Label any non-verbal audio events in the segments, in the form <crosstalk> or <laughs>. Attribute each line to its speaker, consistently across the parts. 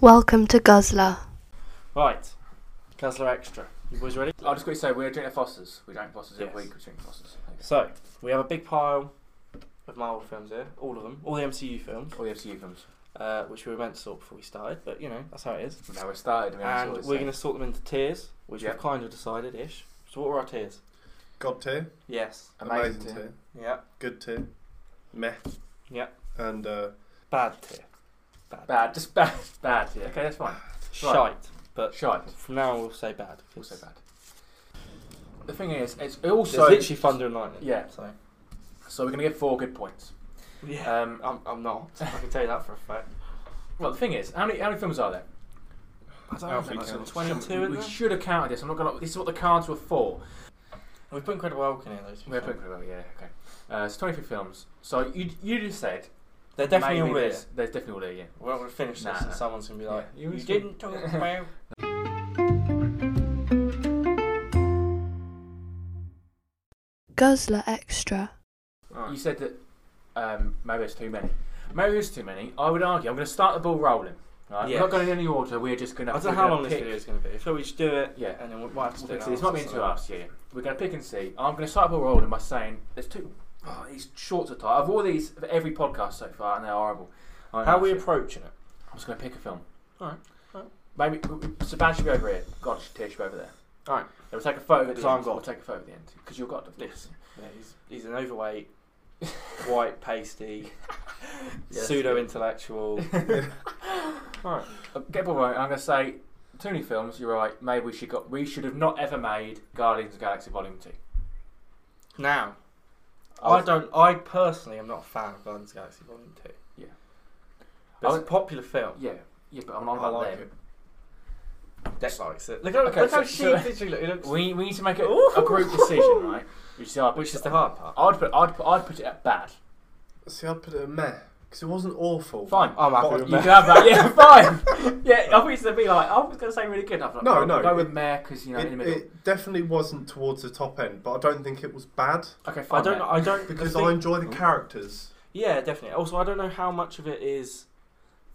Speaker 1: Welcome to Guzzler.
Speaker 2: Right. Guzzler Extra. You boys ready?
Speaker 3: I'll just quickly say we're drinking Foster's. We drank Foster's
Speaker 2: Yes.
Speaker 3: every week. We drink Foster's.
Speaker 2: So, we have a big pile of Marvel films here. All of them. All the MCU films.
Speaker 3: All the FCU films.
Speaker 2: Uh, which we were meant to sort before we started, but you know, that's how it is.
Speaker 3: Now we're started. We
Speaker 2: and
Speaker 3: haven't
Speaker 2: we're going
Speaker 3: sorted,
Speaker 2: to sort them into tiers, which
Speaker 3: Yep.
Speaker 2: we've kind of decided ish. So, what were our tiers?
Speaker 4: God tier,
Speaker 2: Yes.
Speaker 4: amazing,
Speaker 3: Amazing
Speaker 4: tier,
Speaker 3: tier.
Speaker 2: Yeah.
Speaker 4: good tier, meh,
Speaker 2: Yeah.
Speaker 4: and uh,
Speaker 2: Bad tier.
Speaker 3: so. bad. Just bad. <laughs> Bad. Yeah. Okay, that's fine.
Speaker 2: Shite. But
Speaker 3: Shite.
Speaker 2: from now on, we'll say bad.
Speaker 3: Also
Speaker 2: because
Speaker 3: bad. The thing is, it's
Speaker 2: There's
Speaker 3: also
Speaker 2: literally thunder and lightning.
Speaker 3: Yeah.
Speaker 2: So.
Speaker 3: so we're gonna get four good points.
Speaker 2: Yeah.
Speaker 3: Um,
Speaker 2: I'm, I'm not. I can tell you that for a fact.
Speaker 3: well, the thing is, how many how many films are there?
Speaker 2: I don't
Speaker 4: I think
Speaker 2: know.
Speaker 4: so.
Speaker 2: like 22 in
Speaker 3: we
Speaker 2: there?
Speaker 3: should have counted this. I'm not gonna. This is what the cards were for.
Speaker 2: We've put Incredible Hulk in here, though. to be
Speaker 3: We're
Speaker 2: fair.
Speaker 3: putting yeah, okay. Uh, it's 23 films. So you you just said
Speaker 2: They're definitely
Speaker 3: maybe
Speaker 2: all there.
Speaker 3: There's, there's definitely all there. Yeah.
Speaker 2: We're not going to finish
Speaker 3: Nah,
Speaker 2: this and
Speaker 3: nah.
Speaker 2: someone's going to be like,
Speaker 3: Yeah, you
Speaker 2: you,
Speaker 3: was-
Speaker 2: didn't <laughs> talk about...
Speaker 1: Guzzler Extra.
Speaker 3: You said that um, maybe it's too many. Maybe it's too many. I would argue. I'm going to start the ball rolling. Right? We're
Speaker 2: Yes.
Speaker 3: not going in any order. We're just going
Speaker 2: I
Speaker 3: to.
Speaker 2: don't know how long this video is going to be. So we just do it,
Speaker 3: Yeah.
Speaker 2: and then we might have to
Speaker 3: We'll
Speaker 2: do
Speaker 3: pick
Speaker 2: it.
Speaker 3: see. It's not being too asked. Yeah, yeah. We're going to pick and see. I'm going to start the ball rolling by saying there's two. Oh, these shorts are tight. I've wore these for every podcast so far, and they're horrible. I
Speaker 2: How
Speaker 3: know,
Speaker 2: are we
Speaker 3: shit.
Speaker 2: approaching it?
Speaker 3: I'm just going to pick a film.
Speaker 2: Alright, alright.
Speaker 3: Maybe Saban should be over here. God, Tish should be over there.
Speaker 2: Alright.
Speaker 3: Yeah, we'll take a photo at the
Speaker 2: So I'm
Speaker 3: end.
Speaker 2: God.
Speaker 3: We'll take a photo at the end because you're God. of course.
Speaker 2: Yeah, he's, he's an <laughs> overweight, white, pasty,
Speaker 3: Yes.
Speaker 2: pseudo-intellectual...
Speaker 4: <laughs>
Speaker 2: Alright.
Speaker 3: Uh, Get ball rolling. I'm going to say too many films. You're right. Maybe we should got we should have not ever made Guardians of the Galaxy Volume Two.
Speaker 2: <laughs> Now, I don't... I personally am not a fan of Guardians of the Galaxy Volume 2.
Speaker 3: Yeah.
Speaker 2: But it's
Speaker 3: I-
Speaker 2: a popular film.
Speaker 3: Yeah, yeah, but I'm not
Speaker 2: I
Speaker 3: about
Speaker 2: like
Speaker 3: them.
Speaker 2: Dex likes it. Look how,
Speaker 3: Okay,
Speaker 2: look how
Speaker 3: so- so-
Speaker 2: sheep literally look- he looks.
Speaker 3: We we need to make a, a group decision, right? Which is,
Speaker 2: Which is the hard part.
Speaker 3: I'd put I'd put, I'd put it at bad.
Speaker 4: see, I'd put it at meh because it wasn't awful.
Speaker 3: Fine.
Speaker 2: I'm happy
Speaker 4: Bottom
Speaker 2: with
Speaker 3: You
Speaker 2: that.
Speaker 3: can have that,
Speaker 4: <laughs>
Speaker 3: yeah, fine. Yeah, I thought you said be like, I was going to say really good. I thought,
Speaker 4: No,
Speaker 3: oh,
Speaker 4: no,
Speaker 3: Go
Speaker 4: it-
Speaker 3: with Mare because, you know, in the
Speaker 4: It,
Speaker 3: middle.
Speaker 4: it definitely wasn't towards the top end, but I don't think it was bad
Speaker 3: okay, fine.
Speaker 2: I don't.
Speaker 3: Mare.
Speaker 2: I don't <laughs> the
Speaker 4: because
Speaker 2: thing-
Speaker 4: I enjoy the characters.
Speaker 2: Yeah, definitely. Also, I don't know how much of it is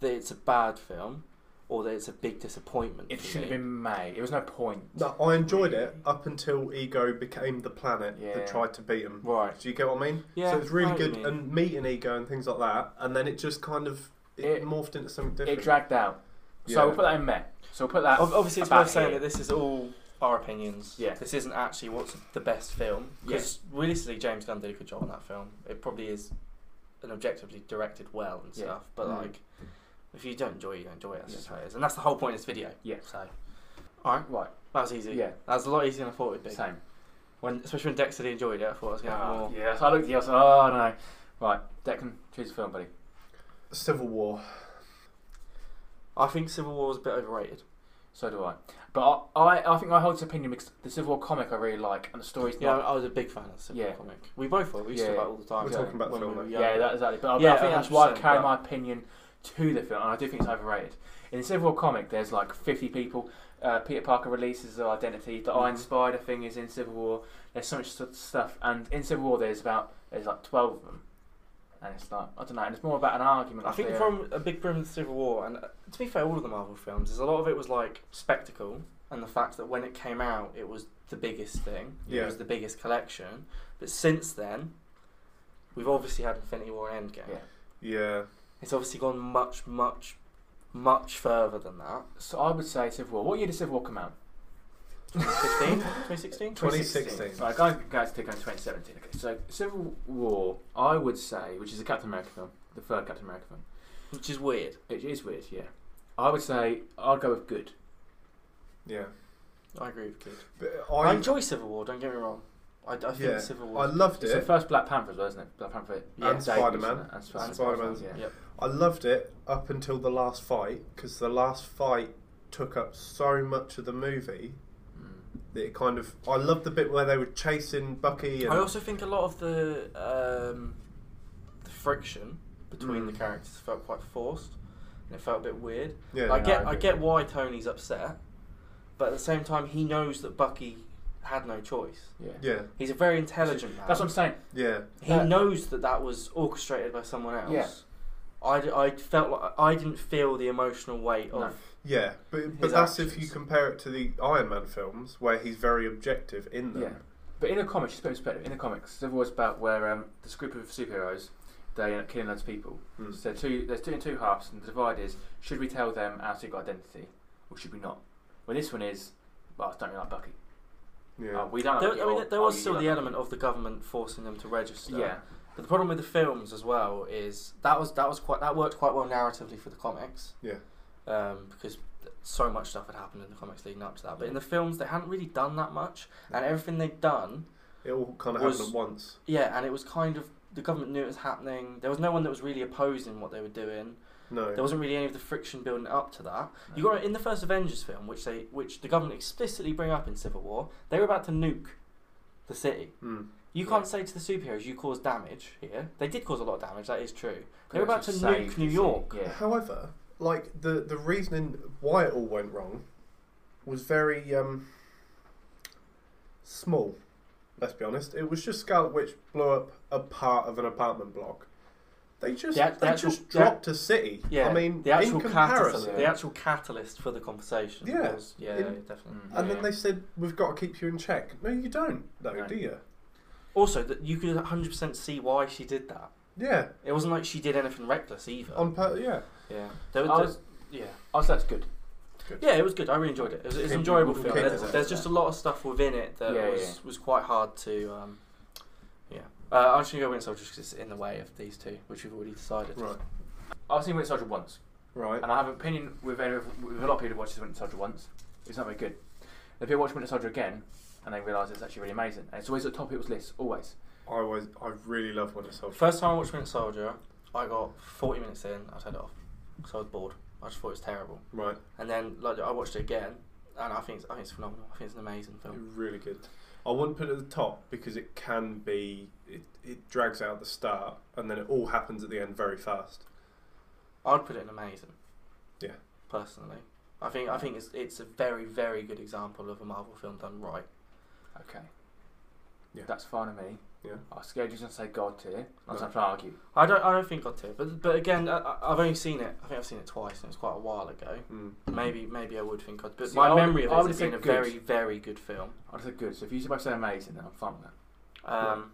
Speaker 2: that it's a bad film or that it's a big disappointment.
Speaker 3: It
Speaker 2: for
Speaker 3: shouldn't have
Speaker 2: me.
Speaker 3: been May. There was no point.
Speaker 4: No, I enjoyed it up until Ego became the planet
Speaker 3: Yeah.
Speaker 4: that tried to beat him.
Speaker 2: right.
Speaker 4: Do you get what I mean?
Speaker 2: Yeah,
Speaker 4: so it was really
Speaker 2: I know what you
Speaker 4: good
Speaker 2: mean.
Speaker 4: and meeting Ego and things like that, and then it just kind of it,
Speaker 3: It-
Speaker 4: morphed into something
Speaker 3: It
Speaker 4: different.
Speaker 3: dragged out. So
Speaker 4: Yeah.
Speaker 3: we'll put that in Mare. So we'll put that.
Speaker 2: Ob- Obviously, it's
Speaker 3: about
Speaker 2: worth saying
Speaker 3: here.
Speaker 2: that this is all our opinions.
Speaker 3: Yeah.
Speaker 2: This isn't actually what's the best film because realistically, James Gunn did a good job on that film. It probably is an objectively directed well and
Speaker 3: Yeah.
Speaker 2: stuff, but
Speaker 3: Mm.
Speaker 2: like, if you don't enjoy it, you don't enjoy it. That's
Speaker 3: Yeah.
Speaker 2: just how it is, and that's the whole point of this video.
Speaker 3: Yeah.
Speaker 2: So, all right,
Speaker 3: Right,
Speaker 2: that was easy.
Speaker 3: Yeah.
Speaker 2: That was a lot easier than I thought it'd be.
Speaker 3: same.
Speaker 2: When, especially when Dex said he enjoyed it, I thought I was going to have
Speaker 3: Ah,
Speaker 2: more.
Speaker 3: yeah, so I looked at you, I was like, oh no. Right, Declan, choose a film, buddy.
Speaker 4: Civil War.
Speaker 2: I think Civil War was a bit overrated.
Speaker 3: So do I. But I, I, I think I hold this opinion because the Civil War comic I really like and the story's
Speaker 2: Yeah,
Speaker 3: not.
Speaker 2: I was a big fan of Civil War
Speaker 3: Yeah.
Speaker 2: comic. We both were. We used to
Speaker 3: Yeah.
Speaker 2: talk about it all the time.
Speaker 4: We're
Speaker 2: don't
Speaker 4: talking about
Speaker 2: when
Speaker 4: film,
Speaker 2: we were
Speaker 4: though.
Speaker 3: Yeah,
Speaker 2: young.
Speaker 3: that, exactly. But I,
Speaker 2: Yeah,
Speaker 3: I think that's why I
Speaker 2: 100%,
Speaker 3: carry
Speaker 2: but-
Speaker 3: my opinion to the film and I do think it's overrated. In the Civil War comic, there's like 50 people. Uh, Peter Parker releases her identity. The Iron
Speaker 2: Mhm.
Speaker 3: Spider thing is in Civil War. There's so much stu- stuff. And in Civil War, there's about, there's like 12 of them. And it's like, I don't know, and it's more about an argument.
Speaker 2: I think
Speaker 3: there.
Speaker 2: from a big problem with Civil War, and uh, to be fair, all of the Marvel films, is a lot of it was like spectacle, and the fact that when it came out, it was the biggest thing. It
Speaker 4: Yeah.
Speaker 2: was the biggest collection. But since then, we've obviously had Infinity War and Endgame.
Speaker 3: Yeah.
Speaker 4: Yeah.
Speaker 2: It's obviously gone much, much, much further than that.
Speaker 3: So I would say Civil War. What year did Civil War come out?
Speaker 2: 2015? 2016?
Speaker 4: 2016.
Speaker 3: Right, guys, guys, take on 2017. Okay, so Civil War, I would say, which is a Captain America film, the third Captain America film.
Speaker 2: Which is weird.
Speaker 3: It is weird, yeah. I would say I'd go with good.
Speaker 4: Yeah.
Speaker 2: I agree with Kid.
Speaker 4: But
Speaker 2: I,
Speaker 4: I,
Speaker 2: enjoy Civil War, don't get me wrong. I, I think
Speaker 4: Yeah,
Speaker 2: Civil War.
Speaker 4: I loved
Speaker 3: It's the
Speaker 4: it.
Speaker 3: first Black Panther as well, isn't it? Black Panther.
Speaker 2: Yeah.
Speaker 4: And
Speaker 3: Davies,
Speaker 4: Spider-Man.
Speaker 3: isn't it? And Spider-Man.
Speaker 2: And
Speaker 4: Spider-Man.
Speaker 3: Spider-Man, Yeah.
Speaker 2: Yep.
Speaker 4: I loved it up until the last fight because the last fight took up so much of the movie
Speaker 3: Mm.
Speaker 4: that it kind of. I loved the bit where they were chasing Bucky and
Speaker 2: I also think a lot of the, um, the friction between
Speaker 4: Mm.
Speaker 2: the characters felt quite forced, and it felt a bit weird.
Speaker 4: yeah,
Speaker 2: I
Speaker 3: no,
Speaker 2: get,
Speaker 3: I
Speaker 2: I,
Speaker 3: agree.
Speaker 2: get why Tony's upset, but at the same time, he knows that Bucky had no choice.
Speaker 3: Yeah.
Speaker 4: yeah,
Speaker 2: He's a very intelligent man.
Speaker 3: That's what I'm saying.
Speaker 4: yeah,
Speaker 2: he
Speaker 3: Uh,
Speaker 2: knows that that was orchestrated by someone else.
Speaker 3: Yeah.
Speaker 2: I, d- I felt like I didn't feel the emotional weight of
Speaker 3: No.
Speaker 4: Yeah, but but
Speaker 2: His
Speaker 4: that's if
Speaker 2: actions.
Speaker 4: you compare it to the Iron Man films, where he's very objective in them.
Speaker 3: Yeah. But in the comics, just put it in perspective, in the comics, there's always about where um, this group of superheroes, they end up killing loads of people.
Speaker 4: Mm.
Speaker 3: So two, there's two in two halves, and the divide is should we tell them our secret identity, or should we not? Well, this one is, well, I don't really like Bucky.
Speaker 4: Yeah.
Speaker 3: Oh, we don't.
Speaker 2: There,
Speaker 3: like
Speaker 2: I mean,
Speaker 3: you,
Speaker 2: there- there
Speaker 3: oh,
Speaker 2: was
Speaker 3: you
Speaker 2: still
Speaker 3: like
Speaker 2: the
Speaker 3: Bucky.
Speaker 2: element of the government forcing them to register.
Speaker 3: Yeah,
Speaker 2: But the problem with the films as well is that was that was quite that worked quite well narratively for the comics.
Speaker 4: Yeah.
Speaker 2: Um, because th- so much stuff had happened in the comics leading up to that, but in the films they hadn't really done that much, and everything they'd done,
Speaker 4: it all kind of
Speaker 2: was-
Speaker 4: happened at once.
Speaker 2: yeah, and it was kind of the government knew it was happening. There was no one that was really opposing what they were doing.
Speaker 4: No.
Speaker 2: There wasn't really any of the friction building up to that. You got in the first Avengers film, which they which the government explicitly bring up in Civil War, they were about to nuke the city.
Speaker 4: Mm.
Speaker 2: You
Speaker 3: Yeah.
Speaker 2: can't say to the superheroes you caused damage here. They did cause a lot of damage, that is true. They
Speaker 3: Pretty
Speaker 2: were
Speaker 3: much
Speaker 2: about to
Speaker 3: just saved
Speaker 2: nuke New
Speaker 3: the
Speaker 2: York.
Speaker 3: city, Yeah.
Speaker 4: However, like the the reasoning why it all went wrong was very um, small. Let's be honest. It was just Scarlet Witch blew up a part of an apartment block. They just
Speaker 2: The act- the
Speaker 4: they
Speaker 2: actual-
Speaker 4: just
Speaker 2: the act-
Speaker 4: dropped a city.
Speaker 2: Yeah,
Speaker 4: I mean,
Speaker 2: the actual
Speaker 4: in comparison,
Speaker 2: catalyst, the actual catalyst for the conversation.
Speaker 4: Yeah.
Speaker 2: was- yeah,
Speaker 4: In-
Speaker 2: definitely.
Speaker 3: Mm.
Speaker 4: and
Speaker 3: Yeah.
Speaker 4: then they said we've got to keep you in check. No, you don't. No,
Speaker 3: No.
Speaker 4: do you?
Speaker 2: Also, that you could 100% see why she did that.
Speaker 4: Yeah.
Speaker 2: It wasn't like she did anything reckless either.
Speaker 4: On per- yeah.
Speaker 2: yeah, there was,
Speaker 3: I
Speaker 2: there-
Speaker 3: was-
Speaker 2: yeah,
Speaker 3: Oh, so that's good.
Speaker 2: yeah. It was good. I really enjoyed it. It was, it's an enjoyable
Speaker 4: Keep-
Speaker 2: film.
Speaker 4: keep
Speaker 2: There's,
Speaker 4: it.
Speaker 2: there's just a lot of stuff within it that
Speaker 3: Yeah,
Speaker 2: was
Speaker 3: yeah.
Speaker 2: was quite hard to. Um, yeah, uh, I'm just gonna go Winter Soldier because it's in the way of these two, which we've already decided.
Speaker 4: Right.
Speaker 3: I've seen Winter Soldier once,
Speaker 4: Right.
Speaker 3: and I have an opinion with, any, with a lot of people who watch Winter Soldier once. It's not very good. The people watch Winter Soldier again, and they realise it's actually really amazing. And it's always at the top of people's lists, always.
Speaker 4: I always I really love Winter Soldier.
Speaker 2: First time I watched Winter Soldier, I got 40 minutes in, I turned it off because I was bored. I just thought it was terrible.
Speaker 4: Right.
Speaker 2: And then like I watched it again, and I think it's, I think it's phenomenal. I think it's an amazing film.
Speaker 4: Really good. I wouldn't put it at the top because it can be it, it drags out the start and then it all happens at the end very fast.
Speaker 2: I'd put it in amazing.
Speaker 4: Yeah.
Speaker 2: Personally, I think I think it's it's a very very good example of a Marvel film done right.
Speaker 3: Okay.
Speaker 4: Yeah.
Speaker 3: That's fine with me.
Speaker 4: Yeah.
Speaker 3: I was scared you were going to say God tier. I was
Speaker 4: No.
Speaker 3: going to argue.
Speaker 2: I don't I don't think I'd tip, but but again I, I- I've only seen it. I think I've seen it twice, and it's quite a while ago.
Speaker 4: Mm.
Speaker 2: Maybe maybe I would think I'd. But
Speaker 3: See,
Speaker 2: my
Speaker 3: I would-
Speaker 2: memory of
Speaker 3: I
Speaker 2: it
Speaker 3: would
Speaker 2: has been a
Speaker 3: think good.
Speaker 2: very very good film.
Speaker 3: I said good. So if you both say amazing, then I'm fine with that.
Speaker 2: Um,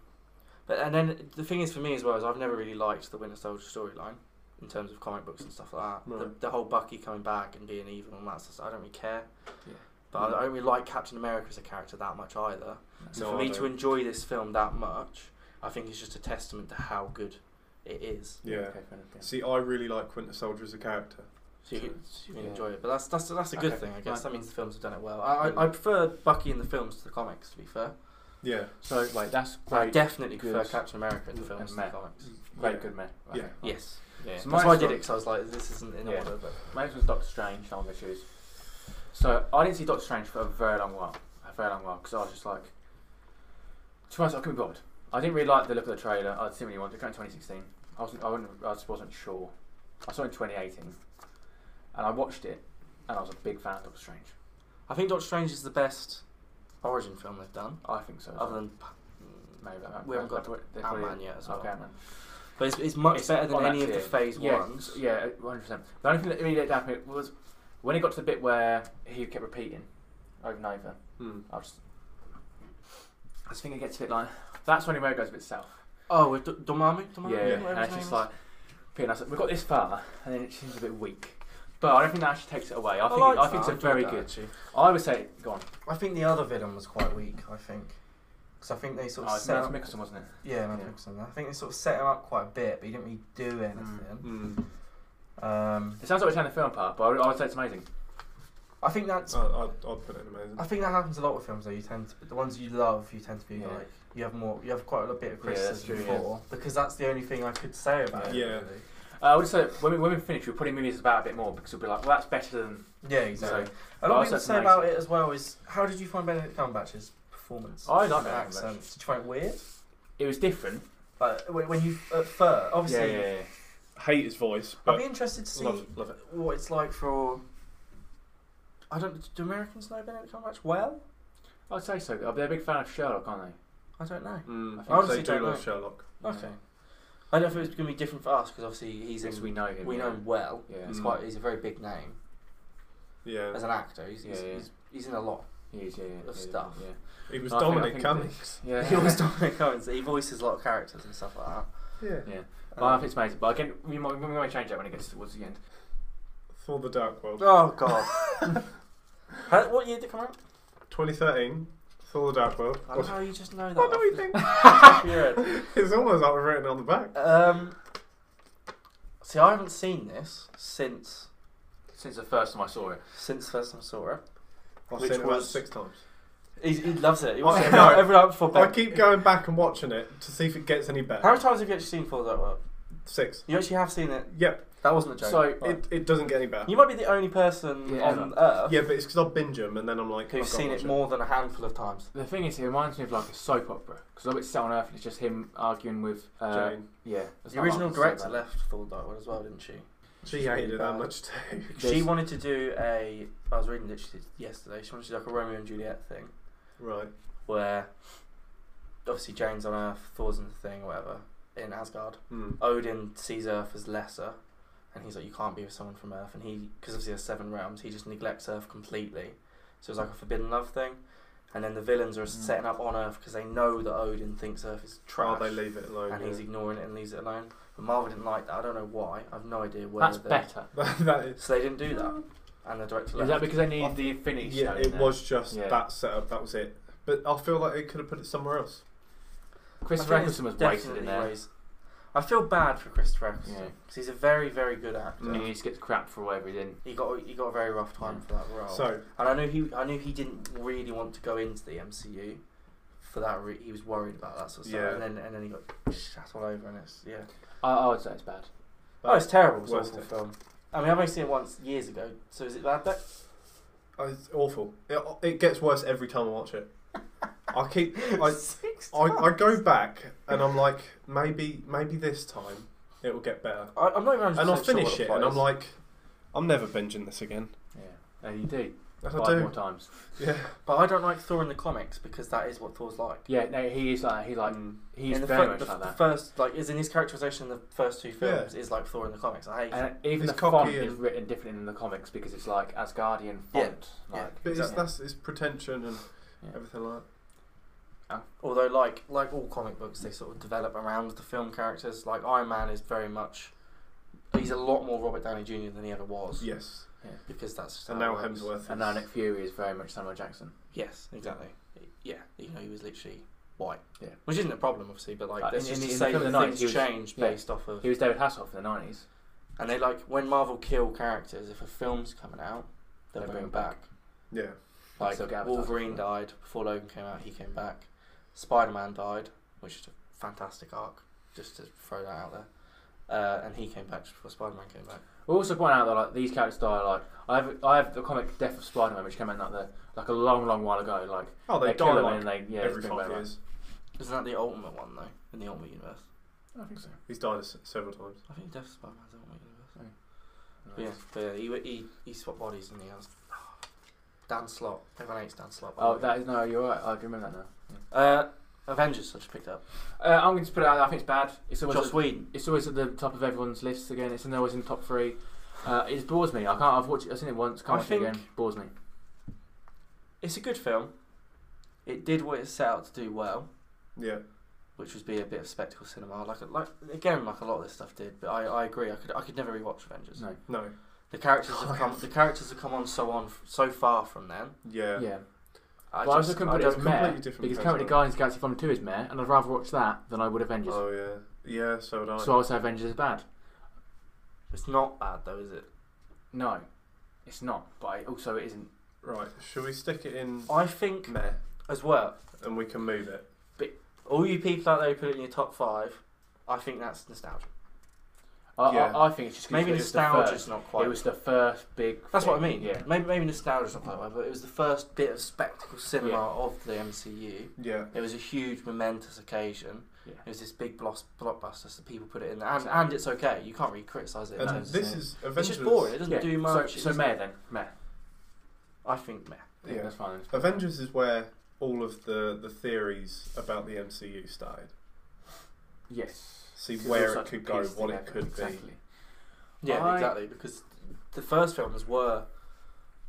Speaker 2: but and then the thing is for me as well is I've never really liked the Winter Soldier storyline in terms of comic books and stuff like that.
Speaker 4: Right.
Speaker 2: The, the whole Bucky coming back and being evil and that stuff. I don't really care.
Speaker 3: Yeah.
Speaker 2: But I don't really like Captain America as a character that much either. So
Speaker 4: No,
Speaker 2: for
Speaker 4: I
Speaker 2: me to
Speaker 4: don't.
Speaker 2: enjoy this film that much, I think is just a testament to how good it is.
Speaker 4: Yeah.
Speaker 3: Okay, fair enough, yeah.
Speaker 4: See, I really like Winter Soldier as a character.
Speaker 2: So you,
Speaker 3: True.
Speaker 2: can, so you can
Speaker 3: Yeah.
Speaker 2: enjoy it. But that's that's that's a good
Speaker 3: Okay,
Speaker 2: thing, I guess.
Speaker 3: fine.
Speaker 2: That means the films have done it well. I,
Speaker 4: Mm.
Speaker 2: I, I prefer Bucky in the films to the comics, to be fair.
Speaker 4: Yeah.
Speaker 3: So wait, that's
Speaker 2: I
Speaker 3: great.
Speaker 2: definitely
Speaker 3: good.
Speaker 2: prefer Captain America in the
Speaker 3: And
Speaker 2: films to the
Speaker 3: Matt.
Speaker 2: comics.
Speaker 3: Great,
Speaker 4: Yeah.
Speaker 3: good man.
Speaker 4: Yeah.
Speaker 2: Yes. Yeah.
Speaker 3: So
Speaker 2: That's
Speaker 3: mine's
Speaker 2: why I did it
Speaker 3: from-
Speaker 2: because I was like, this isn't in
Speaker 3: Yeah.
Speaker 2: order. But
Speaker 3: My next one's Doctor Strange. I'm gonna choose. So I didn't see Doctor Strange for a very long while. A very long while because I was just like, to be honest, I couldn't be bothered. I didn't really like the look of the trailer. I didn't really want to. It came in 2016. I wasn't. I, wasn't, I just wasn't sure. I saw it in 2018, and I watched it, and I was a big fan of Doctor Strange.
Speaker 2: I think Doctor Strange is the best origin film they've done,
Speaker 3: I think so. as
Speaker 2: other
Speaker 3: well.
Speaker 2: than
Speaker 3: maybe I-
Speaker 2: we haven't
Speaker 3: I- I
Speaker 2: got
Speaker 3: probably- they're
Speaker 2: Ant
Speaker 3: probably-
Speaker 2: Man yet as well.
Speaker 3: Okay, Ant-Man.
Speaker 2: But it's, it's much
Speaker 3: It's
Speaker 2: better than
Speaker 3: on that
Speaker 2: any of the
Speaker 3: tier.
Speaker 2: phase
Speaker 3: yeah,
Speaker 2: ones.
Speaker 3: Yeah, one hundred percent. The only thing that really let down for me was when it got to the bit where he kept repeating over and over.
Speaker 4: Mm.
Speaker 3: I just, I just think it gets a bit like that's only where it goes a bit south.
Speaker 2: Oh, with D- Dormammu, Dormammu,
Speaker 3: yeah,
Speaker 2: whatever
Speaker 3: and
Speaker 2: his
Speaker 3: it's just
Speaker 2: name is.
Speaker 3: like, Peter and I said, we've got this far, and then it seems a bit weak. But I don't think that actually takes it away. I, think
Speaker 2: liked
Speaker 3: I think
Speaker 2: that,
Speaker 3: it's a
Speaker 2: enjoyed
Speaker 3: very
Speaker 2: that,
Speaker 3: good.
Speaker 2: actually.
Speaker 3: I would say, go on.
Speaker 2: I think the other villain was quite weak. I think because I think they sort of
Speaker 3: Oh, it's
Speaker 2: set
Speaker 3: Mads
Speaker 2: up.
Speaker 3: Mikkelsen, wasn't it?
Speaker 2: yeah, Mads
Speaker 3: Yeah.
Speaker 2: Mikkelsen. I think they sort of set him up quite a bit, but he didn't really do anything.
Speaker 4: Mm.
Speaker 2: Um,
Speaker 3: It sounds like we're trying to film part, but I would, I would say it's amazing.
Speaker 2: I think that's.
Speaker 4: I, I, I'd put it in amazing.
Speaker 2: I think that happens a lot with films though. You tend to, the ones you love, you tend to be
Speaker 3: Yeah.
Speaker 2: like you have more, you have quite a bit of
Speaker 3: Yeah, that's
Speaker 2: criticism
Speaker 3: true, yeah.
Speaker 2: for because that's the only thing I could say about
Speaker 4: Yeah.
Speaker 2: it.
Speaker 3: Uh, I would say when we, when we finish, we'll probably move this about a bit more because we'll be like, well, that's better than.
Speaker 2: Really. Yeah, exactly.
Speaker 3: So,
Speaker 2: a lot
Speaker 3: I
Speaker 2: of people
Speaker 3: said
Speaker 2: say
Speaker 3: amazing.
Speaker 2: about it as well is how did you find Benedict Cumberbatch's performance?
Speaker 3: I like Benedict
Speaker 2: accent. Did you find it weird?
Speaker 3: it was different.
Speaker 2: Like when when you at first,
Speaker 3: Yeah,
Speaker 2: obviously,
Speaker 3: yeah, yeah.
Speaker 4: Hate his voice,
Speaker 2: I'd
Speaker 4: but
Speaker 2: be interested to see
Speaker 4: love, love it.
Speaker 2: what it's like for. I don't. Do Americans know Benedict Cumberbatch well?
Speaker 3: I'd say so. They're a big fan of Sherlock, aren't
Speaker 2: I don't know.
Speaker 4: Mm.
Speaker 3: I
Speaker 4: I
Speaker 3: think
Speaker 4: think
Speaker 2: so.
Speaker 4: they do
Speaker 2: Don't
Speaker 4: love
Speaker 2: know.
Speaker 4: Sherlock.
Speaker 3: they?
Speaker 2: Okay. I don't know if it was going to be different for us because obviously he's
Speaker 3: Because
Speaker 2: in,
Speaker 3: we know him.
Speaker 2: we
Speaker 3: yeah.
Speaker 2: know him well.
Speaker 3: Yeah.
Speaker 2: He's
Speaker 4: Mm.
Speaker 2: quite he's a very big name
Speaker 4: Yeah,
Speaker 2: as an actor. He's he's,
Speaker 3: Yeah, yeah.
Speaker 2: he's, he's in a lot.
Speaker 3: He is, yeah, yeah,
Speaker 2: Of
Speaker 3: yeah,
Speaker 2: stuff.
Speaker 3: Yeah.
Speaker 4: he was
Speaker 3: I think- I
Speaker 4: Dominic
Speaker 3: think
Speaker 4: Cummings.
Speaker 2: <laughs>
Speaker 3: Yeah.
Speaker 2: He
Speaker 3: <laughs>
Speaker 2: always Dominic Cummings. He voices a lot of characters and stuff like that.
Speaker 4: Yeah.
Speaker 3: But I think it's amazing. But again, we might, we might change that when it gets towards the end.
Speaker 4: For the Dark World.
Speaker 2: Oh god. How, what year did it come out?
Speaker 4: 2013, Thor the Dark World.
Speaker 2: I don't know. You just know that.
Speaker 4: What do we
Speaker 2: off <laughs>
Speaker 4: think?
Speaker 2: the top of your
Speaker 4: <laughs> It's almost like we're written on the back.
Speaker 2: head. Um. See, I haven't seen this since
Speaker 3: Since the first time I saw it.
Speaker 2: since first time I saw it.
Speaker 4: I've
Speaker 2: Which
Speaker 4: seen it about
Speaker 2: was-
Speaker 4: six times.
Speaker 2: He, he loves it. He <laughs>
Speaker 4: I
Speaker 2: wants it
Speaker 4: know.
Speaker 2: every, every night before
Speaker 4: I
Speaker 2: bed.
Speaker 4: keep going back and watching it to see if it gets any
Speaker 2: How
Speaker 4: better.
Speaker 2: many times have you actually seen Full Dark World?
Speaker 4: Six.
Speaker 2: You actually have seen it.
Speaker 4: Yep,
Speaker 2: That wasn't a joke.
Speaker 3: So,
Speaker 2: Right.
Speaker 4: it, it doesn't get any better.
Speaker 2: you might be the only person
Speaker 3: Yeah,
Speaker 2: on earth
Speaker 4: Yeah, but it's because I binge them and then I'm like,
Speaker 2: who's
Speaker 4: I've gotta
Speaker 2: seen
Speaker 4: watch
Speaker 2: it more than a handful of times.
Speaker 3: The thing is, it reminds me of like a soap opera because it's set on Earth and it's just him arguing with uh,
Speaker 4: Jane.
Speaker 3: Yeah, it's
Speaker 2: The
Speaker 3: not
Speaker 2: original
Speaker 3: like
Speaker 2: director
Speaker 3: it's soap
Speaker 2: left Full Dark World as well, didn't she?
Speaker 4: She hated
Speaker 2: really
Speaker 4: it that
Speaker 2: bad.
Speaker 4: much too. <laughs>
Speaker 2: She
Speaker 3: There's-
Speaker 2: wanted to do a. I was reading literally yesterday. She wanted to do like a Romeo and Juliet thing
Speaker 4: Right.
Speaker 2: where obviously Jane's on Earth, Thor's in the thing, or whatever, in Asgard.
Speaker 4: Hmm.
Speaker 2: Odin sees Earth as lesser, and he's like, "You can't be with someone from Earth." And he, because obviously there's seven realms, he just neglects Earth completely. So it's like a forbidden love thing. And then the villains are
Speaker 3: Mm.
Speaker 2: setting up on Earth because they know that Odin thinks Earth is
Speaker 4: Oh,
Speaker 2: trash,
Speaker 4: they leave it alone.
Speaker 2: and
Speaker 4: yeah.
Speaker 2: he's ignoring it and leaves it alone. But Marvel didn't like that. I don't know why. I've no idea where.
Speaker 3: That's
Speaker 2: they-
Speaker 3: better.
Speaker 4: <laughs> That- that is.
Speaker 2: So they didn't do that, and the director
Speaker 3: Is
Speaker 2: left.
Speaker 3: that because they need the Infinity
Speaker 4: Yeah,
Speaker 3: Stone?
Speaker 4: it
Speaker 3: there?
Speaker 4: was just
Speaker 3: Yeah.
Speaker 4: that setup. That was it. But I feel like it could have put it somewhere else.
Speaker 3: Christopher
Speaker 2: I think it's
Speaker 3: Eccleston was wasted in
Speaker 2: definitely
Speaker 3: there.
Speaker 2: raised- I feel bad for Christopher Eccleston
Speaker 3: Yeah.
Speaker 2: 'cause he's a very, very good actor.
Speaker 3: And he just gets crap for whatever he did.
Speaker 2: He got he got a very rough time for that role.
Speaker 4: So
Speaker 2: And I knew he, I knew he didn't really want to go into the MCU for that. Re- he was worried about that sort of
Speaker 4: Yeah.
Speaker 2: stuff, and then and then he got shat all over, and it's yeah.
Speaker 3: I, I would say it's bad.
Speaker 2: Oh, it's terrible. It's
Speaker 4: Worst
Speaker 2: awful
Speaker 4: it.
Speaker 2: film. I mean, I've only seen it once years ago. So is it bad? Beck?
Speaker 4: Oh, It's awful. It, it gets worse every time I
Speaker 3: <laughs>
Speaker 4: watch it. I keep I,
Speaker 2: Six
Speaker 4: I, I
Speaker 2: times.
Speaker 4: go back and I'm like maybe maybe this time it will get better.
Speaker 2: I, I'm not even. 100%
Speaker 4: And I'll
Speaker 2: sure what
Speaker 4: finish
Speaker 2: the
Speaker 4: it
Speaker 2: plot
Speaker 4: and I'm
Speaker 2: is.
Speaker 4: like I'm never binging this again.
Speaker 3: Yeah, and you do
Speaker 4: And
Speaker 3: five
Speaker 4: I
Speaker 3: more
Speaker 4: do.
Speaker 3: times.
Speaker 4: Yeah.
Speaker 2: But I don't like Thor in the comics because that is what Thor's like.
Speaker 3: Yeah, no, he is like he like
Speaker 4: Mm.
Speaker 3: he's
Speaker 2: in the,
Speaker 3: very
Speaker 2: fir-
Speaker 3: much
Speaker 2: the,
Speaker 3: like
Speaker 2: the
Speaker 3: that.
Speaker 2: first, like, is in his characterization in the first two
Speaker 4: Yeah.
Speaker 2: films is like Thor in the comics. I hate. it.
Speaker 3: and even
Speaker 4: He's
Speaker 3: the font
Speaker 4: cocky
Speaker 3: is
Speaker 4: and-
Speaker 3: written different in the comics because it's like Asgardian
Speaker 2: Yeah,
Speaker 3: font.
Speaker 2: yeah.
Speaker 3: Like,
Speaker 4: But it's,
Speaker 3: yeah.
Speaker 4: that's it's pretension and
Speaker 3: Yeah.
Speaker 4: everything like
Speaker 2: Although, like like all comic books, they sort of develop around the film characters. Like Iron Man is very much, he's a lot more Robert Downey Jr. than he ever was.
Speaker 4: that. Yes.
Speaker 2: Because that's just
Speaker 4: And
Speaker 2: how
Speaker 4: now
Speaker 2: it works.
Speaker 4: Hemsworth.
Speaker 3: And
Speaker 4: is-
Speaker 3: now Nick Fury is very much Samuel Jackson.
Speaker 2: Yes, exactly. Yeah, you know, he was literally white.
Speaker 3: Yeah.
Speaker 2: which isn't a problem, obviously. But like,
Speaker 3: Like,
Speaker 2: let's
Speaker 3: in-
Speaker 2: just
Speaker 3: in-
Speaker 2: to
Speaker 3: in
Speaker 2: say
Speaker 3: the
Speaker 2: that
Speaker 3: film of the
Speaker 2: things
Speaker 3: 90s, he was-
Speaker 2: change
Speaker 3: yeah.
Speaker 2: based off of,
Speaker 3: He was David Hasselhoff in the nineties.
Speaker 2: and they like when Marvel kill characters. If a film's coming out, they'll
Speaker 3: They
Speaker 2: bring
Speaker 3: bring
Speaker 2: him
Speaker 3: him
Speaker 2: back.
Speaker 4: Yeah.
Speaker 2: Like
Speaker 3: Still get advertised.
Speaker 2: Wolverine died before Logan came out. He came back. Spider Man died, which is a fantastic arc. Just to throw that out there. Uh, and he came back just before Spider Man came back.
Speaker 3: We also point out that like these characters die like I have I have the comic Death of Spider Man which came out like the, like a long long while ago like
Speaker 4: Oh, they,
Speaker 3: kill
Speaker 4: die
Speaker 3: him
Speaker 4: like
Speaker 3: and they yeah
Speaker 4: every
Speaker 3: it's been
Speaker 4: five
Speaker 3: way
Speaker 4: years.
Speaker 2: Isn't that the ultimate one though? In the ultimate universe,
Speaker 3: back. I think so.
Speaker 4: He's died s- several times.
Speaker 2: I think Death Spider Man's ultimate universe. But
Speaker 3: Yeah.
Speaker 2: yeah, but yeah, he he he swapped bodies and he has Dan Slott. Everyone hates Dan Slott. by
Speaker 3: Oh,
Speaker 2: the way.
Speaker 3: that is no, you're right. I can remember that now.
Speaker 2: Uh, Avengers. I just picked up.
Speaker 3: Uh, I'm going to put it out. there, I think it's bad. It's always
Speaker 2: Joss Whedon.
Speaker 3: it's always at the top of everyone's lists again. It's in- always in the top three. Uh, it bores me. I can't. I've watched. it- I've seen it once. Can't
Speaker 2: I
Speaker 3: watch it again.
Speaker 2: think-
Speaker 3: Bores me.
Speaker 2: It's a good film. It did what it set out to do well.
Speaker 4: Yeah.
Speaker 2: which would be a bit of spectacle cinema. Like, like again, like a lot of this stuff did. But I, I agree. I could, I could never rewatch Avengers.
Speaker 3: No.
Speaker 4: No.
Speaker 2: The
Speaker 3: <laughs>
Speaker 2: characters have come, the characters have come on so on, so far from then.
Speaker 4: Yeah.
Speaker 3: Yeah.
Speaker 2: I
Speaker 3: But I was
Speaker 2: just-
Speaker 3: looking
Speaker 4: I
Speaker 3: put it
Speaker 4: just-
Speaker 3: as Mare
Speaker 4: completely different
Speaker 3: because
Speaker 4: person.
Speaker 3: currently Guardians of the Galaxy Volume Two is Mare, and I'd rather watch that than I would Avengers.
Speaker 4: Oh yeah. Yeah. So would I.
Speaker 3: so I would say Avengers is bad.
Speaker 2: it's not bad though, is it?
Speaker 3: No, it's not. But it also it isn't.
Speaker 4: right. Should we stick it in
Speaker 2: I think
Speaker 4: meh
Speaker 2: as well.
Speaker 4: and we can move it?
Speaker 2: All you people out there who put it in your top five, I think that's nostalgia.
Speaker 3: I,
Speaker 4: Yeah.
Speaker 3: I, I think it's just 'cause
Speaker 2: Maybe
Speaker 3: it was the
Speaker 2: nostalgia's
Speaker 3: first-
Speaker 2: not quite.
Speaker 3: It was the first big.
Speaker 2: that's what I
Speaker 3: thing,
Speaker 2: mean.
Speaker 3: Yeah.
Speaker 2: Maybe maybe nostalgia's not quite right, but it was the first bit of spectacle cinema
Speaker 3: Yeah.
Speaker 2: of the MCU.
Speaker 4: Yeah.
Speaker 2: It was a huge, momentous occasion.
Speaker 3: Yeah.
Speaker 2: It was this big blos- blockbuster, so people put it in there. And, and it's okay. You can't really criticise it. in
Speaker 4: And
Speaker 2: terms of
Speaker 4: this
Speaker 2: cinema.
Speaker 4: is
Speaker 2: It's
Speaker 4: Avengers.
Speaker 2: just boring. It doesn't
Speaker 3: yeah.
Speaker 2: do much. It
Speaker 3: So, so
Speaker 2: doesn't-
Speaker 3: Mare then. Mare.
Speaker 2: I think meh.
Speaker 3: Yeah.
Speaker 4: Yeah. Um,
Speaker 3: That's fine.
Speaker 4: Avengers is where all of the the theories about the MCU started.
Speaker 3: Yes.
Speaker 4: see
Speaker 3: Because
Speaker 4: where
Speaker 3: all
Speaker 4: it
Speaker 3: such
Speaker 4: could go,
Speaker 3: pieces
Speaker 4: what it
Speaker 3: together,
Speaker 4: could
Speaker 3: exactly.
Speaker 4: be.
Speaker 2: Yeah,
Speaker 3: I-
Speaker 2: exactly. Because the first films were,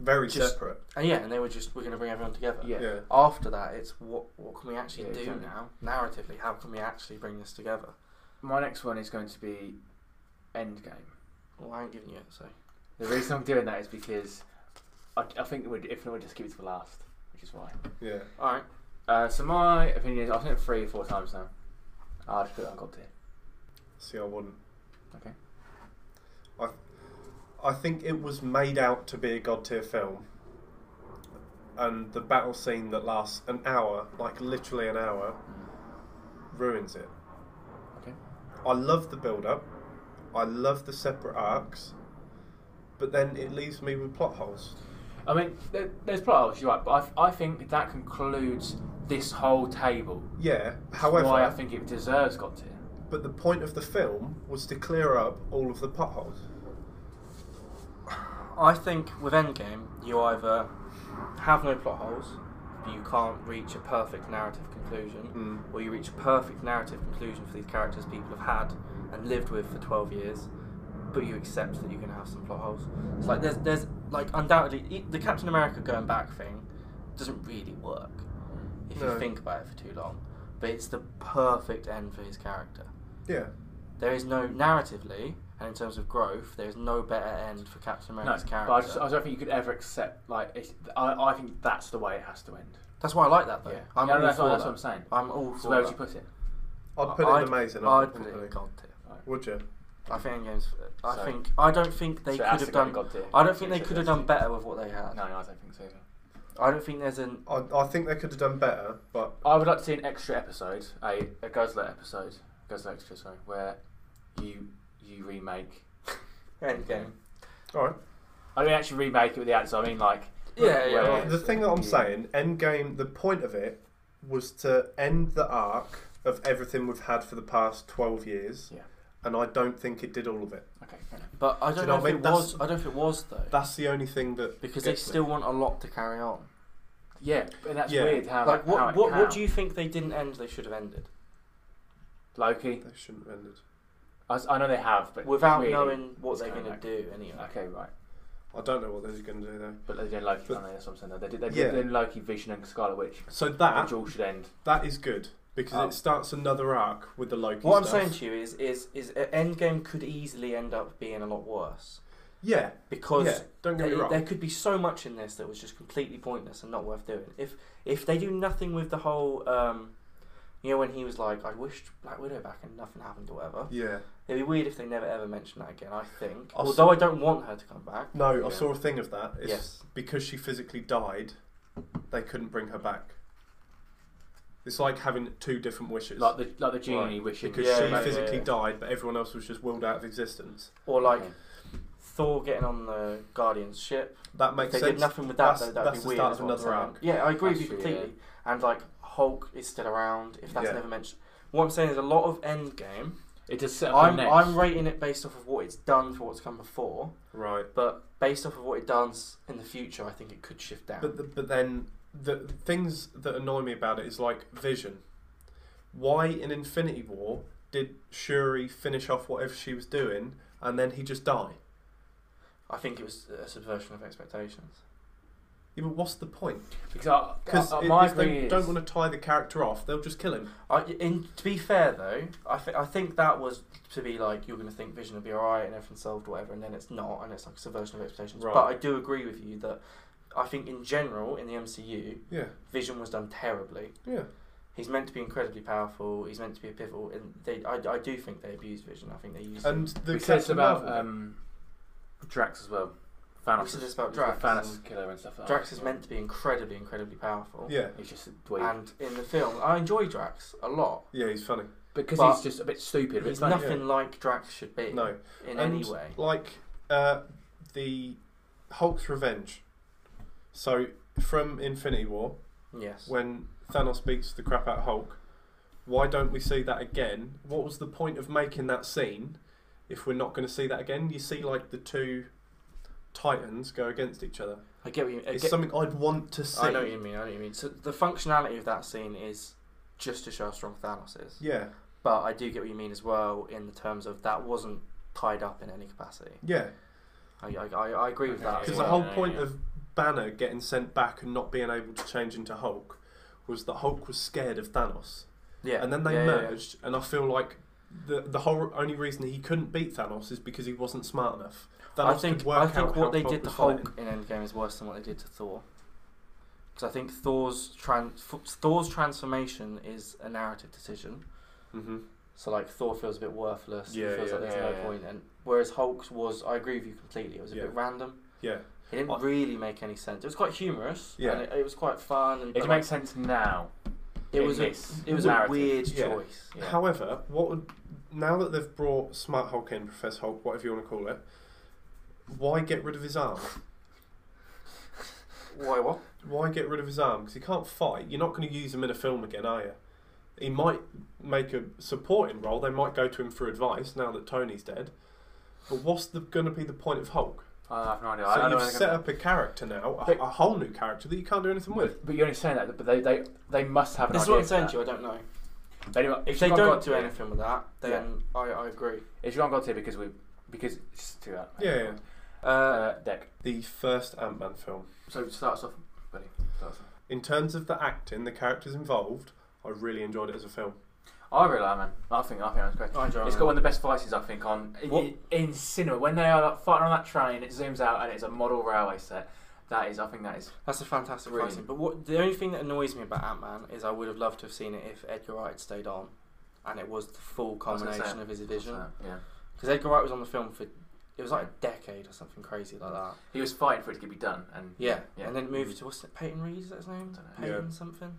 Speaker 4: Very
Speaker 2: Just-
Speaker 4: separate.
Speaker 2: and yeah, and they were just we're going to bring everyone together.
Speaker 3: Yeah.
Speaker 4: yeah.
Speaker 2: After that, it's what what can we actually
Speaker 3: Yeah,
Speaker 2: do
Speaker 3: exactly.
Speaker 2: now narratively? How can we actually bring this together?
Speaker 3: My next one is going to be Endgame.
Speaker 2: Well, I ain't giving you it, so
Speaker 3: The reason I'm doing that is because I, I think we'd, if not, we'd just keep it for last, which is why.
Speaker 4: Yeah.
Speaker 2: all right.
Speaker 3: Uh, so my opinion is I've seen it three or four times now. I'll just put it on God tier.
Speaker 4: See, I wouldn't.
Speaker 3: Okay.
Speaker 4: I, I think it was made out to be a god tier film, and the battle scene that lasts an hour, like literally an hour,
Speaker 2: Mm.
Speaker 4: ruins it.
Speaker 3: Okay.
Speaker 4: I love the build up, I love the separate arcs, but then it leaves me with plot holes.
Speaker 3: I mean, there, there's plot holes, you're right, but I, I think that concludes this whole table.
Speaker 4: Yeah.
Speaker 3: It's
Speaker 4: However,
Speaker 3: why I think it deserves God tier.
Speaker 4: but the point of the film was to clear up all of the potholes.
Speaker 2: I think with Endgame, you either have no plot holes, but you can't reach a perfect narrative conclusion,
Speaker 4: Mm.
Speaker 2: or you reach a perfect narrative conclusion for these characters people have had and lived with for 12 years, but you accept that you're going to have some plot holes. It's like there's, there's like undoubtedly, e- the Captain America going back thing doesn't really work if
Speaker 4: No.
Speaker 2: you think about it for too long, but it's the perfect end for his character.
Speaker 4: Yeah.
Speaker 2: There is no narratively, and in terms of growth, there is no better end for Captain
Speaker 3: No,
Speaker 2: America's
Speaker 3: but
Speaker 2: character.
Speaker 3: I, just, I don't think you could ever accept, like, it's, I, I think that's the way it has to end.
Speaker 2: That's why I like that though.
Speaker 3: Yeah.
Speaker 2: I'm
Speaker 3: Yeah,
Speaker 2: all
Speaker 3: that's,
Speaker 2: for
Speaker 3: that's
Speaker 2: that.
Speaker 3: what I'm saying.
Speaker 2: I'm all for
Speaker 3: So where would
Speaker 2: that.
Speaker 3: you put it?
Speaker 4: I'd put
Speaker 2: I'd-
Speaker 4: it amazing.
Speaker 2: I'd put it in gold tier.
Speaker 4: Would you?
Speaker 2: I think games. I
Speaker 3: So-
Speaker 2: think I don't think they
Speaker 3: So it
Speaker 2: could
Speaker 3: has to
Speaker 2: have
Speaker 3: go in
Speaker 2: done.
Speaker 3: God tier.
Speaker 2: I don't think they
Speaker 3: So
Speaker 2: could have
Speaker 3: that's
Speaker 2: done
Speaker 3: it.
Speaker 2: better with what they had.
Speaker 3: No, no, I don't think so. either.
Speaker 2: I don't think there's an.
Speaker 4: I, I think they could have done better, but
Speaker 3: I would like to see an extra episode, a, a Guzzler episode, Guzzler extra, sorry, where you
Speaker 2: <laughs>
Speaker 3: you remake.
Speaker 2: Endgame.
Speaker 4: all right.
Speaker 3: I mean, actually remake it with the answer. I mean, like
Speaker 2: Yeah, yeah.
Speaker 3: Well,
Speaker 2: yeah.
Speaker 4: The thing that I'm
Speaker 3: Yeah.
Speaker 4: saying, Endgame, the point of it was to end the arc of everything we've had for the past 12 years.
Speaker 3: Yeah.
Speaker 4: And I don't think it did all of it.
Speaker 3: okay, fair enough.
Speaker 2: But I
Speaker 4: Do
Speaker 2: don't
Speaker 4: you
Speaker 2: know,
Speaker 4: know
Speaker 2: if
Speaker 4: what I mean?
Speaker 2: it
Speaker 4: That's-
Speaker 2: was. I don't know if it was though.
Speaker 4: That's the only thing that.
Speaker 2: because they
Speaker 4: gets me.
Speaker 2: still want a lot to carry on.
Speaker 3: yeah, but that's
Speaker 4: Yeah.
Speaker 3: weird. How
Speaker 2: like what?
Speaker 3: how it-
Speaker 2: what?
Speaker 3: how-
Speaker 2: What do you think they didn't end? They should have ended
Speaker 3: Loki?
Speaker 4: They shouldn't have ended.
Speaker 3: I, s- I know they have, but
Speaker 2: without
Speaker 3: really-
Speaker 2: knowing what
Speaker 3: it's
Speaker 2: they're
Speaker 3: kinda
Speaker 2: going to
Speaker 3: like-
Speaker 2: do anyway.
Speaker 3: Okay, right.
Speaker 4: I don't know what they're going to do, though.
Speaker 3: But they're doing Loki.
Speaker 4: But-
Speaker 3: aren't they? That's what I'm saying. They did. They did
Speaker 4: Yeah.
Speaker 3: doing Loki, Vision, and Scarlet Witch.
Speaker 4: So
Speaker 3: Which
Speaker 4: that
Speaker 3: all should end.
Speaker 4: that is good because
Speaker 3: Oh.
Speaker 4: it starts another arc with the Loki
Speaker 2: Um, What I'm
Speaker 4: stuff.
Speaker 2: saying to you is, is, is Endgame could easily end up being a lot worse
Speaker 4: Yeah.
Speaker 2: because
Speaker 4: yeah. Don't get
Speaker 2: There,
Speaker 4: me wrong.
Speaker 2: there could be so much in this that was just completely pointless and not worth doing. If if they do nothing with the whole, um, you know, when he was like, "I wished Black Widow back and nothing happened," or whatever,
Speaker 4: yeah.
Speaker 2: it'd be weird if they never ever mentioned that again. I think,
Speaker 4: I'll
Speaker 2: although I
Speaker 4: s-
Speaker 2: don't want her to come back.
Speaker 4: No,
Speaker 3: Yeah.
Speaker 4: I saw a thing of that. It's
Speaker 2: Yes.
Speaker 4: because she physically died, they couldn't bring her back. It's like having two different wishes.
Speaker 3: Like the like the genie
Speaker 2: Right.
Speaker 3: wishing
Speaker 4: because
Speaker 2: Yeah,
Speaker 4: she
Speaker 2: yeah, yeah,
Speaker 4: physically
Speaker 2: yeah.
Speaker 4: died, but everyone else was just willed out of existence.
Speaker 2: Or like
Speaker 3: Okay.
Speaker 2: Thor getting on the Guardian's ship.
Speaker 4: That
Speaker 2: If
Speaker 4: makes
Speaker 2: they
Speaker 4: sense.
Speaker 2: did nothing with that.
Speaker 4: That's-
Speaker 2: though, that'd
Speaker 4: that's
Speaker 2: be
Speaker 4: the
Speaker 2: weird.
Speaker 4: start
Speaker 2: is
Speaker 4: of
Speaker 2: what I'm
Speaker 4: another
Speaker 2: saying. Yeah, I agree
Speaker 3: That's
Speaker 2: with you
Speaker 3: true, yeah.
Speaker 2: completely. And like Hulk is still around. If that's
Speaker 4: Yeah.
Speaker 2: never mentioned, what I'm saying is a lot of Endgame.
Speaker 3: It just set up
Speaker 2: I'm
Speaker 3: the next.
Speaker 2: I'm rating it based off of what it's done for what's come before.
Speaker 4: Right.
Speaker 2: but based off of what it does in the future, I think it could shift down.
Speaker 4: But the, but then the things that annoy me about it is like Vision. Why in Infinity War did Shuri finish off whatever she was doing and then he just die?
Speaker 2: I think it was a subversion of expectations.
Speaker 4: Yeah, but what's the point?
Speaker 3: because I,
Speaker 4: Because
Speaker 3: I- I- Uh, my
Speaker 4: if
Speaker 3: thing
Speaker 4: they
Speaker 3: is,
Speaker 4: don't want to tie the character off, they'll just kill him.
Speaker 2: I, in, to be fair though, I, th- I think that was to be like you're going to think Vision will be alright and everything's solved, whatever, and then it's not, and it's like a subversion of expectations.
Speaker 4: Right.
Speaker 2: But I do agree with you that I think in general in the MCU,
Speaker 4: Yeah.
Speaker 2: Vision was done terribly.
Speaker 4: Yeah.
Speaker 2: He's meant to be incredibly powerful. He's meant to be a pivotal, and they, I, I do think they abused Vision. I think they used.
Speaker 4: And
Speaker 2: him.
Speaker 4: the
Speaker 3: we said this
Speaker 4: Captain
Speaker 3: about
Speaker 4: Marvel-
Speaker 3: um, Drax as well. Thanos.
Speaker 2: We said
Speaker 3: is-
Speaker 2: this about
Speaker 3: is
Speaker 2: Drax
Speaker 3: The Thanos
Speaker 2: and-
Speaker 3: killer and stuff. Like
Speaker 2: Drax
Speaker 3: that.
Speaker 2: is meant to be incredibly, incredibly powerful.
Speaker 4: yeah,
Speaker 3: He's just a dweeb.
Speaker 2: And in the film, I enjoy Drax a lot.
Speaker 4: yeah, he's funny.
Speaker 3: because
Speaker 2: But
Speaker 3: he's just a bit stupid. a bit
Speaker 2: He's
Speaker 3: funny.
Speaker 2: nothing like Drax should be
Speaker 4: No,
Speaker 2: in
Speaker 4: and
Speaker 2: any way.
Speaker 4: like uh, the Hulk's revenge. So from Infinity War,
Speaker 2: Yes.
Speaker 4: when Thanos beats the crap out of Hulk, why don't we see that again? What was the point of making that scene if we're not going to see that again? You see, like the two Titans go against each other.
Speaker 2: I get what you mean. I,
Speaker 4: It's
Speaker 2: get-
Speaker 4: something I'd want to see.
Speaker 2: I know what you mean. I know what you mean. So the functionality of that scene is just to show how strong Thanos is.
Speaker 4: Yeah,
Speaker 2: But I do get what you mean as well in the terms of that wasn't tied up in any capacity.
Speaker 4: Yeah,
Speaker 2: I, I, I, I agree with that. as
Speaker 4: because
Speaker 3: Yeah,
Speaker 4: the
Speaker 2: well.
Speaker 4: whole
Speaker 3: yeah,
Speaker 4: point
Speaker 3: yeah.
Speaker 4: of Banner getting sent back and not being able to change into Hulk was that Hulk was scared of Thanos,
Speaker 2: yeah,
Speaker 4: and then they
Speaker 2: yeah, yeah, yeah.
Speaker 4: merged. And I feel like the the whole only reason he couldn't beat Thanos is because he wasn't smart enough. Thanos
Speaker 2: I think
Speaker 4: could work
Speaker 2: I think
Speaker 4: out how
Speaker 2: what they
Speaker 4: Hulk
Speaker 2: did to
Speaker 4: was
Speaker 2: Hulk
Speaker 4: fighting.
Speaker 2: in Endgame is worse than what they did to Thor. Because I think Thor's tran- f- Thor's transformation is a narrative decision.
Speaker 3: Mm-hmm.
Speaker 4: Mhm.
Speaker 2: So like Thor feels a bit worthless.
Speaker 4: Yeah,
Speaker 2: he feels
Speaker 4: yeah,
Speaker 2: like there's
Speaker 3: yeah,
Speaker 2: no
Speaker 3: yeah.
Speaker 2: point. And whereas Hulk's was, I agree with you completely. It was a
Speaker 4: Yeah.
Speaker 2: bit random.
Speaker 4: Yeah,
Speaker 2: It didn't
Speaker 4: I-
Speaker 2: really make any sense. It was quite humorous.
Speaker 4: Yeah.
Speaker 2: and it, it was quite fun. And
Speaker 3: It
Speaker 2: but,
Speaker 3: makes sense now.
Speaker 2: like, it was
Speaker 3: in
Speaker 2: a,
Speaker 3: this
Speaker 2: it was a
Speaker 3: narrative.
Speaker 2: weird
Speaker 4: Yeah.
Speaker 2: choice.
Speaker 3: Yeah.
Speaker 4: However, what would now that they've brought Smart Hulk in, Professor Hulk, whatever you want to call it, why get rid of his arm?
Speaker 2: Why what?
Speaker 4: Why get rid of his arm? Because he can't fight. You're not going to use him in a film again, are you? He might make a supporting role. They might go to him for advice now that Tony's dead. But what's the, going to be the point of Hulk?
Speaker 3: I have no idea. I
Speaker 4: so
Speaker 3: don't know
Speaker 4: you've
Speaker 3: when they're
Speaker 4: set
Speaker 3: gonna-
Speaker 4: up a character now, a,
Speaker 3: But-
Speaker 4: a whole new character that you can't do anything with.
Speaker 3: But you're only saying that, but they they, they must have an
Speaker 2: This is
Speaker 3: idea.
Speaker 2: what I'm saying
Speaker 3: for
Speaker 2: to you. I don't know.
Speaker 3: that. They don't-
Speaker 2: If they
Speaker 3: you haven't
Speaker 2: don't
Speaker 3: got
Speaker 2: do
Speaker 3: to-
Speaker 2: anything with that, then I, I agree.
Speaker 3: If you haven't got to because we because it's too out.
Speaker 4: Yeah, yeah.
Speaker 2: Uh,
Speaker 3: Uh, deck.
Speaker 4: The first Ant Man film.
Speaker 3: So it starts off, buddy. Starts off.
Speaker 4: In terms of the acting, the characters involved, I really enjoyed it as a film.
Speaker 3: I really like man. I think I think that's great.
Speaker 2: I enjoy
Speaker 3: It's
Speaker 2: it.
Speaker 3: got one of the best fights I think on
Speaker 2: What-
Speaker 3: in, in cinema when they are like, fighting on that train. It zooms out and it's a model railway set. That is, I think that is.
Speaker 2: That's a fantastic
Speaker 3: Brilliant.
Speaker 2: pricing. But what the only thing that annoys me about Ant Man is I would have loved to have seen it if Edgar Wright had stayed on, and it was the full
Speaker 3: I was gonna say
Speaker 2: culmination
Speaker 3: it.
Speaker 2: of his vision.
Speaker 3: Yeah,
Speaker 2: Because Edgar Wright was on the film for it was like a decade or something crazy like that.
Speaker 3: he was fighting for it to be done, and
Speaker 2: Yeah,
Speaker 3: yeah. Mm.
Speaker 2: and then it moved to what's it? Peyton Reed is that his name?
Speaker 3: Dunno.
Speaker 2: Peyton something.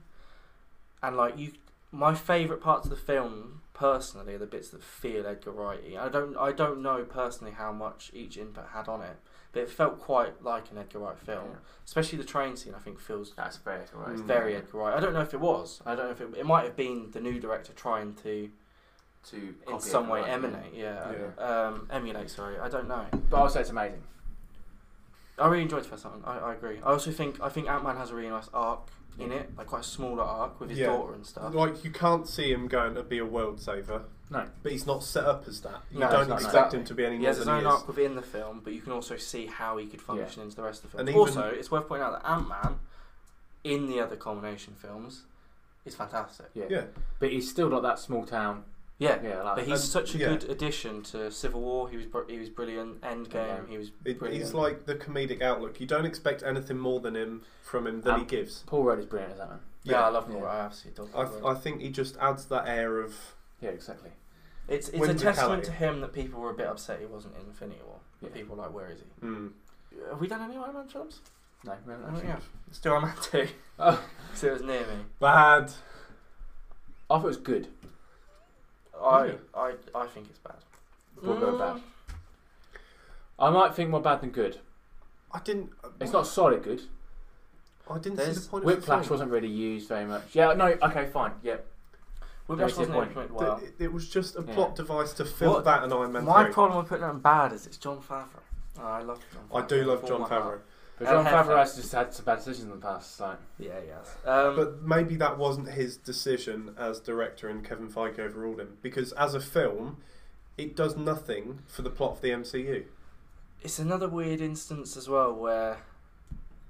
Speaker 2: And like you, my favourite parts of the film personally are the bits that feel Edgar Wrighty. I don't, I don't know personally how much each input had on it, but it felt quite like an Edgar Wright film,
Speaker 3: Yeah.
Speaker 2: especially the train scene. I think feels
Speaker 3: That's very right.
Speaker 4: Mm.
Speaker 2: very Edgar Wright. I don't know if it was. I don't know if it, it might have been the new director trying to
Speaker 3: to
Speaker 2: in
Speaker 3: copy
Speaker 2: some
Speaker 3: it,
Speaker 2: way
Speaker 3: right,
Speaker 2: emanate. Yeah. Um, emulate. Sorry. I don't know.
Speaker 3: But also, it's amazing.
Speaker 2: I really enjoyed First Ant Man. I, I agree. I also think I think Ant Man has a really nice arc in
Speaker 3: Yeah.
Speaker 2: it, like quite a smaller arc with his
Speaker 4: Yeah.
Speaker 2: daughter and stuff.
Speaker 4: Like you can't see him going to be a world saver.
Speaker 3: No.
Speaker 4: But he's not set up as that. You
Speaker 2: No,
Speaker 4: don't
Speaker 2: he's not,
Speaker 4: expect
Speaker 2: no.
Speaker 4: him to be any
Speaker 2: He
Speaker 4: more
Speaker 2: has his
Speaker 4: than
Speaker 2: own
Speaker 4: he is.
Speaker 2: arc within the film, but you can also see how he could function into the rest of the film.
Speaker 4: And even-
Speaker 2: also, it's worth pointing out that Ant Man, in the other culmination films, is fantastic.
Speaker 3: Yeah.
Speaker 4: Yeah.
Speaker 3: but he's still not that small town.
Speaker 2: Yeah,
Speaker 3: Yeah, like,
Speaker 2: but he's
Speaker 4: And-
Speaker 2: such a
Speaker 4: yeah.
Speaker 2: good addition to Civil War. He was br- he was brilliant. Endgame,
Speaker 3: Endgame.
Speaker 2: he was
Speaker 4: It,
Speaker 2: brilliant.
Speaker 4: he's like the comedic outlook. You don't expect anything more than him from him than he
Speaker 3: Um,
Speaker 4: gives.
Speaker 3: Paul Rudd is brilliant as that man.
Speaker 2: Yeah, I love
Speaker 3: Yeah.
Speaker 2: Paul Rudd. I absolutely
Speaker 4: I,
Speaker 2: love
Speaker 4: th-
Speaker 2: Paul
Speaker 4: I
Speaker 2: Rudd.
Speaker 4: think he just adds that air of
Speaker 3: Yeah, exactly.
Speaker 2: It's it's a
Speaker 4: Whimsicality.
Speaker 2: testament to him that people were a bit upset he wasn't in Infinity War.
Speaker 3: Yeah.
Speaker 2: People were like, where is he?
Speaker 4: mm,
Speaker 2: Have we done any Iron Man films?
Speaker 3: No, we haven't
Speaker 2: Oh,
Speaker 3: actually.
Speaker 2: yeah. Let's do Iron Man <laughs> 2.
Speaker 3: Oh,
Speaker 2: So it was near me.
Speaker 4: bad.
Speaker 3: I thought it was good.
Speaker 2: I,
Speaker 4: Really?
Speaker 2: I, I think it's bad.
Speaker 3: We'll go bad.
Speaker 2: Mm.
Speaker 3: I might think more bad than good.
Speaker 4: I didn't.
Speaker 3: It's not solid good.
Speaker 4: I didn't see
Speaker 2: There's
Speaker 4: the point
Speaker 3: Whiplash
Speaker 4: of the film.
Speaker 3: wasn't really used very much. Yeah, no, okay, fine. Yeah,
Speaker 2: Whiplash
Speaker 3: Very
Speaker 2: wasn't
Speaker 3: disappointing.
Speaker 2: implemented well.
Speaker 4: Th- it, it was just a
Speaker 3: Yeah.
Speaker 4: plot device to fill
Speaker 2: What-
Speaker 4: that and Iron Man
Speaker 2: My
Speaker 4: 3.
Speaker 2: problem with putting it in bad is it's John Favreau. Oh, I love John
Speaker 4: I
Speaker 2: Favreau.
Speaker 4: do love
Speaker 2: with
Speaker 4: John
Speaker 2: all my
Speaker 4: Favreau,
Speaker 2: heart.
Speaker 3: but
Speaker 2: El
Speaker 3: John
Speaker 2: Jefe.
Speaker 3: Favreau has just had some bad decisions in the past. Like,
Speaker 2: Yeah, yes. Um,
Speaker 4: but maybe that wasn't his decision as director, and Kevin Feige overruled him because as a film, it does nothing for the plot of the MCU.
Speaker 2: it's another weird instance as well where,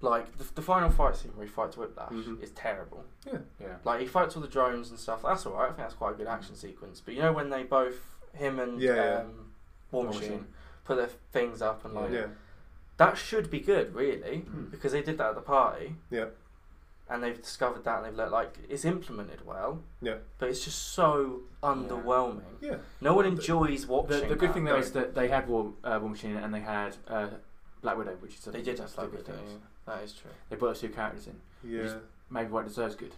Speaker 2: like, the, the final fight scene where he fights Whiplash
Speaker 4: Mhm.
Speaker 2: is terrible.
Speaker 3: yeah,
Speaker 2: Like, he fights all the drones and stuff. That's alright. I think that's quite a good action sequence. But you know when they both, him and
Speaker 4: Yeah, yeah.
Speaker 2: um, War
Speaker 3: War
Speaker 2: Machine,
Speaker 3: Machine.
Speaker 2: put their things up and, like,
Speaker 4: Yeah,
Speaker 2: that should be good, really.
Speaker 3: Hmm.
Speaker 2: because they did that at the party.
Speaker 4: Yeah.
Speaker 2: And they've discovered that, and they've let like it's implemented well.
Speaker 4: Yeah.
Speaker 2: But it's just so underwhelming.
Speaker 4: yeah.
Speaker 2: No one enjoys watching.
Speaker 3: The, the good thing
Speaker 2: that.
Speaker 3: though is that they had War, uh, War Machine and they had uh, Black Widow, which is a
Speaker 2: they did have
Speaker 3: two
Speaker 2: that
Speaker 3: good
Speaker 2: good
Speaker 3: things.
Speaker 2: That is true.
Speaker 3: They brought those two characters in.
Speaker 4: Yeah,
Speaker 3: Maybe what it deserves good.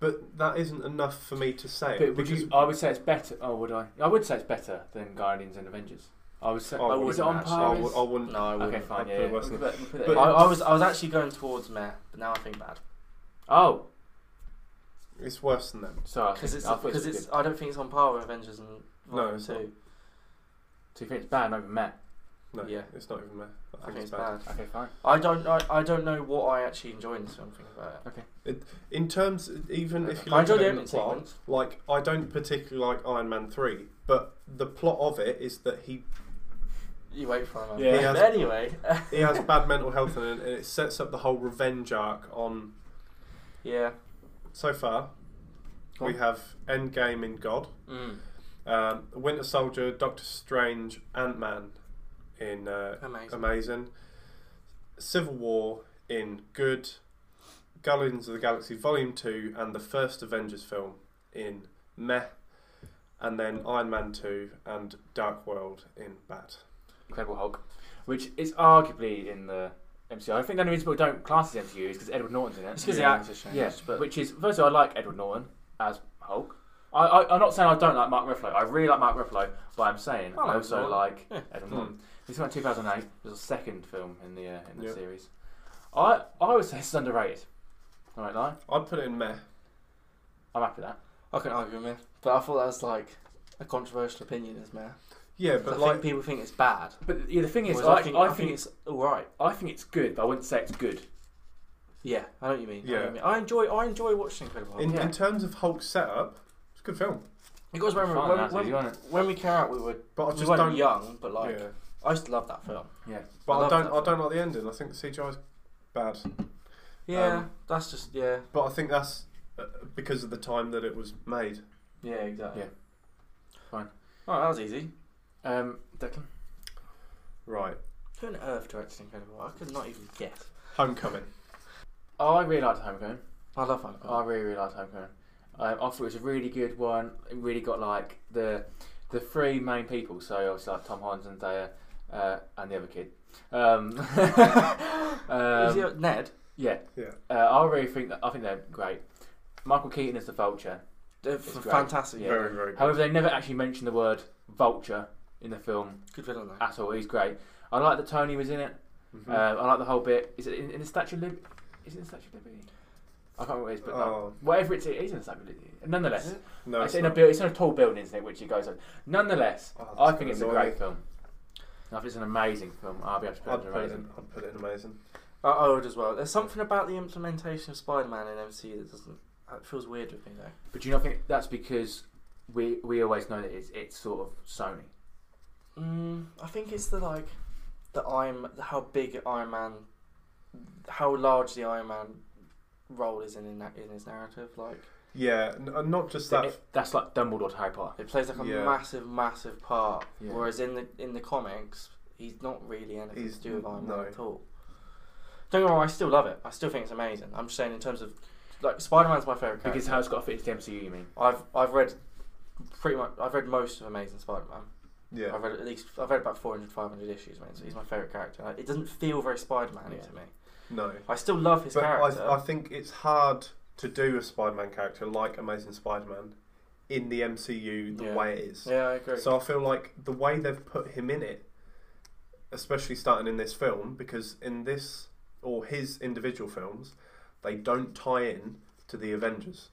Speaker 4: but that isn't enough for me to say.
Speaker 3: But
Speaker 4: it
Speaker 3: would
Speaker 4: because
Speaker 3: you? I would say it's better. Oh, would I? I would say it's better than Guardians and Avengers. I would say.
Speaker 4: Oh, I wouldn't
Speaker 3: is it on
Speaker 2: actually.
Speaker 3: par?
Speaker 4: I,
Speaker 3: as-
Speaker 4: would, I wouldn't.
Speaker 2: No, I wouldn't.
Speaker 3: okay,
Speaker 2: Okay.
Speaker 3: fine.
Speaker 4: I'd
Speaker 3: Yeah.
Speaker 4: put it
Speaker 3: yeah.
Speaker 4: worse
Speaker 3: We'll
Speaker 4: than-
Speaker 3: put it- we'll put it
Speaker 4: But-
Speaker 2: I,
Speaker 3: in.
Speaker 2: I was I was actually going towards Mare, but now I think bad
Speaker 3: Oh,
Speaker 4: It's worse than that.
Speaker 3: sorry.
Speaker 2: because it's
Speaker 3: Oh, I thought it
Speaker 2: because
Speaker 3: was
Speaker 2: it's
Speaker 3: good.
Speaker 2: I don't think it's on par with Avengers and
Speaker 4: No,
Speaker 2: Volume
Speaker 4: it's
Speaker 2: Two.
Speaker 3: So you think it's bad? Not even met.
Speaker 4: No,
Speaker 2: Yeah.
Speaker 4: it's not even there. I think,
Speaker 2: I think
Speaker 4: it's bad.
Speaker 3: Okay, fine.
Speaker 2: I don't. I, I don't know what I actually enjoy in this film. Think about it.
Speaker 4: In terms, even if you
Speaker 2: I
Speaker 4: look
Speaker 2: enjoy
Speaker 4: at
Speaker 2: the
Speaker 4: it in the
Speaker 2: opening
Speaker 4: plot,
Speaker 2: sequence.
Speaker 4: like I don't particularly like Iron Man three, but the plot of it is that he
Speaker 2: You wait for him.
Speaker 3: Yeah. He
Speaker 4: has-
Speaker 2: But anyway. <laughs>
Speaker 4: he has bad mental health and it, and it sets up the whole revenge arc on.
Speaker 2: yeah.
Speaker 4: So far,
Speaker 2: Go
Speaker 4: we
Speaker 2: on.
Speaker 4: have Endgame in God,
Speaker 2: Mm.
Speaker 4: um, Winter Soldier, Doctor Strange, Ant Man in uh,
Speaker 2: Amazing.
Speaker 4: Amazing, Civil War in Good, Guardians of the Galaxy Volume Two, and the first Avengers film in Meh, and then Iron Man Two and Dark World in Bad.
Speaker 3: Incredible Hulk, which is arguably in the MCU. I think the only reason people don't class it as MCU is because Edward Norton's in it.
Speaker 2: It's because
Speaker 3: Yeah.
Speaker 2: the actors changed.
Speaker 3: Yeah,
Speaker 2: But
Speaker 3: which is first of all, I like Edward Norton as Hulk. I, I, I'm not saying I don't like Mark Ruffalo. I really like Mark Ruffalo, but I'm saying
Speaker 2: I like
Speaker 3: I also
Speaker 2: Norton.
Speaker 3: like
Speaker 2: <laughs> Yeah.
Speaker 3: Edward
Speaker 4: Hmm.
Speaker 3: Norton. This came out in 2008. It was the second film in the uh, in the
Speaker 4: Yeah.
Speaker 3: series. I I would say it's underrated. All right, lie.
Speaker 4: I'd put it in Meh.
Speaker 3: I'm happy with that.
Speaker 2: I can argue with it. But I thought that was like a controversial opinion, is man.
Speaker 4: Yeah,
Speaker 2: I
Speaker 4: but like
Speaker 2: think people think it's bad.
Speaker 3: But yeah, the thing is,
Speaker 2: Whereas
Speaker 3: I, I, think,
Speaker 2: it's all right.
Speaker 3: I think it's good, but I wouldn't say it's good.
Speaker 2: Yeah, I know what you mean. I know what
Speaker 4: Yeah.
Speaker 2: you mean. I enjoy. I enjoy watching Incredible Hulk.
Speaker 4: in,
Speaker 3: yeah.
Speaker 4: in terms of Hulk's setup, it's a good film.
Speaker 2: You got to remember
Speaker 3: Fine,
Speaker 2: when,
Speaker 3: that's
Speaker 2: when,
Speaker 3: easy,
Speaker 2: when,
Speaker 3: isn't
Speaker 2: we came out, we were
Speaker 4: But I
Speaker 2: we
Speaker 4: just
Speaker 2: weren't
Speaker 4: don't.
Speaker 2: young, but like
Speaker 4: yeah.
Speaker 2: I used to love that film.
Speaker 3: Yeah,
Speaker 4: But I,
Speaker 2: love
Speaker 4: don't.
Speaker 2: that
Speaker 4: I
Speaker 2: film.
Speaker 4: don't like the ending. I think the CGI is bad.
Speaker 2: Yeah,
Speaker 4: Um,
Speaker 2: that's just yeah,
Speaker 4: But I think that's uh, because of the time that it was made.
Speaker 2: yeah, exactly.
Speaker 3: Yeah. Fine.
Speaker 2: Oh, that was easy.
Speaker 3: um, Declan.
Speaker 4: Right.
Speaker 2: Who on earth directed Incredible? Hulk? I could not even guess.
Speaker 4: Homecoming.
Speaker 3: I really liked Homecoming.
Speaker 2: I love Hulk.
Speaker 3: I really, really liked Homecoming. Um, I thought it was a really good one. It really got like the the three main people. So obviously like Tom Holland and Zendaya, uh, and the other kid. Um, <laughs>
Speaker 2: Is
Speaker 3: um,
Speaker 2: it Ned?
Speaker 3: yeah,
Speaker 4: Yeah.
Speaker 3: Uh, I really think that I think they're great. Michael Keaton is the Vulture.
Speaker 2: They're
Speaker 3: It's
Speaker 2: Uh, f-
Speaker 3: great.
Speaker 2: fantastic.
Speaker 3: Yeah.
Speaker 4: Very, very
Speaker 2: uh,
Speaker 4: good.
Speaker 3: However, they never actually mention the word Vulture in the film
Speaker 2: Good villain though.
Speaker 3: at all. He's great. I like that Tony was in it.
Speaker 4: Mhm.
Speaker 3: Uh, I like the whole bit. Is it in, in the Statue of Liberty? Is it in the Statue of Liberty? I can't remember what it is, but like,
Speaker 4: Oh,
Speaker 3: whatever it's, it is in the Statue of Liberty. Nonetheless,
Speaker 4: no,
Speaker 3: it's,
Speaker 4: it's
Speaker 3: in a
Speaker 4: not.
Speaker 3: build, it's in a tall building, isn't it? Which it goes on. Nonetheless,
Speaker 4: Oh, that's
Speaker 3: I think it's a
Speaker 4: gonna annoy
Speaker 3: great
Speaker 4: me.
Speaker 3: film. I think it's an amazing film. I'll be able to put
Speaker 4: I'd
Speaker 3: it
Speaker 4: put
Speaker 3: in
Speaker 4: it in.
Speaker 3: amazing.
Speaker 4: I'd put it in amazing.
Speaker 2: I, I would as well. There's something about the implementation of Spider-Man in MCU that doesn't. That feels weird with me though.
Speaker 3: But do you not think that's because we we always know that it's, it's sort of Sony?
Speaker 2: Mm, I think it's the like the Iron how big Iron Man, how large the Iron Man role is in in, that, in his narrative. Like
Speaker 4: Yeah, n- and not just
Speaker 3: That,
Speaker 4: that.
Speaker 3: that's like Dumbledore to Harry Potter.
Speaker 2: it plays like a
Speaker 4: Yeah.
Speaker 2: massive, massive part.
Speaker 3: Yeah.
Speaker 2: Whereas in the in the comics, he's not really anything
Speaker 4: He's-
Speaker 2: to do with Iron
Speaker 4: no.
Speaker 2: Man at all. Don't get me wrong, I still love it. I still think it's amazing. I'm just saying in terms of like Spider Man's my favorite character.
Speaker 3: Because how it's got to fit into the MCU, you mean?
Speaker 2: I've I've read pretty much I've read most of Amazing Spider Man.
Speaker 4: yeah,
Speaker 2: I've read at least I've read about 400, 500 issues, mate. So he's my favorite character. Like, it doesn't feel very Spider-Man
Speaker 3: Yeah.
Speaker 2: to me.
Speaker 4: no.
Speaker 2: I still love his
Speaker 4: But
Speaker 2: character.
Speaker 4: I, I think it's hard to do a Spider-Man character like Amazing Spider-Man in the MCU the
Speaker 2: Yeah.
Speaker 4: way it is.
Speaker 2: yeah, I agree.
Speaker 4: So I feel like the way they've put him in it, especially starting in this film, because in this or his individual films, they don't tie in to the Avengers.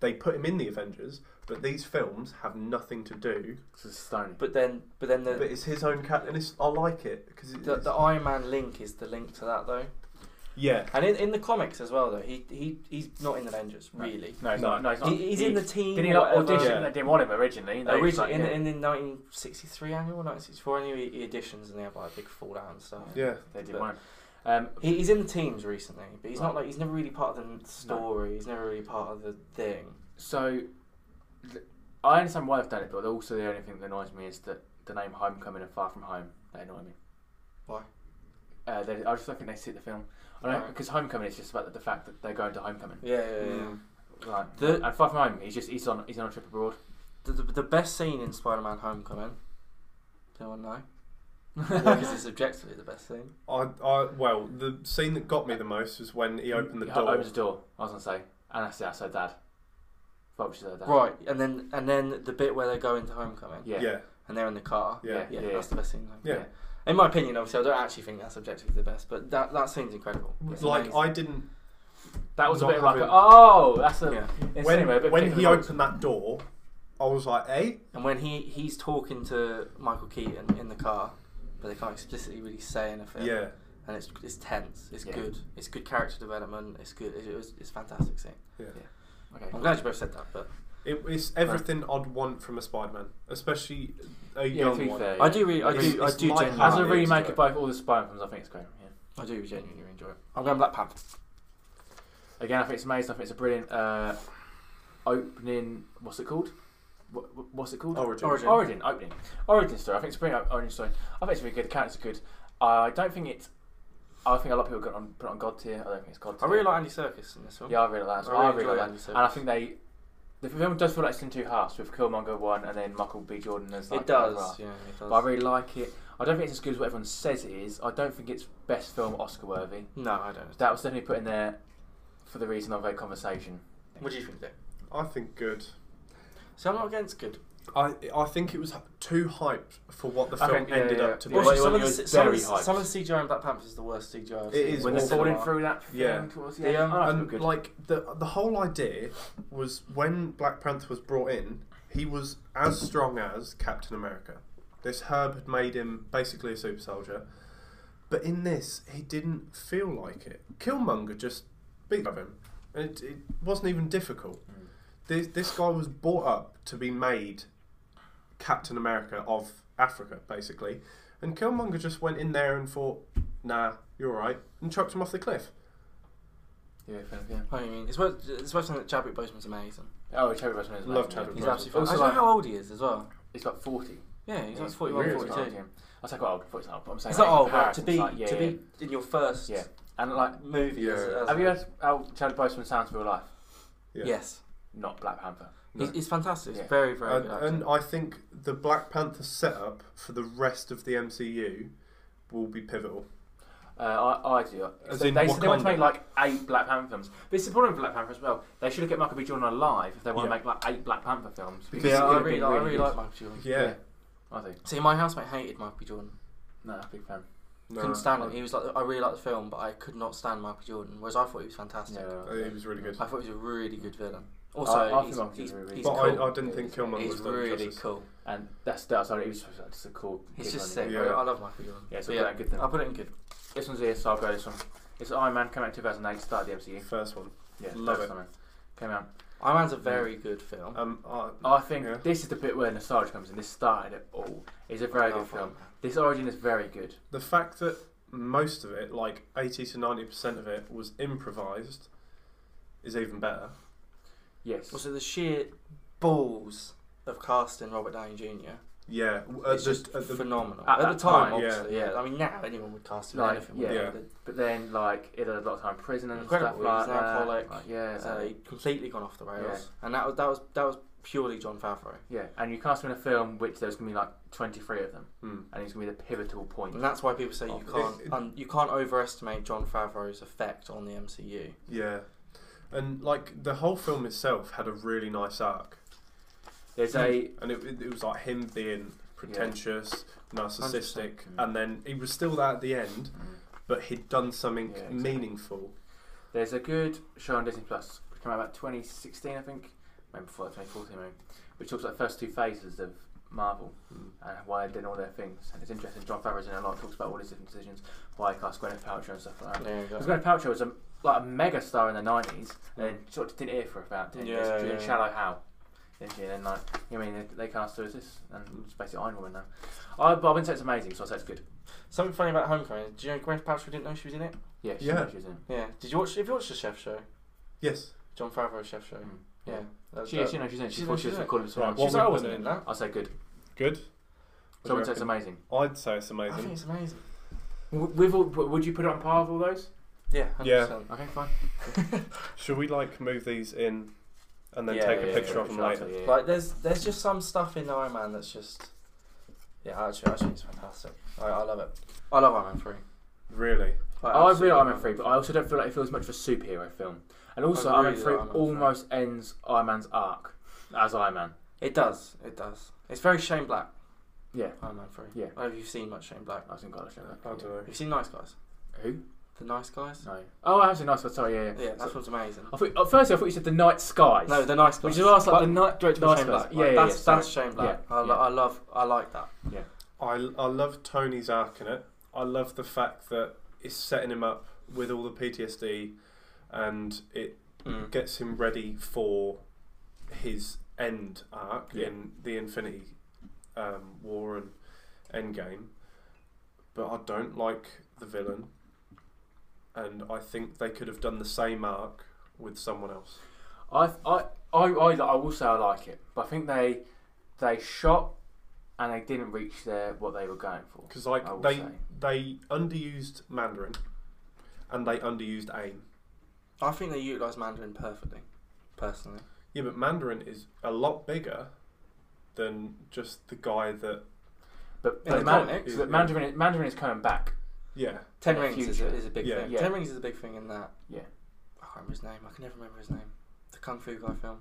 Speaker 4: They put him in the Avengers, but these films have nothing to do.
Speaker 3: 'Cause it's Sony.
Speaker 2: but then, but then
Speaker 4: But
Speaker 2: the,
Speaker 4: it's his own cat, and it's, I like it because
Speaker 2: Uh, the the Iron Man link is the link to that though,
Speaker 4: yeah,
Speaker 2: and in, in the comics as well though. He he he's not in the Avengers
Speaker 3: No.
Speaker 2: really.
Speaker 3: no, he's
Speaker 4: No.
Speaker 3: not. No, he's not.
Speaker 2: He, he's in the team.
Speaker 3: Didn't he like
Speaker 2: whatever.
Speaker 3: audition?
Speaker 4: Yeah.
Speaker 3: They didn't want him originally. They was
Speaker 2: Originally, in,
Speaker 3: like,
Speaker 2: the in the 1963 annual, 1964 annual, he, he auditions and they have like a big fall down and stuff.
Speaker 4: yeah.
Speaker 3: yeah, they didn't want him. Um,
Speaker 2: He, he's in the teams recently, but he's not
Speaker 3: Right.
Speaker 2: like he's never really part of the story. He's never really part of the thing.
Speaker 3: So, th- I understand why they've done it, but also the only thing that annoys me is that the name Homecoming and Far From Home they annoy me.
Speaker 2: Why?
Speaker 3: Uh, they, I just don't think they see the film. I don't
Speaker 2: Alright.
Speaker 3: because Homecoming is just about the, the fact that they're going to Homecoming.
Speaker 2: Yeah, yeah, yeah.
Speaker 4: Mm.
Speaker 3: Right.
Speaker 2: The-
Speaker 3: and Far From Home, he's just he's on he's on a trip abroad.
Speaker 2: The, the, the best scene in Spider-Man: Homecoming. Does anyone <laughs> know? Because it's objectively the best scene.
Speaker 4: I, I, well, the scene that got me the most was when he opened the
Speaker 3: He
Speaker 4: door.
Speaker 3: Opens the door. I was gonna say, and I see I said dad. Vulture's their dad.
Speaker 2: Right, and then and then the bit where they go into Homecoming
Speaker 3: Yeah.
Speaker 4: yeah,
Speaker 2: and they're in the car.
Speaker 4: yeah,
Speaker 2: Yeah,
Speaker 3: Yeah.
Speaker 2: that's the best scene. Though.
Speaker 4: yeah.
Speaker 2: In my opinion, obviously, I don't actually think that's objectively the best, but that that scene's incredible. It's
Speaker 4: Like
Speaker 2: amazing.
Speaker 4: I didn't
Speaker 3: That was a
Speaker 4: Not
Speaker 3: bit like, a,
Speaker 4: having-
Speaker 3: oh, that's a.
Speaker 2: Yeah.
Speaker 3: it's
Speaker 4: when,
Speaker 3: anyway, a bit
Speaker 4: when
Speaker 3: particular
Speaker 4: he
Speaker 3: moment.
Speaker 4: opened that door, I was like, "Hey,
Speaker 2: and when he he's talking to Michael Keaton in the car, but they can't explicitly really say anything.
Speaker 4: yeah.
Speaker 2: And it's it's tense. It's
Speaker 3: Yeah.
Speaker 2: good. It's good character development. It's good. It, it was it's fantastic scene.
Speaker 3: Okay.
Speaker 2: I'm
Speaker 3: cool.
Speaker 2: glad you both said that, but
Speaker 4: It, it's everything I'd want from a Spider-Man, especially a
Speaker 3: Yeah,
Speaker 4: young
Speaker 3: to be
Speaker 4: one.
Speaker 3: fair,
Speaker 2: I do really, I do,
Speaker 4: It's-
Speaker 2: I
Speaker 4: it's
Speaker 2: do
Speaker 4: like
Speaker 2: genuinely,
Speaker 3: As a
Speaker 4: Harvey to
Speaker 3: remake of
Speaker 4: do it.
Speaker 3: both all the Spider Mans, I think it's great. Yeah.
Speaker 2: I do genuinely enjoy it. I'm going Black Panther.
Speaker 3: Again, I think it's amazing. I think it's a brilliant uh, opening. What's it called? What, what's it called?
Speaker 4: Origin.
Speaker 2: Origin.
Speaker 3: Origin opening. Origin story. I think it's a brilliant o- origin story. I think it's really good. The characters are good. I don't think it's. I think a lot of people got on, put it on God tier. I don't think it's God
Speaker 2: I
Speaker 3: tier.
Speaker 2: really like Andy Circus in this film.
Speaker 3: Yeah, I really like that.
Speaker 2: I really
Speaker 3: I really
Speaker 2: enjoy
Speaker 3: like that.
Speaker 2: Andy Serkis.
Speaker 3: And I think they. The film does feel like it's in two halves with Killmonger one and then Michael B. Jordan as like
Speaker 2: it
Speaker 3: the other
Speaker 2: does.
Speaker 3: half.
Speaker 2: Yeah, it does.
Speaker 3: But I really like it. I don't think it's as good as what everyone says it is. I don't think it's best film Oscar worthy.
Speaker 2: no, I don't.
Speaker 3: That was definitely put in there for the reason of a conversation.
Speaker 2: What do you think, Dick?
Speaker 4: I think good.
Speaker 2: So I'm not against good.
Speaker 4: I I think it was too hyped for what the
Speaker 3: Okay,
Speaker 4: film
Speaker 3: yeah,
Speaker 4: ended
Speaker 3: yeah,
Speaker 4: up to
Speaker 3: yeah.
Speaker 4: be.
Speaker 2: Also,
Speaker 3: well,
Speaker 2: some,
Speaker 3: it
Speaker 2: of the,
Speaker 3: was
Speaker 2: some, of
Speaker 3: very
Speaker 2: the,
Speaker 3: hyped.
Speaker 2: some of the CGI in Black Panther is the worst CGI. I've
Speaker 4: It
Speaker 2: seen
Speaker 4: is
Speaker 3: when
Speaker 2: in
Speaker 3: they're
Speaker 4: awful.
Speaker 2: cinema.
Speaker 3: falling through that thing
Speaker 4: Yeah.
Speaker 3: towards the
Speaker 2: The,
Speaker 3: end.
Speaker 2: um,
Speaker 3: oh, that's
Speaker 4: and
Speaker 3: good.
Speaker 4: like the the whole idea was when Black Panther was brought in, he was as strong as Captain America. This herb had made him basically a super soldier, but in this he didn't feel like it. Killmonger just beat of him, and it, it wasn't even difficult.
Speaker 3: Mm.
Speaker 4: This this guy was brought up to be made Captain America of Africa, basically, and Killmonger just went in there and thought, "Nah, you're all right," and chucked him off the cliff.
Speaker 3: yeah, fair, yeah.
Speaker 2: I mean, it's worth it's worth saying that Chadwick Boseman's amazing.
Speaker 3: Oh, Chadwick Boseman is
Speaker 4: Love
Speaker 3: amazing,
Speaker 4: Chadwick
Speaker 3: yeah.
Speaker 2: He's absolutely
Speaker 4: Boseman.
Speaker 3: Also,
Speaker 2: fantastic. I
Speaker 3: like-
Speaker 2: don't know how old he is as well.
Speaker 3: He's like forty.
Speaker 2: Yeah, he's like
Speaker 3: Yeah,
Speaker 2: 41,
Speaker 3: really
Speaker 2: 42.
Speaker 3: old, yeah. I say quite old, forty something, but I'm saying
Speaker 2: It's not
Speaker 3: like, in
Speaker 2: old, but to
Speaker 3: comparison,
Speaker 2: be
Speaker 3: it's like, yeah,
Speaker 2: to
Speaker 3: yeah.
Speaker 2: be in your first
Speaker 3: Yeah. and like
Speaker 2: movie.
Speaker 4: Yeah.
Speaker 2: As, as
Speaker 3: Have you heard how Chadwick Boseman sounds in real life?
Speaker 4: Yeah.
Speaker 2: Yes,
Speaker 3: Not Black Panther.
Speaker 2: he's, he's fantastic.
Speaker 3: Yeah.
Speaker 2: He's very very
Speaker 4: And,
Speaker 2: good. actor.
Speaker 4: and I think the Black Panther setup for the rest of the MCU will be pivotal.
Speaker 3: Uh, I, I do.
Speaker 4: As
Speaker 3: So
Speaker 4: in
Speaker 3: they, they want
Speaker 4: Wakanda.
Speaker 3: to make like eight Black Panther films. But it's the problem with Black Panther as well. They should have kept Michael B. Jordan alive if they want
Speaker 4: Yeah.
Speaker 3: to make like eight Black Panther films.
Speaker 4: Because
Speaker 2: yeah,
Speaker 3: it would
Speaker 2: I
Speaker 3: have
Speaker 2: really,
Speaker 3: been
Speaker 2: I really
Speaker 3: good.
Speaker 2: like Michael B. Jordan.
Speaker 4: Yeah,
Speaker 3: Yeah. I do.
Speaker 2: See, my housemate hated Michael B. Jordan.
Speaker 3: No, big fan.
Speaker 4: no,
Speaker 2: Couldn't stand him. He was like, I really like the film, but I could not stand Michael Jordan. Whereas I thought he was fantastic.
Speaker 4: uh, He was really good,
Speaker 2: I thought he was a really good villain. Also,
Speaker 3: I think
Speaker 2: he's,
Speaker 3: Michael
Speaker 2: he's,
Speaker 3: Jordan's really
Speaker 2: he's
Speaker 4: but
Speaker 2: cool.
Speaker 4: I, I didn't think Killmonger
Speaker 2: he's
Speaker 4: was done
Speaker 2: really
Speaker 4: justice.
Speaker 2: cool.
Speaker 3: And that's that's only it was just a cool.
Speaker 2: He's
Speaker 3: kid
Speaker 2: just sick.
Speaker 3: running.
Speaker 4: Yeah.
Speaker 2: I, I love Michael Jordan.
Speaker 3: Yeah, so
Speaker 2: But
Speaker 3: put that good thing.
Speaker 2: I'll put it in good.
Speaker 3: This one's here, so I'll go this one. It's Iron Man, came out in 2008, started the MCU.
Speaker 4: First one.
Speaker 3: Yeah,
Speaker 4: Love
Speaker 3: first
Speaker 4: it.
Speaker 3: Iron Man. Came out.
Speaker 2: Iron Man's a very good film.
Speaker 4: Um, I,
Speaker 3: I think
Speaker 4: Yeah.
Speaker 3: this is the bit where nostalgia comes in. This started it all. It's a very
Speaker 2: I
Speaker 3: good
Speaker 2: love
Speaker 3: film.
Speaker 2: Iron Man.
Speaker 3: This origin is very good.
Speaker 4: the fact that most of it, like eighty to ninety percent of it, was improvised, is even better.
Speaker 3: Yes.
Speaker 2: Also, the sheer balls of casting Robert Downey Jr.
Speaker 4: Yeah, w- at
Speaker 2: It's
Speaker 4: the-
Speaker 2: just
Speaker 4: at the-
Speaker 2: phenomenal.
Speaker 3: At
Speaker 2: At, the
Speaker 3: that
Speaker 2: time,
Speaker 3: time,
Speaker 4: yeah.
Speaker 2: obviously, yeah. I mean, now anyone would cast him in
Speaker 3: Like,
Speaker 2: anything.
Speaker 3: yeah.
Speaker 2: wouldn't they?
Speaker 3: But then, like, it had a lot of time in prison and
Speaker 2: Incredible,
Speaker 3: stuff like
Speaker 2: he was an
Speaker 3: that.
Speaker 2: alcoholic,
Speaker 3: Like, yeah,
Speaker 2: So
Speaker 3: and-
Speaker 2: he uh, completely gone off the rails, and that was that was that was purely John Favreau.
Speaker 3: yeah. And you cast him in a film which there's gonna be like 23 of them,
Speaker 4: Hmm.
Speaker 3: and it's gonna be the pivotal point.
Speaker 2: And that's why people say you
Speaker 3: It-
Speaker 4: it-
Speaker 2: can't un, you can't overestimate John Favreau's effect on the MCU.
Speaker 4: yeah, and like the whole film itself had a really nice arc.
Speaker 3: There's a
Speaker 4: and it, it, it was like him being pretentious,
Speaker 3: 100%.
Speaker 4: narcissistic, and then he was still there at the end, but he'd done something
Speaker 3: Yeah, exactly.
Speaker 4: meaningful.
Speaker 3: there's a good show on Disney Plus which came out about 2016, I think, maybe before that, 2014, maybe, which talks about the first two phases of Marvel
Speaker 2: Hmm.
Speaker 3: and why they did all their things. And it's interesting. John Favreau's in it a lot, talks about all his different decisions, why he cast Gwyneth Paltrow and stuff like that.
Speaker 2: There you go.
Speaker 3: Because Gwyneth Paltrow was a, like a mega star in the nineties, and then sort of didn't hear for about ten years.
Speaker 2: Hmm. Yeah,
Speaker 3: She was in
Speaker 2: yeah.
Speaker 3: Shallow Hal, didn't she? And then like, you know what I mean, they, they cast her as this, and
Speaker 2: Hmm.
Speaker 3: it's basically Iron Woman now. I, but I wouldn't say it's amazing, so I would say it's good.
Speaker 2: Something funny about Homecoming. Do you know Gwyneth Paltrow didn't know she was in it?
Speaker 3: Yeah, she,
Speaker 4: Yeah.
Speaker 3: she was in.
Speaker 2: Yeah. Did you watch? Have you watched the Chef Show?
Speaker 4: Yes.
Speaker 2: John Favreau's Chef Show.
Speaker 3: Mm.
Speaker 2: Yeah. That-
Speaker 3: She,
Speaker 2: that-
Speaker 3: she, no, she's in. it. She
Speaker 2: She's in-
Speaker 3: thought she
Speaker 2: she's
Speaker 3: was
Speaker 2: in it.
Speaker 3: recording something.
Speaker 4: Right,
Speaker 3: else.
Speaker 4: what
Speaker 2: She's like, I
Speaker 4: we
Speaker 2: wasn't
Speaker 4: put
Speaker 2: in
Speaker 4: in?
Speaker 2: that.
Speaker 3: I'd say good.
Speaker 4: Good.
Speaker 3: So I would say it's amazing.
Speaker 4: I'd say it's
Speaker 2: I think
Speaker 4: amazing.
Speaker 2: it's amazing.
Speaker 3: W- With all, w- would you put it on par with all those?
Speaker 2: Yeah. 100%.
Speaker 4: Yeah.
Speaker 3: Okay, fine.
Speaker 4: Should we like move these in and then
Speaker 3: Yeah,
Speaker 4: take a
Speaker 3: yeah,
Speaker 4: picture
Speaker 3: yeah,
Speaker 4: of them
Speaker 3: sure,
Speaker 4: later?
Speaker 3: so, yeah.
Speaker 2: Like there's there's just some stuff in Iron Man that's just yeah. Actually, actually, it's fantastic. I, I love it. I love Iron Man three.
Speaker 4: Really?
Speaker 2: Like,
Speaker 3: I
Speaker 2: absolutely
Speaker 3: really like Iron Man
Speaker 2: love
Speaker 3: 3,
Speaker 2: it.
Speaker 3: but I also don't feel like it feels much of a superhero film. And also,
Speaker 2: I
Speaker 3: Iron Man
Speaker 2: really
Speaker 3: 3
Speaker 2: like Iron Man three.
Speaker 3: almost ends Iron Man's arc as Iron Man.
Speaker 2: it does. It does. It's very Shane Black.
Speaker 3: Yeah,
Speaker 2: Iron Man three.
Speaker 3: Yeah.
Speaker 2: I don't know if you've seen much Shane Black.
Speaker 3: I was in college.
Speaker 4: I don't know.
Speaker 2: Have you seen Nice Guys?
Speaker 3: Who?
Speaker 2: The Nice Guys.
Speaker 3: No. Oh, actually, nice. one, Sorry, yeah, yeah.
Speaker 2: Yeah, that film's amazing.
Speaker 3: I thought, at first, I thought you said the night skies.
Speaker 2: No, the Nice Guys.
Speaker 3: which is last like
Speaker 2: But
Speaker 3: the night
Speaker 2: directed by
Speaker 3: nice
Speaker 2: Shane
Speaker 3: skies.
Speaker 2: Black.
Speaker 3: Yeah,
Speaker 2: Like,
Speaker 3: yeah,
Speaker 2: that's
Speaker 3: yeah,
Speaker 2: that's Shane Black.
Speaker 3: Yeah,
Speaker 2: I, lo-
Speaker 3: yeah.
Speaker 2: I love I like that.
Speaker 3: Yeah.
Speaker 4: I I love Tony's arc in it. I love the fact that it's setting him up with all the PTSD, and it
Speaker 2: Mm.
Speaker 4: gets him ready for his end arc
Speaker 3: Yeah.
Speaker 4: in the Infinity um, War and Endgame. But I don't like the villain, and I think they could have done the same arc with someone else.
Speaker 3: I, I, I, I, I will say I like it, but I think they they shot and they didn't reach their what they were going for.
Speaker 4: Because like
Speaker 3: I will
Speaker 4: they
Speaker 3: say.
Speaker 4: they underused Mandarin, and they underused AIM.
Speaker 2: I think they utilise Mandarin perfectly, personally.
Speaker 4: Yeah, but Mandarin is a lot bigger than just the guy that.
Speaker 3: But,
Speaker 2: In
Speaker 3: but
Speaker 2: the
Speaker 3: Man-
Speaker 2: comics,
Speaker 3: but
Speaker 4: yeah.
Speaker 3: Mandarin, Mandarin is coming back.
Speaker 4: Yeah,
Speaker 2: Ten
Speaker 3: In the
Speaker 2: Rings is a,
Speaker 3: future.
Speaker 2: is a big
Speaker 4: Yeah.
Speaker 2: thing.
Speaker 3: Yeah.
Speaker 2: Ten Rings is a big thing in that.
Speaker 3: Yeah.
Speaker 2: I can't remember his name. I can never remember his name. The Kung Fu Guy film.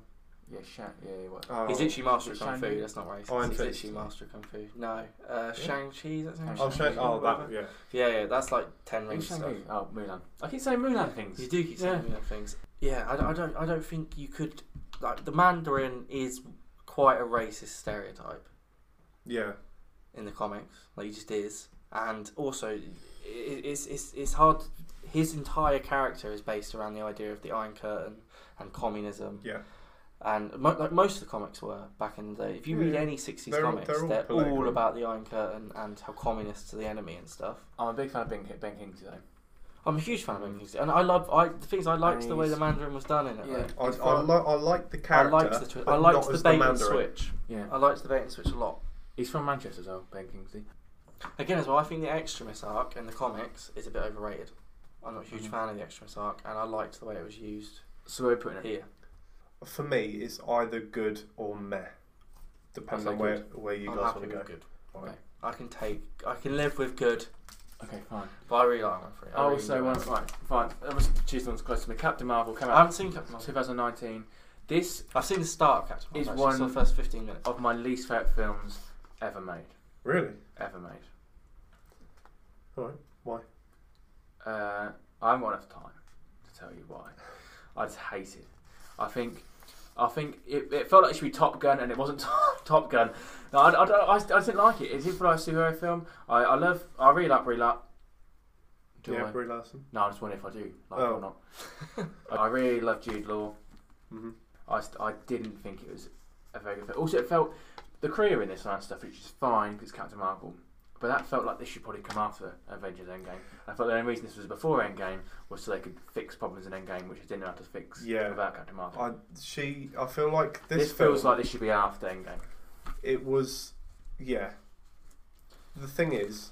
Speaker 3: Yeah, shan yeah, what?
Speaker 4: oh,
Speaker 2: He's literally master of
Speaker 3: Is it
Speaker 2: kung fu.
Speaker 3: Shang-Chi?
Speaker 2: That's not racist.
Speaker 4: Iron
Speaker 2: He's
Speaker 4: Fist.
Speaker 2: literally master of kung fu. No, uh, Shang Chi. That's name.
Speaker 4: Oh, Shang-
Speaker 2: Shang-Chi
Speaker 4: oh
Speaker 2: or
Speaker 4: that
Speaker 2: whatever.
Speaker 4: yeah.
Speaker 2: Yeah, yeah. That's like ten
Speaker 3: Who's
Speaker 2: rings stuff.
Speaker 3: Shang-Chi? Oh, Mulan. I keep saying Mulan things.
Speaker 2: You do keep saying
Speaker 3: Yeah.
Speaker 2: weird things. Yeah, I, don't- I don't. I don't think you could. Like the Mandarin is quite a racist stereotype
Speaker 4: Yeah,
Speaker 2: in the comics. Like he just is, and also i it's it's it's hard. His entire character is based around the idea of the Iron Curtain and communism.
Speaker 4: yeah.
Speaker 2: and mo- like most of the comics were back in the day. If you read
Speaker 4: Yeah.
Speaker 2: any 60s
Speaker 4: They're all-
Speaker 2: comics,
Speaker 4: they're all
Speaker 2: they're, all,
Speaker 4: political.
Speaker 2: about the Iron Curtain and how communists are the enemy and stuff.
Speaker 3: I'm a big fan of Ben, ben Kingsley though.
Speaker 2: I'm a huge fan of Ben Kingsley, and I love I the things I liked
Speaker 3: And
Speaker 2: the way the
Speaker 3: he's-
Speaker 2: Mandarin was done in it.
Speaker 3: Yeah.
Speaker 2: like,
Speaker 4: I,
Speaker 2: it's
Speaker 4: I,
Speaker 2: like-
Speaker 4: li- I like the
Speaker 2: um, I
Speaker 4: character.
Speaker 2: liked the twi- I
Speaker 4: but
Speaker 2: liked
Speaker 4: not
Speaker 2: the
Speaker 4: as
Speaker 2: bait and
Speaker 4: Mandarin.
Speaker 2: switch.
Speaker 3: Yeah.
Speaker 2: I liked the bait and switch a lot.
Speaker 3: He's from Manchester as well, Ben Kingsley.
Speaker 2: Again, as well, I think the extremist arc in the comics is a bit overrated. I'm not a huge
Speaker 4: Mm-hmm.
Speaker 3: Mhm.
Speaker 2: fan of the extremist arc, and I liked the way it was used
Speaker 3: So we're putting it.
Speaker 2: here.
Speaker 4: For me, it's either good or meh, depending
Speaker 3: I'd say
Speaker 4: on where, where you
Speaker 2: I'm
Speaker 4: guys
Speaker 2: happy
Speaker 4: want to
Speaker 2: with
Speaker 4: go.
Speaker 2: good.
Speaker 3: Okay.
Speaker 2: I can take, I can live with good,
Speaker 3: Okay, fine.
Speaker 2: but I really like Iron Man Three.
Speaker 3: I
Speaker 2: really
Speaker 3: also
Speaker 2: enjoy
Speaker 3: want
Speaker 2: it.
Speaker 3: right, Oh, fine. That was choose the ones close to me. Captain Marvel came
Speaker 2: I
Speaker 3: out
Speaker 2: haven't seen Captain Marvel.
Speaker 3: 2019. This
Speaker 2: I've seen the start of Captain
Speaker 3: Is
Speaker 2: Marvel. It's
Speaker 3: one-
Speaker 2: the first 15 minutes.
Speaker 3: of my least favourite films ever made.
Speaker 4: Really?
Speaker 3: Ever made.
Speaker 4: All right. Why?
Speaker 3: Uh, I haven't got enough time to tell you why. I just hate it. I think, I think it, it felt like it should be Top Gun, and it wasn't <laughs> Top, Top Gun. No, I, I, don't- I, just- I just didn't like it. It didn't feel like a superhero film. I, I love. I really like Really Like. Do
Speaker 4: yeah,
Speaker 3: I?
Speaker 4: Brie Larson.
Speaker 3: No, I just wonder if I do like it
Speaker 4: Oh.
Speaker 3: or not. I I really love Jude Law.
Speaker 4: Mm-hmm.
Speaker 3: I, st- I didn't think it was a very good film. Also, it felt the career in this and that stuff, which is fine because it's Captain Marvel, but that felt like this should probably come after Avengers Endgame. I felt the only reason this was before Endgame was so they could fix problems in Endgame, which they didn't know how to fix
Speaker 4: Yeah.
Speaker 3: without Captain Marvel.
Speaker 4: I she. I feel like this,
Speaker 3: this
Speaker 4: film,
Speaker 3: feels like this should be after Endgame.
Speaker 4: it was. Yeah. The thing is.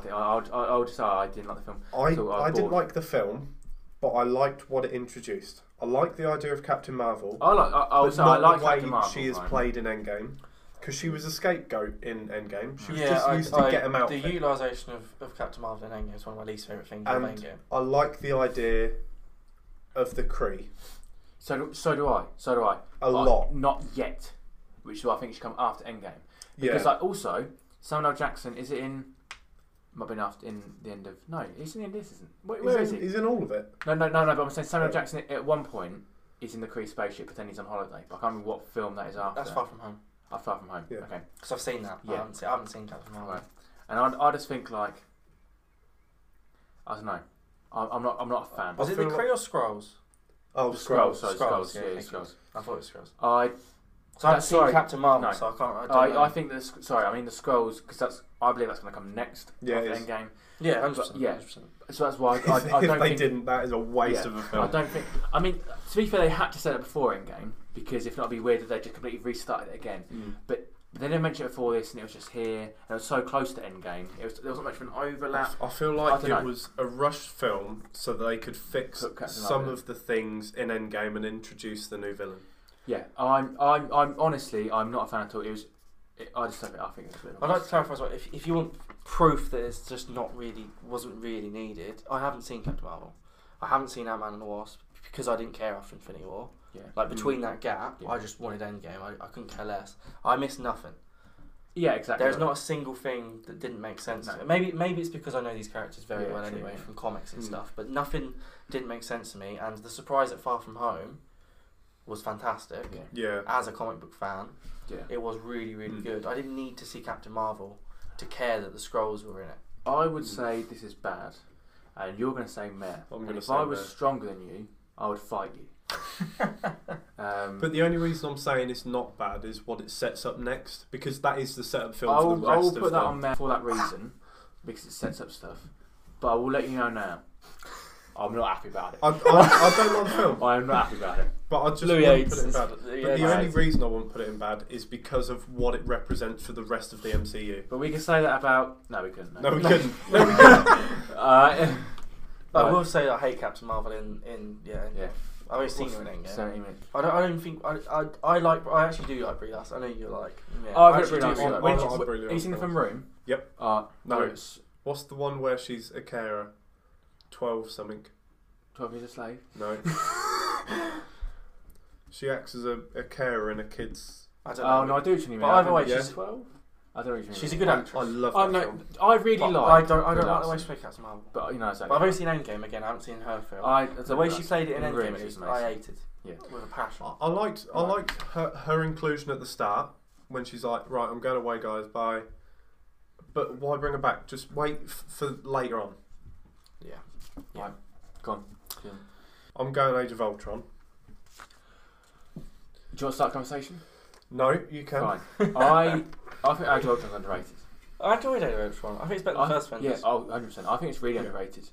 Speaker 2: Ah,
Speaker 3: I, didn't like it. I, I'll- I'll, I'll just say I didn't like the film.
Speaker 4: uh, I,
Speaker 3: So I
Speaker 4: I didn't
Speaker 3: bought-
Speaker 4: like the film, but I liked what it introduced. I liked the idea of Captain Marvel,
Speaker 3: I like. I, I
Speaker 4: but
Speaker 3: will say
Speaker 4: not
Speaker 3: Oh, I like
Speaker 4: the way
Speaker 3: Captain Marvel.
Speaker 4: she is
Speaker 3: fine.
Speaker 4: played in Endgame, because she was a scapegoat in Endgame. <laughs>
Speaker 2: <laughs>
Speaker 4: She was
Speaker 2: yeah,
Speaker 4: just
Speaker 2: I,
Speaker 4: used
Speaker 2: I,
Speaker 4: to get him out.
Speaker 2: The
Speaker 4: thing.
Speaker 2: utilisation of, of Captain Marvel in Endgame is one of my least favourite things
Speaker 4: And-
Speaker 2: in Endgame.
Speaker 4: I like the idea of the Cree
Speaker 3: So do, so do I. So do I. But
Speaker 4: a lot.
Speaker 3: Not yet, which is why I think should come after Endgame.
Speaker 4: Yeah,
Speaker 3: Because like also Samuel L. Jackson is it in? Might be after in the end of no, he's in the end. of This isn't. Where,
Speaker 4: he's,
Speaker 3: where
Speaker 4: in,
Speaker 3: is he?
Speaker 4: he's in all of it.
Speaker 3: No, no, no, no. But I'm saying Samuel L.
Speaker 4: Yeah.
Speaker 3: Jackson at- at one point is in the Kree spaceship pretending he's on holiday. But I can't remember what film that is after.
Speaker 2: That's Far From Home.
Speaker 3: Oh, far from home.
Speaker 4: Yeah.
Speaker 3: Okay.
Speaker 2: Because I've seen that. but I,
Speaker 3: Yeah.
Speaker 2: haven't seen, I haven't seen Captain Marvel.
Speaker 3: Right. And I, I just think like I don't know. I, I'm not. I'm not a fan.
Speaker 2: Was
Speaker 4: I
Speaker 2: it the
Speaker 4: feel like-
Speaker 2: Kree or Scrolls?
Speaker 4: Oh,
Speaker 3: Scrolls?
Speaker 4: Scrolls.
Speaker 3: Sorry,
Speaker 2: Scrolls,
Speaker 3: scrolls.
Speaker 2: yeah,
Speaker 3: yeah,
Speaker 2: thank you.
Speaker 3: scrolls.
Speaker 2: I thought it was Scrolls.
Speaker 3: I
Speaker 2: So I
Speaker 3: That's-
Speaker 2: haven't seen
Speaker 3: sorry.
Speaker 2: Captain Marvel,
Speaker 3: No.
Speaker 2: so I can't. I, don't know.
Speaker 3: I, I think the sc- sorry. I mean the scrolls because that's. I believe that's going to come next.
Speaker 4: Yeah, it
Speaker 3: After
Speaker 4: is.
Speaker 3: Endgame.
Speaker 2: yeah, 100%,
Speaker 3: yeah.
Speaker 2: 100%.
Speaker 3: So that's why I, I, I
Speaker 4: <laughs> if
Speaker 3: don't
Speaker 4: they
Speaker 3: think
Speaker 4: didn't, that is a waste
Speaker 3: Yeah.
Speaker 4: of a
Speaker 3: I
Speaker 4: film.
Speaker 3: don't think. I mean, to be fair, they had to set it before Endgame because if not, it'd be weird if they just completely restarted it again.
Speaker 4: Mm.
Speaker 3: But they didn't mention it before this, and it was just here, and it was so close to Endgame. It was there wasn't much of an overlap.
Speaker 4: I feel
Speaker 3: I
Speaker 4: like
Speaker 3: don't
Speaker 4: it
Speaker 3: know.
Speaker 4: was a rushed film so that they could fix
Speaker 3: Put Captain
Speaker 4: some
Speaker 3: Marvel.
Speaker 4: of the things in Endgame and introduce the new villain.
Speaker 3: Yeah, I'm, I'm, I'm honestly, I'm not a fan at all. It was, it, I just love it. I think it's a bit.
Speaker 2: I'd like to clarify as well. If, if you want proof that it's just not really wasn't really needed, I haven't seen Captain Marvel. I haven't seen Ant Man and the Wasp because I didn't care after Infinity War.
Speaker 3: Yeah.
Speaker 2: Like between that gap,
Speaker 3: Mm. Yeah.
Speaker 2: I just wanted Endgame. I, I couldn't care less. I missed nothing.
Speaker 3: yeah, exactly.
Speaker 2: There's not a single thing that didn't make sense.
Speaker 3: No.
Speaker 2: Maybe maybe it's because I know these characters very
Speaker 3: Yeah,
Speaker 2: well
Speaker 3: true,
Speaker 2: anyway
Speaker 3: yeah. Hmm.
Speaker 2: from comics and
Speaker 4: Mm.
Speaker 2: stuff. But nothing didn't make sense to me. And the surprise at Far From Home was fantastic
Speaker 3: Yeah.
Speaker 4: Yeah.
Speaker 2: as a comic book fan.
Speaker 3: Yeah.
Speaker 2: It was really, really
Speaker 3: Hmm.
Speaker 4: Mm.
Speaker 2: good. I didn't need to see Captain Marvel to care that the scrolls were in it.
Speaker 3: I would say this is bad, and you're going to say meh.
Speaker 4: I'm
Speaker 3: And
Speaker 4: gonna
Speaker 3: if
Speaker 4: say
Speaker 3: I was
Speaker 4: meh.
Speaker 3: stronger than you, I would fight you. um,
Speaker 4: But the only reason I'm saying it's not bad is what it sets up next, because that is the setup film for the
Speaker 3: I'll,
Speaker 4: rest
Speaker 3: I'll
Speaker 4: of
Speaker 3: put that
Speaker 4: the.
Speaker 3: on there for that reason because it sets up stuff. But I will let you know now. I'm not happy about it.
Speaker 4: I, I, I don't love film,
Speaker 3: I am not happy about it.
Speaker 4: but I just
Speaker 2: Louis
Speaker 4: wouldn't
Speaker 2: Yates
Speaker 4: put it in
Speaker 2: is-
Speaker 4: bad.
Speaker 2: yeah,
Speaker 4: But the
Speaker 2: Louis
Speaker 4: only
Speaker 2: Yates.
Speaker 4: reason I wouldn't put it in bad is because of what it represents for the rest of the MCU.
Speaker 3: But we can say that about. No, we couldn't.
Speaker 4: No, we
Speaker 3: <laughs>
Speaker 4: couldn't. <laughs>
Speaker 3: Uh,
Speaker 2: But I
Speaker 3: Right.
Speaker 2: will say I hate Captain Marvel in in yeah.
Speaker 3: yeah.
Speaker 2: I've only seen her in it. Yeah.
Speaker 3: 70 minutes.
Speaker 2: I don't. I don't think. I, I. I like. I actually do like Brie Larson. I know you like. Yeah.
Speaker 3: Oh, I've
Speaker 2: I
Speaker 3: got
Speaker 2: actually
Speaker 3: Brie
Speaker 2: do
Speaker 3: Larson.
Speaker 2: like
Speaker 4: When-
Speaker 2: Brie Larson.
Speaker 4: when-
Speaker 3: Have you seen the film Room?
Speaker 4: Yep.
Speaker 3: Uh,
Speaker 4: No.
Speaker 3: where It's
Speaker 4: What's the one where she's a carer? Twelve something.
Speaker 3: 12 Years a Slave. <laughs>
Speaker 4: No. she acts as a, a carer in a kid's.
Speaker 2: I don't know.
Speaker 3: Oh, no, I do what you mean.
Speaker 2: But
Speaker 3: I
Speaker 2: either way,
Speaker 3: think-
Speaker 4: she's-
Speaker 3: 12? I don't know what you mean.
Speaker 2: She's a good actress.
Speaker 4: I love that
Speaker 3: Oh, no,
Speaker 4: film.
Speaker 3: I really
Speaker 2: But
Speaker 3: like.
Speaker 2: I don't. I
Speaker 3: Brie
Speaker 2: don't like the way
Speaker 3: Larson.
Speaker 2: she plays Captain Marvel.
Speaker 3: But, you know, it's
Speaker 2: But
Speaker 3: like.
Speaker 2: I've only seen Endgame again. I haven't seen her film.
Speaker 3: I,
Speaker 2: the way she played it in
Speaker 3: in Room,
Speaker 2: Endgame, it
Speaker 3: she's
Speaker 2: was, I
Speaker 3: amazing.
Speaker 2: hated.
Speaker 3: Yeah.
Speaker 2: With a passion.
Speaker 4: I, I liked. I liked her, her inclusion at the start when she's like, "Right, I'm going away, guys. Bye." But why bring her back? Just wait f- for later on.
Speaker 2: Yeah.
Speaker 3: Go on.
Speaker 4: I'm going Age of Ultron.
Speaker 3: Do you want to start a conversation?
Speaker 4: No, you can.
Speaker 3: Fine. I I think Age of Ultron's underrated.
Speaker 2: <laughs> I enjoyed Age of Ultron. I think it's better than
Speaker 3: I,
Speaker 2: the first one.
Speaker 3: yeah, oh, 100 percent. I think it's really
Speaker 4: Yeah.
Speaker 3: underrated.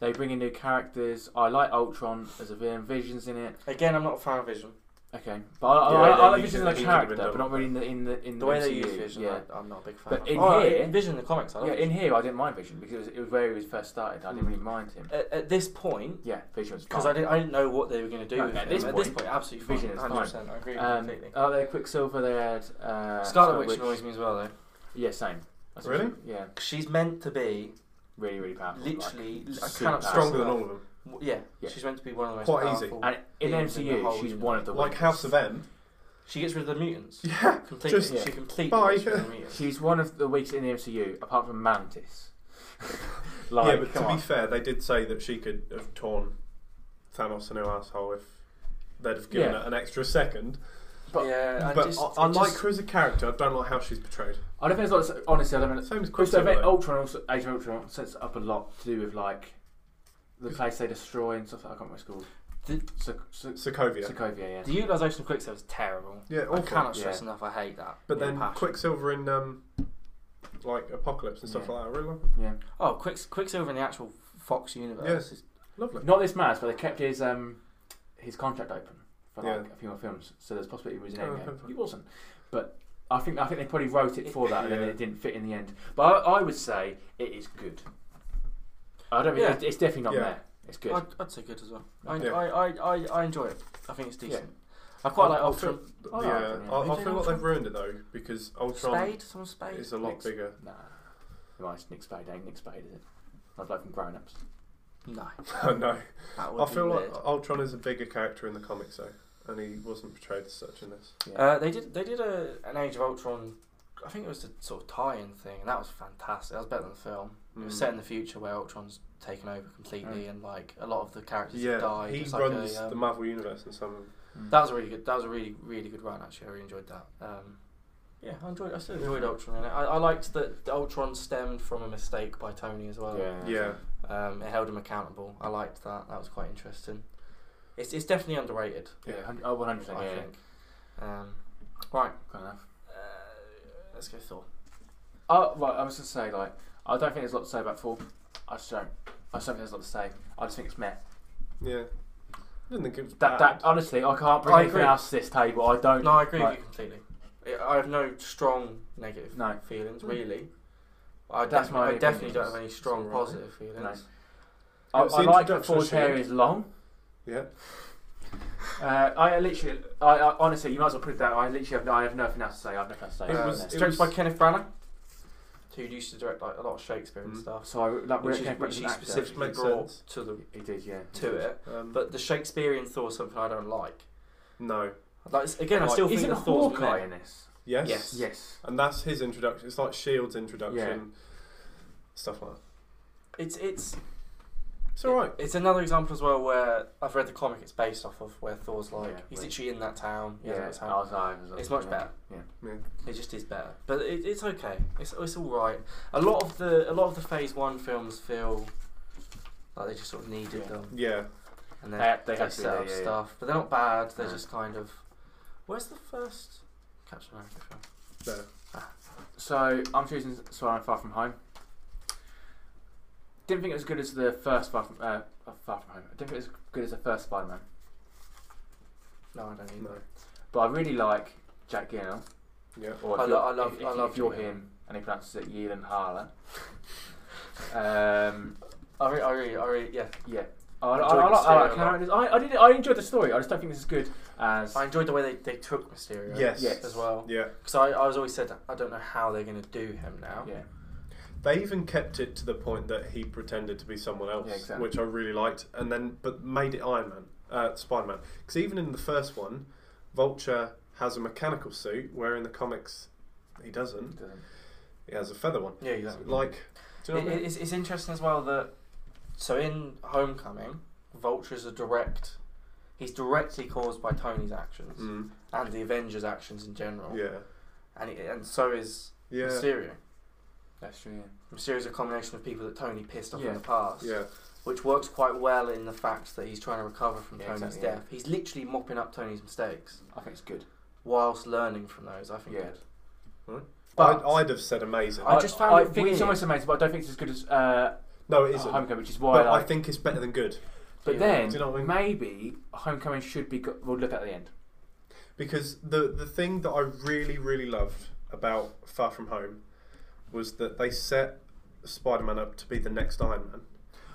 Speaker 3: They bring in new characters. I like Ultron as a villain. Vision's in it.
Speaker 2: Again, I'm not a fan of Vision.
Speaker 3: Okay, but I,
Speaker 4: Yeah,
Speaker 3: I, I,
Speaker 4: they
Speaker 3: like
Speaker 4: use
Speaker 3: Vision
Speaker 4: it-
Speaker 3: as a
Speaker 4: they use it with
Speaker 3: character,
Speaker 4: them.
Speaker 3: but not really in the in the in
Speaker 2: The way they
Speaker 3: MCU.
Speaker 2: use Vision,
Speaker 3: Yeah.
Speaker 2: I, I'm not a big fan.
Speaker 3: But
Speaker 2: of.
Speaker 3: in
Speaker 2: oh,
Speaker 3: here-
Speaker 2: in Vision in the comics, I love
Speaker 3: yeah, in here I didn't mind Vision because it was, it was where he was first started. I didn't really mind him.
Speaker 2: at, at this point,
Speaker 3: Yeah, Vision was
Speaker 2: because
Speaker 3: fine.
Speaker 2: I didn't, I didn't know what they were going to do
Speaker 3: No,
Speaker 2: with
Speaker 3: at
Speaker 2: him.
Speaker 3: this
Speaker 2: at
Speaker 3: point,
Speaker 2: this point, absolutely
Speaker 3: Vision is
Speaker 2: fine.
Speaker 3: fine.
Speaker 2: 100%, I agree with you
Speaker 3: Um,
Speaker 2: completely.
Speaker 3: oh, they had Quicksilver. They had uh,
Speaker 2: Scarlet Witch annoys me as well, though.
Speaker 3: Yeah, same. That's
Speaker 4: Really?
Speaker 3: what- Yeah,
Speaker 2: 'Cause She's meant to be
Speaker 3: really, really powerful. like-
Speaker 2: literally. I
Speaker 3: super
Speaker 2: cannot stress
Speaker 4: Stronger than
Speaker 2: enough.
Speaker 4: all of them.
Speaker 2: W- Yeah,
Speaker 3: Yeah.
Speaker 2: she's meant to be one of the most
Speaker 4: Quite
Speaker 2: powerful.
Speaker 4: easy.
Speaker 3: And in
Speaker 2: Beings in the
Speaker 3: MCU,
Speaker 2: whole
Speaker 3: she's
Speaker 2: universe.
Speaker 3: one of the
Speaker 4: Like
Speaker 3: weakest.
Speaker 4: House of M. <laughs>
Speaker 2: She gets rid of the mutants.
Speaker 4: Yeah.
Speaker 2: Completely.
Speaker 4: Just-
Speaker 2: She completely
Speaker 4: Bye.
Speaker 2: gets rid of the mutants.
Speaker 3: She's one of the weakest in the MCU, apart from
Speaker 4: <laughs>
Speaker 3: Mantis. like,
Speaker 4: yeah, but
Speaker 3: come
Speaker 4: to
Speaker 3: on.
Speaker 4: be fair, they did say that she could have torn Thanos a new asshole if they'd have given
Speaker 3: Yeah.
Speaker 4: her an extra second.
Speaker 3: But-
Speaker 2: yeah, I
Speaker 4: but
Speaker 2: just,
Speaker 4: I,
Speaker 2: it
Speaker 4: I like
Speaker 2: just-
Speaker 4: her as a character. I don't like how she's portrayed.
Speaker 3: I don't think it's like, honestly, I don't know.
Speaker 4: Same as
Speaker 3: Crystal
Speaker 4: Quicksilver. though.
Speaker 3: Ultron, also, Age of Ultron sets up a lot to do with like the place they destroy and stuff. Like, I can't remember what it's called.
Speaker 2: Did-
Speaker 3: So, so,
Speaker 4: Sokovia.
Speaker 3: Sokovia, yeah.
Speaker 2: the utilisation of Quicksilver is terrible.
Speaker 4: yeah,
Speaker 2: I
Speaker 4: awful.
Speaker 2: cannot stress
Speaker 3: Yeah.
Speaker 2: enough. I hate that.
Speaker 4: But
Speaker 2: with a
Speaker 4: then
Speaker 2: passion.
Speaker 4: Quicksilver in um, like Apocalypse and stuff
Speaker 3: Yeah.
Speaker 4: like that. I really
Speaker 3: yeah.
Speaker 2: oh, Quicks, Quicksilver in the actual Fox universe.
Speaker 4: Yes.
Speaker 2: is-
Speaker 4: lovely.
Speaker 3: Not this mass, but they kept his um his contract open for like
Speaker 4: Yeah.
Speaker 3: a few more films. So there's a possibility he was in
Speaker 4: Oh,
Speaker 3: Endgame.
Speaker 4: okay.
Speaker 3: He wasn't, but I think I think they probably wrote it for that, and
Speaker 4: Yeah.
Speaker 3: then it didn't fit in the end. But I, I would say it is good. I don't.
Speaker 2: Yeah.
Speaker 3: It's, it's definitely not
Speaker 4: Yeah.
Speaker 3: there. It's good.
Speaker 2: I'd, I'd say good as well. I,
Speaker 4: Yeah.
Speaker 2: I, I, I, I enjoy it. I think it's
Speaker 3: Yeah.
Speaker 2: decent. I quite like Oh,
Speaker 4: I feel-
Speaker 2: Ultron.
Speaker 3: I like
Speaker 4: yeah,
Speaker 3: Ultron, yeah.
Speaker 4: I,
Speaker 2: Who's
Speaker 4: I
Speaker 2: in
Speaker 4: feel like
Speaker 2: Ultron?
Speaker 4: they've ruined it though because Ultron
Speaker 2: Spade, someone Spade.
Speaker 4: is a lot
Speaker 3: Nick's-
Speaker 4: bigger. <laughs>
Speaker 3: Nah, no, it's Nick Spade. Ain't Nick Spade, is it? I'd like from grown ups.
Speaker 2: No,
Speaker 4: no,
Speaker 2: that would
Speaker 4: I
Speaker 2: be
Speaker 4: feel like
Speaker 2: weird.
Speaker 4: Ultron is a bigger character in the comics though, and he wasn't portrayed as such in this.
Speaker 2: Uh, they did. They did a an Age of Ultron. I think it was the sort of tie-in thing, and that was fantastic. That was better than the film. It was
Speaker 4: Mm.
Speaker 2: set in the future where Ultron's taken over completely, and like a lot of the characters have
Speaker 4: Yeah,
Speaker 2: died.
Speaker 4: he
Speaker 2: It's like
Speaker 4: runs
Speaker 2: a, um,
Speaker 4: the Marvel universe in some.
Speaker 3: Hmm.
Speaker 2: that was a really good. That was a really really good run. Actually, I really enjoyed that. Um, yeah, I enjoyed. I still enjoyed Ultron. In it. I, I liked that the Ultron stemmed from a mistake by Tony as well.
Speaker 3: yeah.
Speaker 4: Yeah,
Speaker 2: Um, it held him accountable. I liked that. That was quite interesting. It's it's definitely underrated.
Speaker 3: Yeah, hun- oh, 100%.
Speaker 2: I
Speaker 3: Yeah,
Speaker 2: think. Um, right.
Speaker 3: good enough.
Speaker 2: Uh, let's go Thor.
Speaker 3: Oh, right, I was going to say, like, I don't think there's a lot to say about Thor. I just don't. I just don't think there's a lot to say. I just think it's meh.
Speaker 4: yeah. I didn't think it was
Speaker 3: That,
Speaker 4: bad.
Speaker 3: that honestly, I can't bring
Speaker 2: Uh, I
Speaker 3: anything
Speaker 2: agree.
Speaker 3: else to this table. I don't.
Speaker 2: No, I agree with
Speaker 3: Right.
Speaker 2: you completely. I- I have no strong negative
Speaker 3: No.
Speaker 2: feelings really. I
Speaker 3: That's
Speaker 2: defi-
Speaker 3: my
Speaker 2: I definitely
Speaker 3: opinion.
Speaker 2: don't have any strong
Speaker 4: It's alright.
Speaker 2: positive feelings.
Speaker 3: No. I,
Speaker 4: It's
Speaker 3: I like that
Speaker 4: introduction
Speaker 3: Thor's hair
Speaker 4: shit.
Speaker 3: is long.
Speaker 4: yeah.
Speaker 3: Uh, I literally, I, I honestly, you might as well put it that. way. I literally have, no, I have nothing else to say. I have nothing else to say.
Speaker 4: It
Speaker 3: Uh,
Speaker 4: was-
Speaker 2: Um, it's
Speaker 4: it
Speaker 2: directed by
Speaker 4: was-
Speaker 2: Kenneth Branagh, who used to direct like a lot of Shakespeare and
Speaker 3: Hmm.
Speaker 4: Mm.
Speaker 2: stuff,
Speaker 3: so I, that
Speaker 2: which,
Speaker 3: which,
Speaker 2: is, which he specifically
Speaker 4: Makes
Speaker 2: brought
Speaker 4: sense.
Speaker 2: to the
Speaker 3: He did, yeah.
Speaker 2: to it.
Speaker 4: Um,
Speaker 2: uh, But the Shakespearean Thor is something I don't like.
Speaker 4: no.
Speaker 2: Like it's- again, I still
Speaker 3: Isn't
Speaker 2: think the Thor's
Speaker 3: Hawkeye
Speaker 2: men-
Speaker 3: in this?
Speaker 4: Yes.
Speaker 2: Yes.
Speaker 3: Yes.
Speaker 4: And that's his introduction. It's like Shield's introduction. Stuff like that.
Speaker 2: It's it's
Speaker 4: It's It's all right.
Speaker 2: It's another example as well where I've read the comic it's based off of, where Thor's like,
Speaker 3: Yeah,
Speaker 2: he's
Speaker 3: where-
Speaker 2: literally in that town. he
Speaker 3: Yeah,
Speaker 2: has that
Speaker 3: I
Speaker 2: town.
Speaker 3: was, I was,
Speaker 2: It's much
Speaker 3: yeah.
Speaker 2: better.
Speaker 3: Yeah.
Speaker 4: Yeah.
Speaker 2: It just is better, but it, it's okay. It's it's all right. A lot of the a lot of the Phase One films feel like they just sort of needed
Speaker 3: Yeah.
Speaker 2: them,
Speaker 4: Yeah.
Speaker 2: and
Speaker 3: They,
Speaker 2: they
Speaker 3: had-
Speaker 2: Uh, they,
Speaker 3: they had to be
Speaker 2: set
Speaker 3: there,
Speaker 2: up
Speaker 3: yeah, yeah.
Speaker 2: stuff, but they're not bad. They're
Speaker 3: No.
Speaker 2: just kind of. Where's the first Captain America film?
Speaker 4: No.
Speaker 3: So I'm choosing Swallow Far From Home. Didn't think it was as good as the first Far From uh, Far From Home. I didn't think it was as good as the first Spider-Man,
Speaker 2: No, I don't either.
Speaker 4: No.
Speaker 3: but I really like Jack Gyllenhaal.
Speaker 4: Yeah.
Speaker 3: Or
Speaker 2: I
Speaker 3: if
Speaker 2: lo-
Speaker 3: you're-
Speaker 2: I love-
Speaker 3: if- if
Speaker 2: I
Speaker 3: you-
Speaker 2: love
Speaker 3: if you're
Speaker 2: Gyllenhaal.
Speaker 3: him and he pronounces it Yelan Harla. um,
Speaker 2: I really, I really, I really, yeah.
Speaker 3: yeah. I, I, I,
Speaker 2: Enjoyed
Speaker 3: I, like- I
Speaker 2: Mysterio
Speaker 3: like
Speaker 2: a lot.
Speaker 3: characters. I, I did. I enjoyed the story. I just don't think it's as good as.
Speaker 2: I enjoyed the way they, they took Mysterio
Speaker 4: Yes.
Speaker 3: Yes.
Speaker 2: as well.
Speaker 4: Yeah.
Speaker 2: Because I, I was always said, I don't know how they're going to do him now.
Speaker 3: yeah.
Speaker 4: They even kept it to the point that he pretended to be someone else,
Speaker 3: Yeah, exactly.
Speaker 4: which I really liked, and then but made it Iron Man, uh, Spider Man. Because even in the first one, Vulture has a mechanical suit, where in the comics he doesn't. He has a feather one.
Speaker 2: Yeah, exactly.
Speaker 4: Like, do you know
Speaker 2: It-
Speaker 4: what I
Speaker 2: it-
Speaker 4: mean?
Speaker 2: it's, it's interesting as well that so in Homecoming, Vulture's a direct. He's directly caused by Tony's actions
Speaker 4: Mm,
Speaker 2: and the Avengers' actions in general,
Speaker 4: yeah.
Speaker 2: and he, and so is
Speaker 4: Yeah.
Speaker 2: Mysterio.
Speaker 3: That's true. Yeah.
Speaker 2: Mysterio's a combination of people that Tony pissed off
Speaker 3: Yeah.
Speaker 2: in the past,
Speaker 4: Yeah.
Speaker 2: which works quite well in the fact that he's trying to recover from
Speaker 3: Yeah,
Speaker 2: Tony's
Speaker 3: exactly, yeah.
Speaker 2: death. He's literally mopping up Tony's mistakes
Speaker 3: I think it's good.
Speaker 2: whilst learning from those. I think.
Speaker 3: Yeah.
Speaker 4: But
Speaker 2: But-
Speaker 4: I'd, I'd have said amazing.
Speaker 2: I just found
Speaker 3: I
Speaker 2: it
Speaker 3: think it's
Speaker 2: weird.
Speaker 3: almost amazing, but I don't think it's as good as uh,
Speaker 4: no, it isn't.
Speaker 3: Homecoming, which is why.
Speaker 4: but
Speaker 3: I,
Speaker 4: I
Speaker 3: like,
Speaker 4: think it's better than good
Speaker 3: but
Speaker 2: Yeah.
Speaker 3: then
Speaker 4: Do you know what I mean?
Speaker 3: maybe Homecoming should be. Go- we'll look at the end.
Speaker 4: because the the thing that I really really loved about Far From Home was that they set Spider Man up to be the next Iron Man.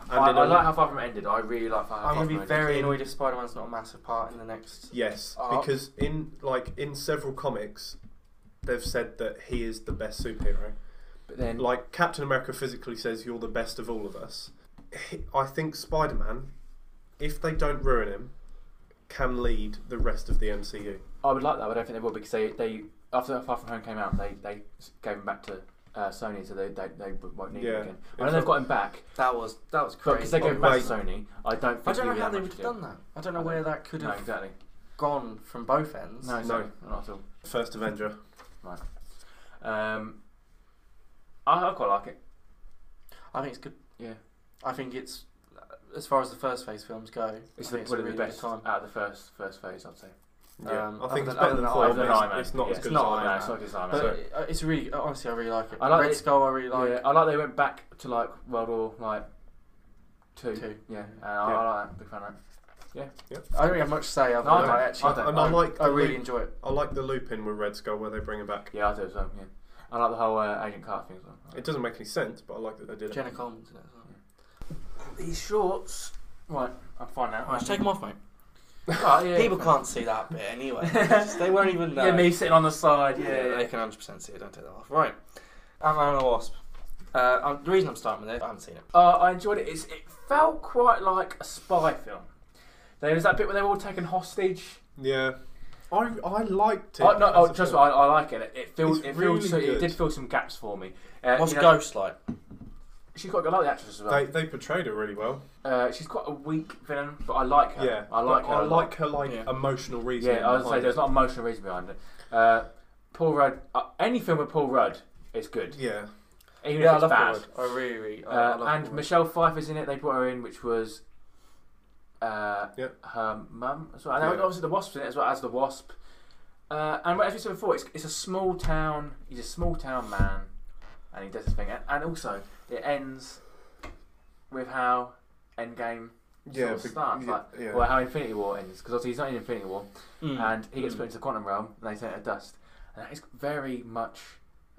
Speaker 3: I,
Speaker 4: in
Speaker 3: I
Speaker 4: a-
Speaker 3: like how far from it ended. I really like how
Speaker 2: I'm
Speaker 3: far
Speaker 2: going
Speaker 3: from
Speaker 2: to
Speaker 3: it
Speaker 2: be
Speaker 3: ended.
Speaker 2: very
Speaker 4: In-
Speaker 2: annoyed if Spider-Man's not a massive part in the next.
Speaker 4: Yes,
Speaker 2: arc.
Speaker 4: because in like in several comics, they've said that he is the best superhero.
Speaker 3: But then,
Speaker 4: Like Captain America physically says, "You're the best of all of us." He- I think Spider Man, if they don't ruin him, can lead the rest of the MCU.
Speaker 3: I would like that, but I don't think they will because they, they after Far From Home came out, they, they gave him back to uh, Sony, so they, they, they won't need
Speaker 4: Yeah.
Speaker 3: him again. I know they've got him back,
Speaker 2: That was that was
Speaker 3: but
Speaker 2: crazy.
Speaker 3: because they gave him back to Sony, I don't think
Speaker 2: I don't
Speaker 3: he
Speaker 2: know
Speaker 3: would
Speaker 2: how
Speaker 3: have
Speaker 2: they would
Speaker 3: much
Speaker 2: have
Speaker 3: to do.
Speaker 2: done that. I don't know
Speaker 3: I
Speaker 2: where that could
Speaker 3: No,
Speaker 2: have
Speaker 3: exactly.
Speaker 2: gone from both ends.
Speaker 3: No,
Speaker 4: No.
Speaker 3: sorry, not at all.
Speaker 4: First Avenger.
Speaker 3: Um, I, I quite like it.
Speaker 2: I think it's good.
Speaker 3: Yeah.
Speaker 2: I think it's uh, as far as the first phase films go.
Speaker 3: It's
Speaker 2: I
Speaker 3: the,
Speaker 2: think
Speaker 3: one of the
Speaker 2: really good
Speaker 3: best
Speaker 2: time.
Speaker 3: out of the first first phase, I'd say.
Speaker 4: Yeah,
Speaker 2: Um,
Speaker 4: I
Speaker 2: other
Speaker 4: think
Speaker 2: than-
Speaker 4: it's better
Speaker 2: other
Speaker 4: than
Speaker 2: than
Speaker 4: four.
Speaker 2: Iron
Speaker 4: but
Speaker 2: Man.
Speaker 4: it's, it's not
Speaker 3: Yeah.
Speaker 4: as
Speaker 2: It's
Speaker 4: good
Speaker 2: not
Speaker 4: as
Speaker 2: Iron
Speaker 3: No,
Speaker 4: Iron
Speaker 2: Man.
Speaker 4: Man.
Speaker 3: it's not as
Speaker 2: But
Speaker 3: Iron Man.
Speaker 2: it- uh, it's really honestly, I really like it.
Speaker 3: I like
Speaker 2: Red
Speaker 3: it-
Speaker 2: Skull, I really like.
Speaker 3: Yeah, I like they went back to like World War like two.
Speaker 2: Two.
Speaker 3: Yeah, and
Speaker 4: Yeah.
Speaker 3: I, I like that. Big fan of that.
Speaker 2: I don't really have much to say. Other
Speaker 3: No, I
Speaker 2: than
Speaker 3: don't.
Speaker 2: I actually,
Speaker 3: I don't.
Speaker 4: And I like
Speaker 2: I
Speaker 4: the
Speaker 2: really
Speaker 4: loop-
Speaker 2: enjoy it.
Speaker 4: I like the loop in with Red Skull where they bring him back.
Speaker 3: Yeah, I do as well. Yeah, I like the whole uh, Agent Carter thing as well.
Speaker 4: It doesn't make any sense, but I like that they did it.
Speaker 2: Jenna Coleman's in it. As well. These shorts.
Speaker 3: Right, I'm fine now.
Speaker 2: Right, just take them off, mate.
Speaker 3: <laughs> Right, yeah,
Speaker 2: People
Speaker 3: fine.
Speaker 2: can't see that bit anyway. they won't even know.
Speaker 3: <laughs> Yeah, me sitting on the side. Yeah,
Speaker 2: Yeah,
Speaker 3: yeah.
Speaker 2: they can 100% see it. Don't take that off. Right. Ant-Man and the Wasp. Uh, um, the reason I'm starting with it, I haven't seen it.
Speaker 3: Uh, I enjoyed it. It's, it felt quite like a spy film. There was that bit where they were all taken hostage.
Speaker 4: Yeah, I I liked it.
Speaker 3: Oh, no,
Speaker 4: as
Speaker 3: oh,
Speaker 4: a
Speaker 3: trust me,
Speaker 4: film.
Speaker 3: I, I like it. It feels,
Speaker 4: It's
Speaker 3: it feels,
Speaker 4: really
Speaker 3: so, it
Speaker 4: good.
Speaker 3: did fill some gaps for me. Uh,
Speaker 2: What's
Speaker 3: you know,
Speaker 2: Ghost like?
Speaker 3: She's quite good. I like the actress as well.
Speaker 4: They, they portrayed her really well.
Speaker 3: uh, she's quite a weak villain, but I like her.
Speaker 4: Yeah,
Speaker 3: I like
Speaker 4: but
Speaker 3: her.
Speaker 4: I
Speaker 3: a lot.
Speaker 4: like her like
Speaker 2: Yeah.
Speaker 4: emotional reason.
Speaker 3: Yeah, I would say there's not emotional reason behind it. Uh, Paul Rudd. Uh, any film with Paul Rudd is good,
Speaker 4: Yeah,
Speaker 3: even
Speaker 2: Yeah, I
Speaker 3: if it's
Speaker 2: love
Speaker 3: bad.
Speaker 2: Paul Rudd. I really, really. I, I
Speaker 3: Uh,
Speaker 2: love
Speaker 3: and
Speaker 2: Paul Rudd.
Speaker 3: Michelle Pfeiffer's in it. They brought her in, which was uh,
Speaker 4: Yep.
Speaker 3: her mum as well. And
Speaker 4: Yeah.
Speaker 3: obviously the Wasp's in it as well as the Wasp. Uh, and as we said before, it's, it's a small town. He's a small town man, and he does his thing. And, and also, it ends with how Endgame
Speaker 4: yeah,
Speaker 3: sort of
Speaker 4: be-
Speaker 3: starts,
Speaker 4: yeah,
Speaker 3: like,
Speaker 4: yeah.
Speaker 3: well, how Infinity War ends, because obviously he's not in Infinity War,
Speaker 2: Mm.
Speaker 3: and he gets
Speaker 2: Mm.
Speaker 3: put into the quantum realm, and they turn to dust. And that is very much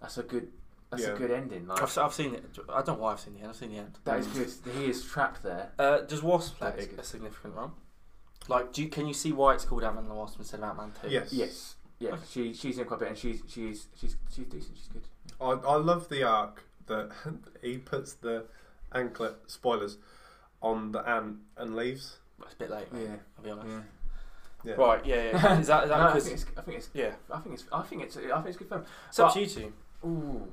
Speaker 3: that's a good that's
Speaker 4: Yeah.
Speaker 3: a good ending. Like
Speaker 2: I've, s- I've seen it. I don't know why I've seen the end. I've seen the end.
Speaker 3: that is good. He is trapped there.
Speaker 2: Uh, does Wasp play
Speaker 3: That is good.
Speaker 2: a significant role? Like, do you, can you see why it's called Ant-Man and the Wasp instead of Ant-Man 2?
Speaker 4: yes,
Speaker 3: Yes. Yeah, she she's in quite a bit, and she's she's she's she's decent. She's good.
Speaker 4: I, I love the arc that <laughs> he puts the anklet spoilers on the ant and leaves.
Speaker 2: It's a bit late, mate. I'll be honest.
Speaker 3: yeah.
Speaker 4: Yeah,
Speaker 2: Right, yeah, yeah. Is that, is that
Speaker 3: <laughs> no, I
Speaker 2: because...
Speaker 3: think it's I think it's
Speaker 2: yeah.
Speaker 3: I think it's I think it's I think it's a good film.
Speaker 2: It's up
Speaker 3: But-
Speaker 2: to you two.
Speaker 3: Ooh,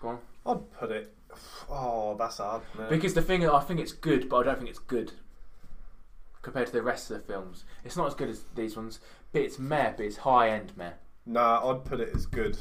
Speaker 3: go on.
Speaker 4: I'd put it. <sighs> Oh, that's hard. No.
Speaker 3: Because the thing, I think it's good, but I don't think it's good compared to the rest of the films. It's not as good as these ones, but it's meh, but it's high end meh.
Speaker 4: Nah, I'd put it as good.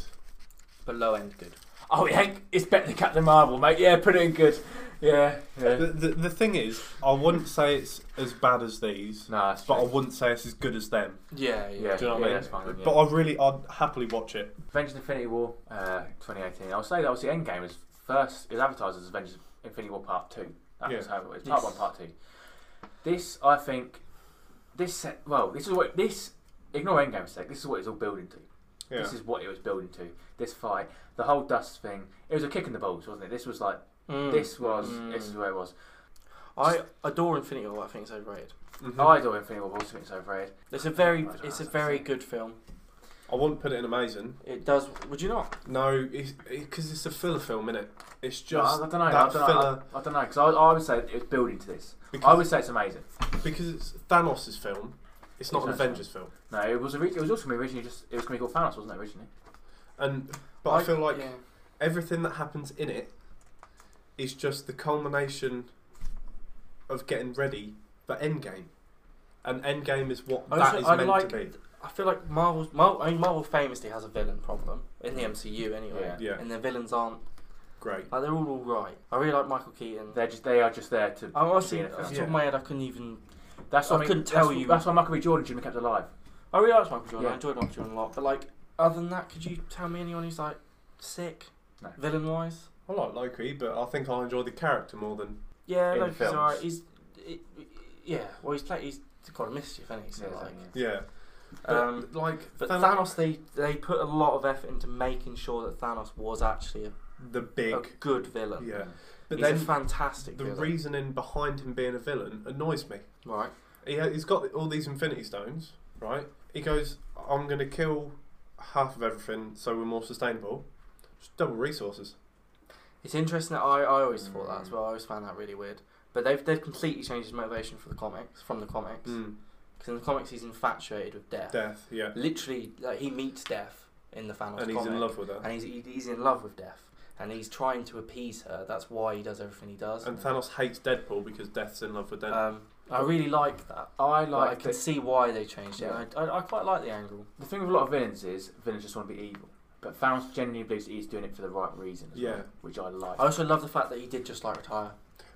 Speaker 2: But low end good.
Speaker 3: Oh, yeah, it's better than Captain Marvel, mate. Yeah, put it in good. Yeah, yeah.
Speaker 4: The, the, the thing is, I wouldn't say it's as bad as these,
Speaker 3: Nah, it's
Speaker 4: but I
Speaker 3: true.
Speaker 4: wouldn't say it's as good as them.
Speaker 2: Yeah, yeah.
Speaker 3: yeah,
Speaker 4: Do you know what I
Speaker 3: yeah,
Speaker 4: mean?
Speaker 3: that's fine, yeah.
Speaker 4: But I really, I'd happily watch it.
Speaker 3: Avengers Infinity War uh, 2018. I'll say that obviously Endgame was first, it was advertised as Avengers Infinity War Part 2. That
Speaker 4: Yeah.
Speaker 3: was how it was.
Speaker 2: Yes.
Speaker 3: Part 1, Part 2. This, I think, this set, well, this is what, this, ignore Endgame for a sec, this is what it's all building to.
Speaker 4: Yeah.
Speaker 3: This is what it was building to. This fight, the whole dust thing, it was a kick in the balls, wasn't it? This was like,
Speaker 2: Mm.
Speaker 3: this was,
Speaker 2: Mm.
Speaker 3: this is where it was.
Speaker 2: I adore Infinity War. I think it's overrated.
Speaker 4: Mhm.
Speaker 3: I do Infinity War, also it's overrated.
Speaker 2: It's a very,
Speaker 3: I don't
Speaker 2: it's a
Speaker 3: know,
Speaker 2: very
Speaker 3: that's-
Speaker 2: good film.
Speaker 4: I wouldn't put it in amazing.
Speaker 2: It does. Would you not?
Speaker 4: No, because it's, a filler film, innit? It's
Speaker 3: Just
Speaker 4: just
Speaker 3: I, don't know, I don't
Speaker 4: that
Speaker 3: know,
Speaker 4: filler
Speaker 3: I, I don't know, because I, I would say it was building to this. I
Speaker 4: because,
Speaker 3: would say it's amazing.
Speaker 4: because it's Thanos' film. It's not an
Speaker 3: Exactly.
Speaker 4: Avengers film,
Speaker 3: No, it was ori- it was also gonna be originally just it was gonna be called Thanos, wasn't it originally?
Speaker 4: and but I, feel like
Speaker 2: yeah.
Speaker 4: everything that happens in it is just the culmination of getting ready for Endgame, and Endgame is what
Speaker 2: I
Speaker 4: that
Speaker 2: also-
Speaker 4: is
Speaker 2: I
Speaker 4: meant
Speaker 2: like-
Speaker 4: to be.
Speaker 2: I feel like Marvel's. Marvel, I mean, Marvel famously has a villain problem in the MCU anyway,
Speaker 3: Mm. Yeah.
Speaker 4: Yeah,
Speaker 2: and their villains aren't
Speaker 4: great.
Speaker 2: like they're all all right. I really like Michael Keaton.
Speaker 3: They're just they are just there to.
Speaker 2: Oh, I honestly,
Speaker 3: Yeah.
Speaker 2: off the top of my head, I couldn't even.
Speaker 3: That's why
Speaker 2: I couldn't tell
Speaker 3: that's,
Speaker 2: you.
Speaker 3: That's why Michael B. Jordan should be kept alive.
Speaker 2: I really liked Michael Jordan. I
Speaker 3: Yeah.
Speaker 2: enjoyed Michael Jordan a lot, but like other than that, could you tell me anyone who's like sick,
Speaker 3: No.
Speaker 2: villain wise?
Speaker 4: I like Loki, but I think I enjoy the character more than
Speaker 2: Yeah,
Speaker 3: In the
Speaker 2: Loki's alright.
Speaker 3: films.
Speaker 2: He's, it, yeah. Well, he's play, he's quite a mischief, isn't he? So
Speaker 3: Yeah,
Speaker 2: like,
Speaker 4: yeah. But,
Speaker 2: um,
Speaker 4: like
Speaker 2: but
Speaker 4: Thanos,
Speaker 2: Thanos, they they put a lot of effort into making sure that Thanos was actually a,
Speaker 4: the big
Speaker 2: a good villain.
Speaker 4: yeah. But
Speaker 2: Oh, he's
Speaker 4: then
Speaker 2: a fantastic
Speaker 4: the
Speaker 2: villain.
Speaker 4: reasoning behind him being a villain annoys me.
Speaker 2: right.
Speaker 4: He, he's got all these Infinity Stones, right? He goes, I'm going to kill half of everything so we're more sustainable. Just double resources.
Speaker 2: It's interesting that I, I always thought
Speaker 4: Mm.
Speaker 2: that as well. I always found that really weird. But they've they've completely changed his motivation for the comics from the comics because in the comics he's infatuated with death.
Speaker 4: Mm. Hmm, Death, yeah.
Speaker 2: Literally, like, he meets death in the Thanos
Speaker 4: And he's
Speaker 2: comic,
Speaker 4: in love with her.
Speaker 2: and he's he- he's in love with death, and he's trying to appease her. That's why he does everything he does.
Speaker 4: And Thanos hates Deadpool because Death's in love with Deadpool.
Speaker 2: um, I really like that.
Speaker 3: I
Speaker 2: Like, I
Speaker 3: like
Speaker 2: can
Speaker 3: the,
Speaker 2: see why they changed it.
Speaker 3: Yeah.
Speaker 2: and I, I, I quite like the angle.
Speaker 3: the thing with a lot of villains is villains just want to be evil, but Thanos genuinely believes he's doing it for the right reason. As
Speaker 4: Yeah.
Speaker 3: well, which I like.
Speaker 2: I also love the fact that he did just like retire.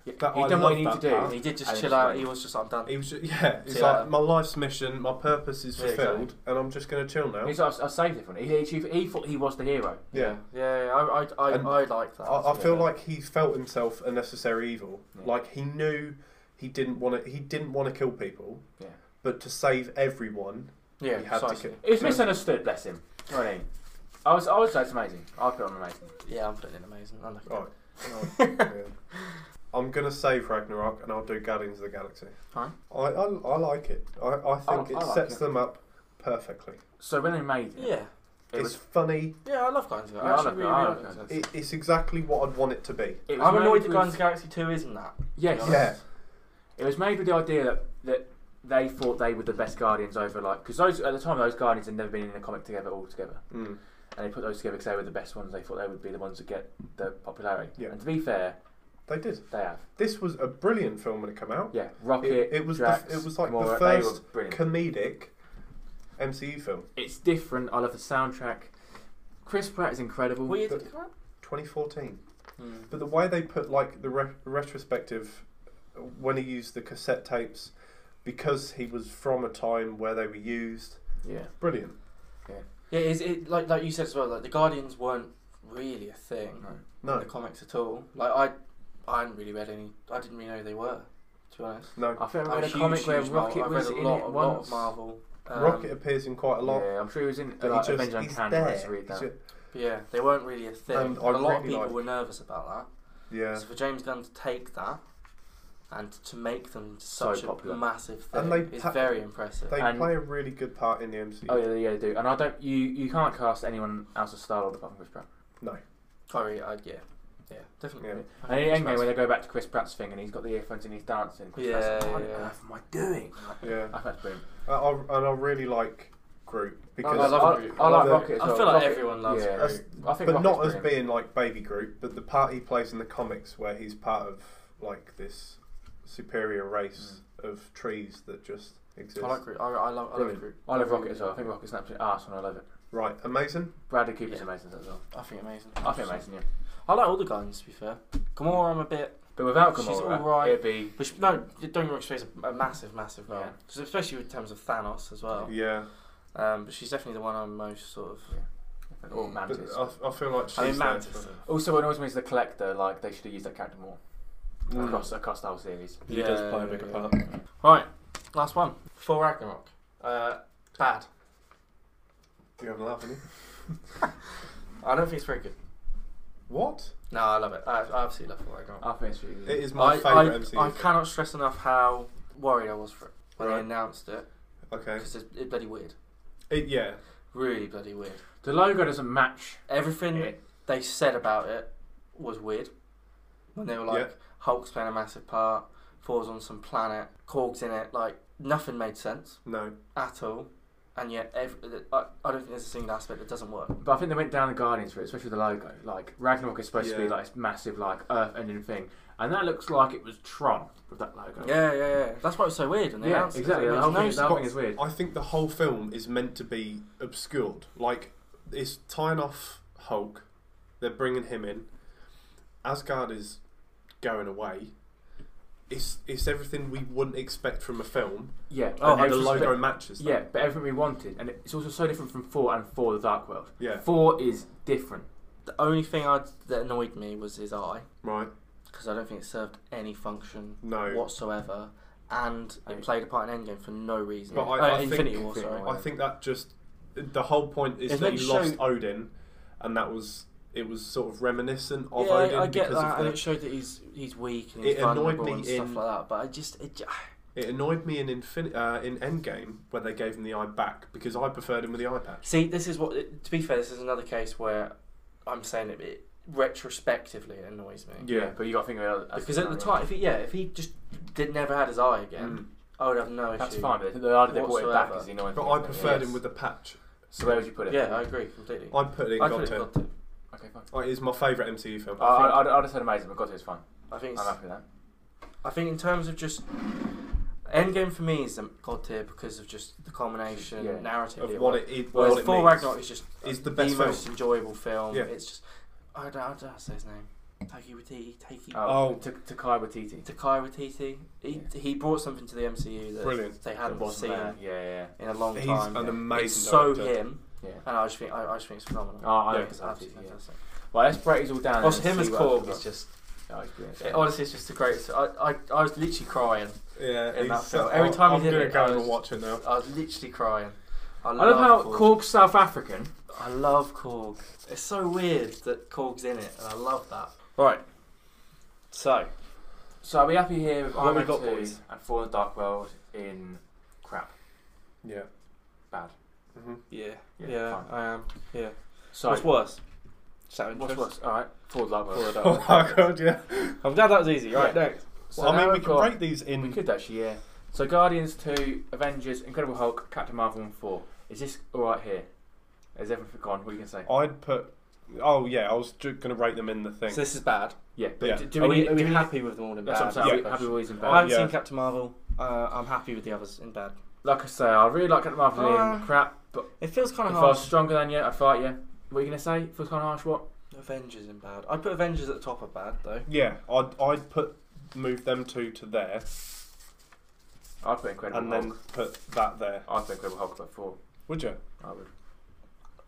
Speaker 3: Yeah,
Speaker 4: That-
Speaker 3: he
Speaker 4: I
Speaker 3: done what he
Speaker 4: love
Speaker 3: needed to
Speaker 4: that
Speaker 3: do.
Speaker 4: part.
Speaker 2: He did just
Speaker 3: And
Speaker 2: chill
Speaker 3: it's
Speaker 2: out.
Speaker 3: like-
Speaker 2: He was just like, I'm done.
Speaker 4: he was ju- <laughs> yeah, it's
Speaker 2: Uh, Yeah.
Speaker 4: like my life's mission, my purpose is
Speaker 2: Yeah,
Speaker 4: fulfilled,
Speaker 2: exactly.
Speaker 4: and I'm just going to chill now.
Speaker 3: He's like, I, I saved it from it. He, he, he thought he was the hero.
Speaker 4: Yeah.
Speaker 2: yeah, yeah, I, I, I,
Speaker 4: And
Speaker 2: I like that.
Speaker 4: I, I feel
Speaker 3: yeah.
Speaker 4: like he felt himself a necessary evil.
Speaker 3: Yeah.
Speaker 4: Like he knew he didn't want to. He didn't want to kill people.
Speaker 3: Yeah.
Speaker 4: But to save everyone,
Speaker 2: yeah,
Speaker 4: he had to
Speaker 2: precisely.
Speaker 4: kill.
Speaker 3: It was misunderstood. Bless him. You know what I mean? I was, I was that's amazing. I put on amazing.
Speaker 2: Yeah, I'm putting in amazing. I'm looking
Speaker 3: <laughs>
Speaker 4: Right.
Speaker 2: at it.
Speaker 4: yeah. I'm gonna save Ragnarok, and I'll do Guardians of the Galaxy.
Speaker 2: Fine.
Speaker 4: I, I, I like it. I, I think
Speaker 3: Oh, I-
Speaker 4: it
Speaker 3: I like
Speaker 4: sets
Speaker 3: it.
Speaker 4: them up perfectly.
Speaker 3: So when they made it,
Speaker 2: yeah,
Speaker 3: it
Speaker 4: it's
Speaker 3: was.
Speaker 4: funny.
Speaker 2: yeah, I love Guardians of the
Speaker 3: Yeah, I
Speaker 2: Galaxy.
Speaker 3: love
Speaker 2: Actually,
Speaker 3: it.
Speaker 2: really,
Speaker 3: I
Speaker 2: really
Speaker 3: love
Speaker 2: like
Speaker 3: it.
Speaker 4: It, it's exactly what I'd want it to be.
Speaker 3: It was
Speaker 2: I'm annoyed
Speaker 3: made
Speaker 2: that
Speaker 3: with-
Speaker 2: Guardians of the Galaxy 2 isn't that.
Speaker 3: Yes.
Speaker 4: Yeah.
Speaker 3: It was made with the idea that, that they thought they were the best Guardians over, like, because those at the time those Guardians had never been in a comic together all together,
Speaker 4: Mm.
Speaker 3: and they put those together because they were the best ones. They thought they would be the ones that get the popularity.
Speaker 4: Yeah.
Speaker 3: And to be fair,
Speaker 4: They did.
Speaker 3: they have.
Speaker 4: This was a brilliant film when it came out.
Speaker 3: Yeah. Rocket.
Speaker 4: It- it was the-
Speaker 3: Drax,
Speaker 4: it was like the
Speaker 3: Gamora, They
Speaker 4: first
Speaker 3: were brilliant.
Speaker 4: Comedic MCU film.
Speaker 3: it's different. I love the soundtrack. Chris Pratt is incredible.
Speaker 2: What year
Speaker 4: But-
Speaker 2: did it come out?
Speaker 4: 2014.
Speaker 2: Hmm.
Speaker 4: But the way they put like the re- retrospective uh, when he used the cassette tapes because he was from a time where they were used.
Speaker 3: yeah.
Speaker 4: Brilliant.
Speaker 2: Yeah, is it like like you said as well? Like the Guardians weren't really a thing in
Speaker 4: No,
Speaker 2: the comics at all. Like I, I hadn't really read any. I didn't really know who they were. To be honest,
Speaker 4: no.
Speaker 3: I think I
Speaker 2: I'm
Speaker 3: read
Speaker 2: a
Speaker 3: a
Speaker 2: huge,
Speaker 3: comic where
Speaker 2: huge
Speaker 3: Rocket
Speaker 2: Marvel.
Speaker 3: was
Speaker 2: I read
Speaker 3: in
Speaker 2: a lot,
Speaker 3: it
Speaker 2: a
Speaker 3: once.
Speaker 2: lot of Marvel. Um,
Speaker 4: Rocket appears in quite a lot.
Speaker 3: Uh, Yeah, I'm sure he was in
Speaker 4: but
Speaker 3: uh,
Speaker 4: he
Speaker 3: like,
Speaker 4: just-
Speaker 3: Avengers
Speaker 4: he's
Speaker 3: Uncanny.
Speaker 4: there.
Speaker 3: I just read that.
Speaker 4: He's ju-
Speaker 2: Yeah, they weren't really a thing.
Speaker 4: And
Speaker 2: a
Speaker 4: I
Speaker 2: lot of
Speaker 4: really
Speaker 2: people
Speaker 4: like-
Speaker 2: were nervous about that.
Speaker 4: yeah.
Speaker 2: So for James Gunn to take that and to make them
Speaker 3: So
Speaker 2: such a
Speaker 3: popular.
Speaker 2: massive thing
Speaker 4: And they
Speaker 2: is
Speaker 4: pa-
Speaker 2: very impressive.
Speaker 4: They
Speaker 3: And-
Speaker 4: play a really good part in the MCU.
Speaker 3: Oh yeah, yeah, they do. And I don't. You you can't cast anyone else as Star Lord apart from Chris Pratt.
Speaker 4: No.
Speaker 2: Sorry, I, yeah, yeah, definitely.
Speaker 4: Yeah.
Speaker 3: And in
Speaker 2: Chris
Speaker 3: Endgame,
Speaker 2: Pratt's-
Speaker 3: when they go back to Chris Pratt's thing and he's got the earphones and he's dancing, Chris
Speaker 2: Yeah,
Speaker 3: Pratt's like, "What
Speaker 2: yeah.
Speaker 3: on earth am I doing?"
Speaker 4: Yeah.
Speaker 3: I think that's brilliant.
Speaker 4: I, I, and I really like Groot
Speaker 3: Oh, I,
Speaker 4: because
Speaker 2: I love
Speaker 3: love
Speaker 2: Groot.
Speaker 3: I, like
Speaker 4: The-
Speaker 3: Rocket. As
Speaker 2: I
Speaker 3: well.
Speaker 2: feel like
Speaker 3: Rocket-
Speaker 2: everyone loves
Speaker 3: yeah.
Speaker 2: Groot.
Speaker 3: I think
Speaker 4: but not
Speaker 3: Rocket's
Speaker 4: as
Speaker 3: brilliant.
Speaker 4: being like baby Groot, but the part he plays in the comics where he's part of like this superior race of trees that just exist.
Speaker 2: Mm. I like Groot. I, I love. I love
Speaker 4: Brilliant.
Speaker 2: Groot.
Speaker 3: I love Rocket as well. I think Rocket's an absolute arse and I love it.
Speaker 4: Right, amazing.
Speaker 3: Bradley Cooper's
Speaker 2: Yeah.
Speaker 3: amazing as well.
Speaker 2: I think amazing.
Speaker 3: I think amazing, yeah.
Speaker 2: I like all the guns. To be fair, Gamora, I'm a bit.
Speaker 3: But without
Speaker 2: She's
Speaker 3: Gamora,
Speaker 2: alright.
Speaker 3: it'd be
Speaker 2: Which no, don't get me wrong. She's a massive, massive role,
Speaker 3: Yeah.
Speaker 2: 'Cause especially in terms of Thanos as well.
Speaker 4: Yeah,
Speaker 2: Um, but she's definitely the one I'm most sort of.
Speaker 3: or
Speaker 2: Mm.
Speaker 4: but
Speaker 3: Mantis.
Speaker 4: I, I feel like she's
Speaker 2: I mean,
Speaker 4: there
Speaker 2: Mantis.
Speaker 4: for-
Speaker 3: Also, it annoys me as the collector. Like they should have used that character more
Speaker 4: Mm.
Speaker 3: across across the whole series.
Speaker 4: He does play a bigger part.
Speaker 2: Right, last one. For Ragnarok, uh, bad.
Speaker 4: You haven't laughed, have you?
Speaker 2: I don't think it's very good.
Speaker 4: What?
Speaker 2: No, I love it. I, I absolutely love For Ragnarok.
Speaker 3: I think it's really.
Speaker 4: It is my
Speaker 2: I, I,
Speaker 4: favourite MCU.
Speaker 2: I
Speaker 4: film.
Speaker 2: cannot stress enough how worried I was for it when they
Speaker 4: Right.
Speaker 2: announced it
Speaker 4: Okay.
Speaker 2: because it's, it's bloody weird.
Speaker 4: It, yeah.
Speaker 2: Really bloody weird.
Speaker 3: the logo doesn't match.
Speaker 2: Everything
Speaker 3: It.
Speaker 2: they said about it was weird. When they were like,
Speaker 4: Yeah.
Speaker 2: Hulk's playing a massive part, Thor's on some planet, Korg's in it. Like nothing made sense
Speaker 4: No.
Speaker 2: at all. And yet, ev I, I don't think there's a single aspect that doesn't work.
Speaker 3: But I think they went down the Guardians route, especially the logo. Like Ragnarok is supposed to be
Speaker 4: Yeah.
Speaker 3: like this massive, like Earth-ending thing, and that looks like it was Tron with that logo.
Speaker 2: Yeah, yeah, yeah. That's why it was so weird. And they
Speaker 3: Yeah,
Speaker 2: announced it.
Speaker 3: exactly.
Speaker 2: It
Speaker 3: The
Speaker 2: makes
Speaker 3: whole
Speaker 2: no
Speaker 3: thing, the whole
Speaker 4: sense.
Speaker 3: thing is weird.
Speaker 4: I think the whole film is meant to be obscured. Like, it's tying off Hulk. They're bringing him in. Asgard is going away. It's it's everything we wouldn't expect from a film.
Speaker 3: Yeah.
Speaker 2: Oh,
Speaker 3: and
Speaker 4: and the
Speaker 3: everything-
Speaker 4: logo matches.
Speaker 3: Yeah,
Speaker 4: That.
Speaker 3: but everything we wanted, and it's also so different from Four and Four: The Dark World.
Speaker 4: Yeah.
Speaker 3: Four is different.
Speaker 2: The only thing i that annoyed me was his eye,
Speaker 4: Right.
Speaker 2: because I don't think it served any function
Speaker 4: No.
Speaker 2: whatsoever, and it played a part in Endgame for no reason.
Speaker 4: But I-
Speaker 2: Uh,
Speaker 4: I think-
Speaker 2: Infinity War, sorry.
Speaker 4: I think that just the whole point is
Speaker 2: It's
Speaker 4: that
Speaker 2: meant
Speaker 4: he
Speaker 2: to
Speaker 4: lost
Speaker 2: show-
Speaker 4: Odin, and that was it was sort of reminiscent of
Speaker 2: yeah,
Speaker 4: Odin
Speaker 2: I, I get
Speaker 4: because
Speaker 2: that,
Speaker 4: of
Speaker 2: and
Speaker 4: the,
Speaker 2: it showed that he's he's weak and he's
Speaker 4: It annoyed
Speaker 2: vulnerable
Speaker 4: me
Speaker 2: and stuff
Speaker 4: in-
Speaker 2: like that. But I just it, j-
Speaker 4: It annoyed me in Infin- uh, in Endgame when they gave him the eye back because I preferred him with the eye patch.
Speaker 2: see this is what to be fair, this is another case where I'm saying it, it retrospectively it annoys me Uh,
Speaker 4: Yeah.
Speaker 3: but you got to think about it as-
Speaker 2: because at the time, if he, yeah, if he just did never had his eye again,
Speaker 4: Mm.
Speaker 2: I would have no
Speaker 3: that's
Speaker 2: issue.
Speaker 3: fine. But the idea they brought it back
Speaker 2: Whatsoever.
Speaker 3: is the annoying
Speaker 4: But
Speaker 3: thing,
Speaker 4: I
Speaker 3: isn't it?
Speaker 4: preferred
Speaker 3: Yes.
Speaker 4: him with the patch.
Speaker 3: So where would you put it?
Speaker 2: Yeah, I agree completely.
Speaker 4: I put it in
Speaker 2: I Uh, feel
Speaker 4: God
Speaker 2: it
Speaker 4: Tier.
Speaker 2: got to.
Speaker 3: Okay, fine.
Speaker 4: Oh, It is my favourite MCU film.
Speaker 3: I, I, I'd, I'd have said amazing, but God, it's fine.
Speaker 2: I think
Speaker 3: I'm
Speaker 2: it's,
Speaker 3: happy with that.
Speaker 2: I think in terms of just Endgame for me is a god tier because of just the culmination
Speaker 3: Yeah.
Speaker 2: narratively.
Speaker 4: of what it is.
Speaker 2: whereas
Speaker 4: what it
Speaker 2: Thor
Speaker 4: means.
Speaker 2: Ragnarok is just uh,
Speaker 4: It's the best
Speaker 2: most enjoyable film.
Speaker 4: Yeah.
Speaker 2: It's just I don't, I don't know how to say his name. Taiki Waititi. Taiki
Speaker 4: Oh.
Speaker 3: T- Takai Waititi.
Speaker 2: Takai Waititi. He he brought something to the MCU that
Speaker 4: Brilliant.
Speaker 2: they
Speaker 3: That
Speaker 2: hadn't
Speaker 3: wasn't
Speaker 2: seen
Speaker 3: there. uh, Yeah, yeah,
Speaker 2: in a long
Speaker 4: He's
Speaker 2: time.
Speaker 4: an
Speaker 3: yeah.
Speaker 4: amazing
Speaker 2: it's so
Speaker 4: director.
Speaker 2: him,
Speaker 3: yeah.
Speaker 2: and I just think I, I just think it's phenomenal.
Speaker 3: Oh, I
Speaker 4: Yeah,
Speaker 3: like
Speaker 2: it's
Speaker 3: this
Speaker 2: absolutely
Speaker 3: Waititi, yeah.
Speaker 2: fantastic.
Speaker 3: Well, let's break these all down.
Speaker 2: Also, him
Speaker 3: and
Speaker 2: as
Speaker 3: see what-
Speaker 2: Korg is just
Speaker 3: Oh, he's brilliant.
Speaker 2: it, honestly it's just the greatest. I, I I was literally crying.
Speaker 4: Yeah,
Speaker 2: in that
Speaker 4: he's so-
Speaker 2: film. Every time he
Speaker 4: I'm
Speaker 2: did
Speaker 4: gonna
Speaker 2: it, I
Speaker 4: go
Speaker 2: was-
Speaker 4: and watch it now.
Speaker 2: I was literally crying. I,
Speaker 3: I love how
Speaker 2: Korg.
Speaker 3: Korg's South African.
Speaker 2: I love Korg. It's so weird that Korg's in it, and I love that. Right. So,
Speaker 3: So are we happy here with
Speaker 2: What
Speaker 3: Iron
Speaker 2: we
Speaker 3: Man
Speaker 2: got,
Speaker 3: 2
Speaker 2: boys?
Speaker 3: and Four in the Dark World in crap,
Speaker 4: Yeah.
Speaker 3: bad?
Speaker 4: hmm
Speaker 2: yeah,
Speaker 3: Yeah,
Speaker 2: yeah,
Speaker 3: fine.
Speaker 2: I am. Yeah.
Speaker 3: So
Speaker 2: What's worse? Is that
Speaker 3: What's
Speaker 2: interest?
Speaker 3: worse? All right, Four in the Dark World.
Speaker 2: Four in the
Speaker 4: <laughs>
Speaker 2: <laughs>
Speaker 4: Oh my god, yeah.
Speaker 2: I'm glad that was easy. Right,
Speaker 3: Yeah.
Speaker 2: next.
Speaker 3: So
Speaker 4: well, I
Speaker 3: now
Speaker 4: mean, we
Speaker 3: we've
Speaker 4: can
Speaker 3: got-
Speaker 4: break these
Speaker 3: We
Speaker 4: in.
Speaker 3: could actually, yeah. So Guardians 2, Avengers, Incredible Hulk, Captain Marvel and 4. Is this alright here? Is everything gone? What are you going to say?
Speaker 4: I'd put. Oh yeah, I was ju- gonna rate them in the thing.
Speaker 2: So this is bad.
Speaker 3: Yeah, but
Speaker 4: Yeah.
Speaker 3: Do, do
Speaker 2: Do
Speaker 3: we,
Speaker 2: are we,
Speaker 3: need-
Speaker 2: are
Speaker 3: do
Speaker 2: we
Speaker 3: we need-
Speaker 2: happy with them all in
Speaker 3: That's
Speaker 2: bad?
Speaker 3: what I'm saying.
Speaker 4: Yeah.
Speaker 3: we- Happy always in
Speaker 2: I
Speaker 3: bad.
Speaker 2: haven't
Speaker 4: Yeah.
Speaker 2: seen Captain Marvel. Uh, I'm happy with the others in bad.
Speaker 3: Like I say, I really like Captain Marvel in
Speaker 2: Uh,
Speaker 3: crap, but
Speaker 2: It feels kind
Speaker 3: if
Speaker 2: of
Speaker 3: I was
Speaker 2: harsh.
Speaker 3: stronger than you, I'd fight you. What are you going to say? If it was kind of harsh, what?
Speaker 2: Avengers in bad. I put Avengers at the top of bad though.
Speaker 4: Yeah, I'd I'd put move them two to there
Speaker 3: I'd put Incredible
Speaker 4: and
Speaker 3: Hulk.
Speaker 4: then put that there.
Speaker 3: I'd put Incredible Hulk at 4.
Speaker 4: Would you?
Speaker 3: I would.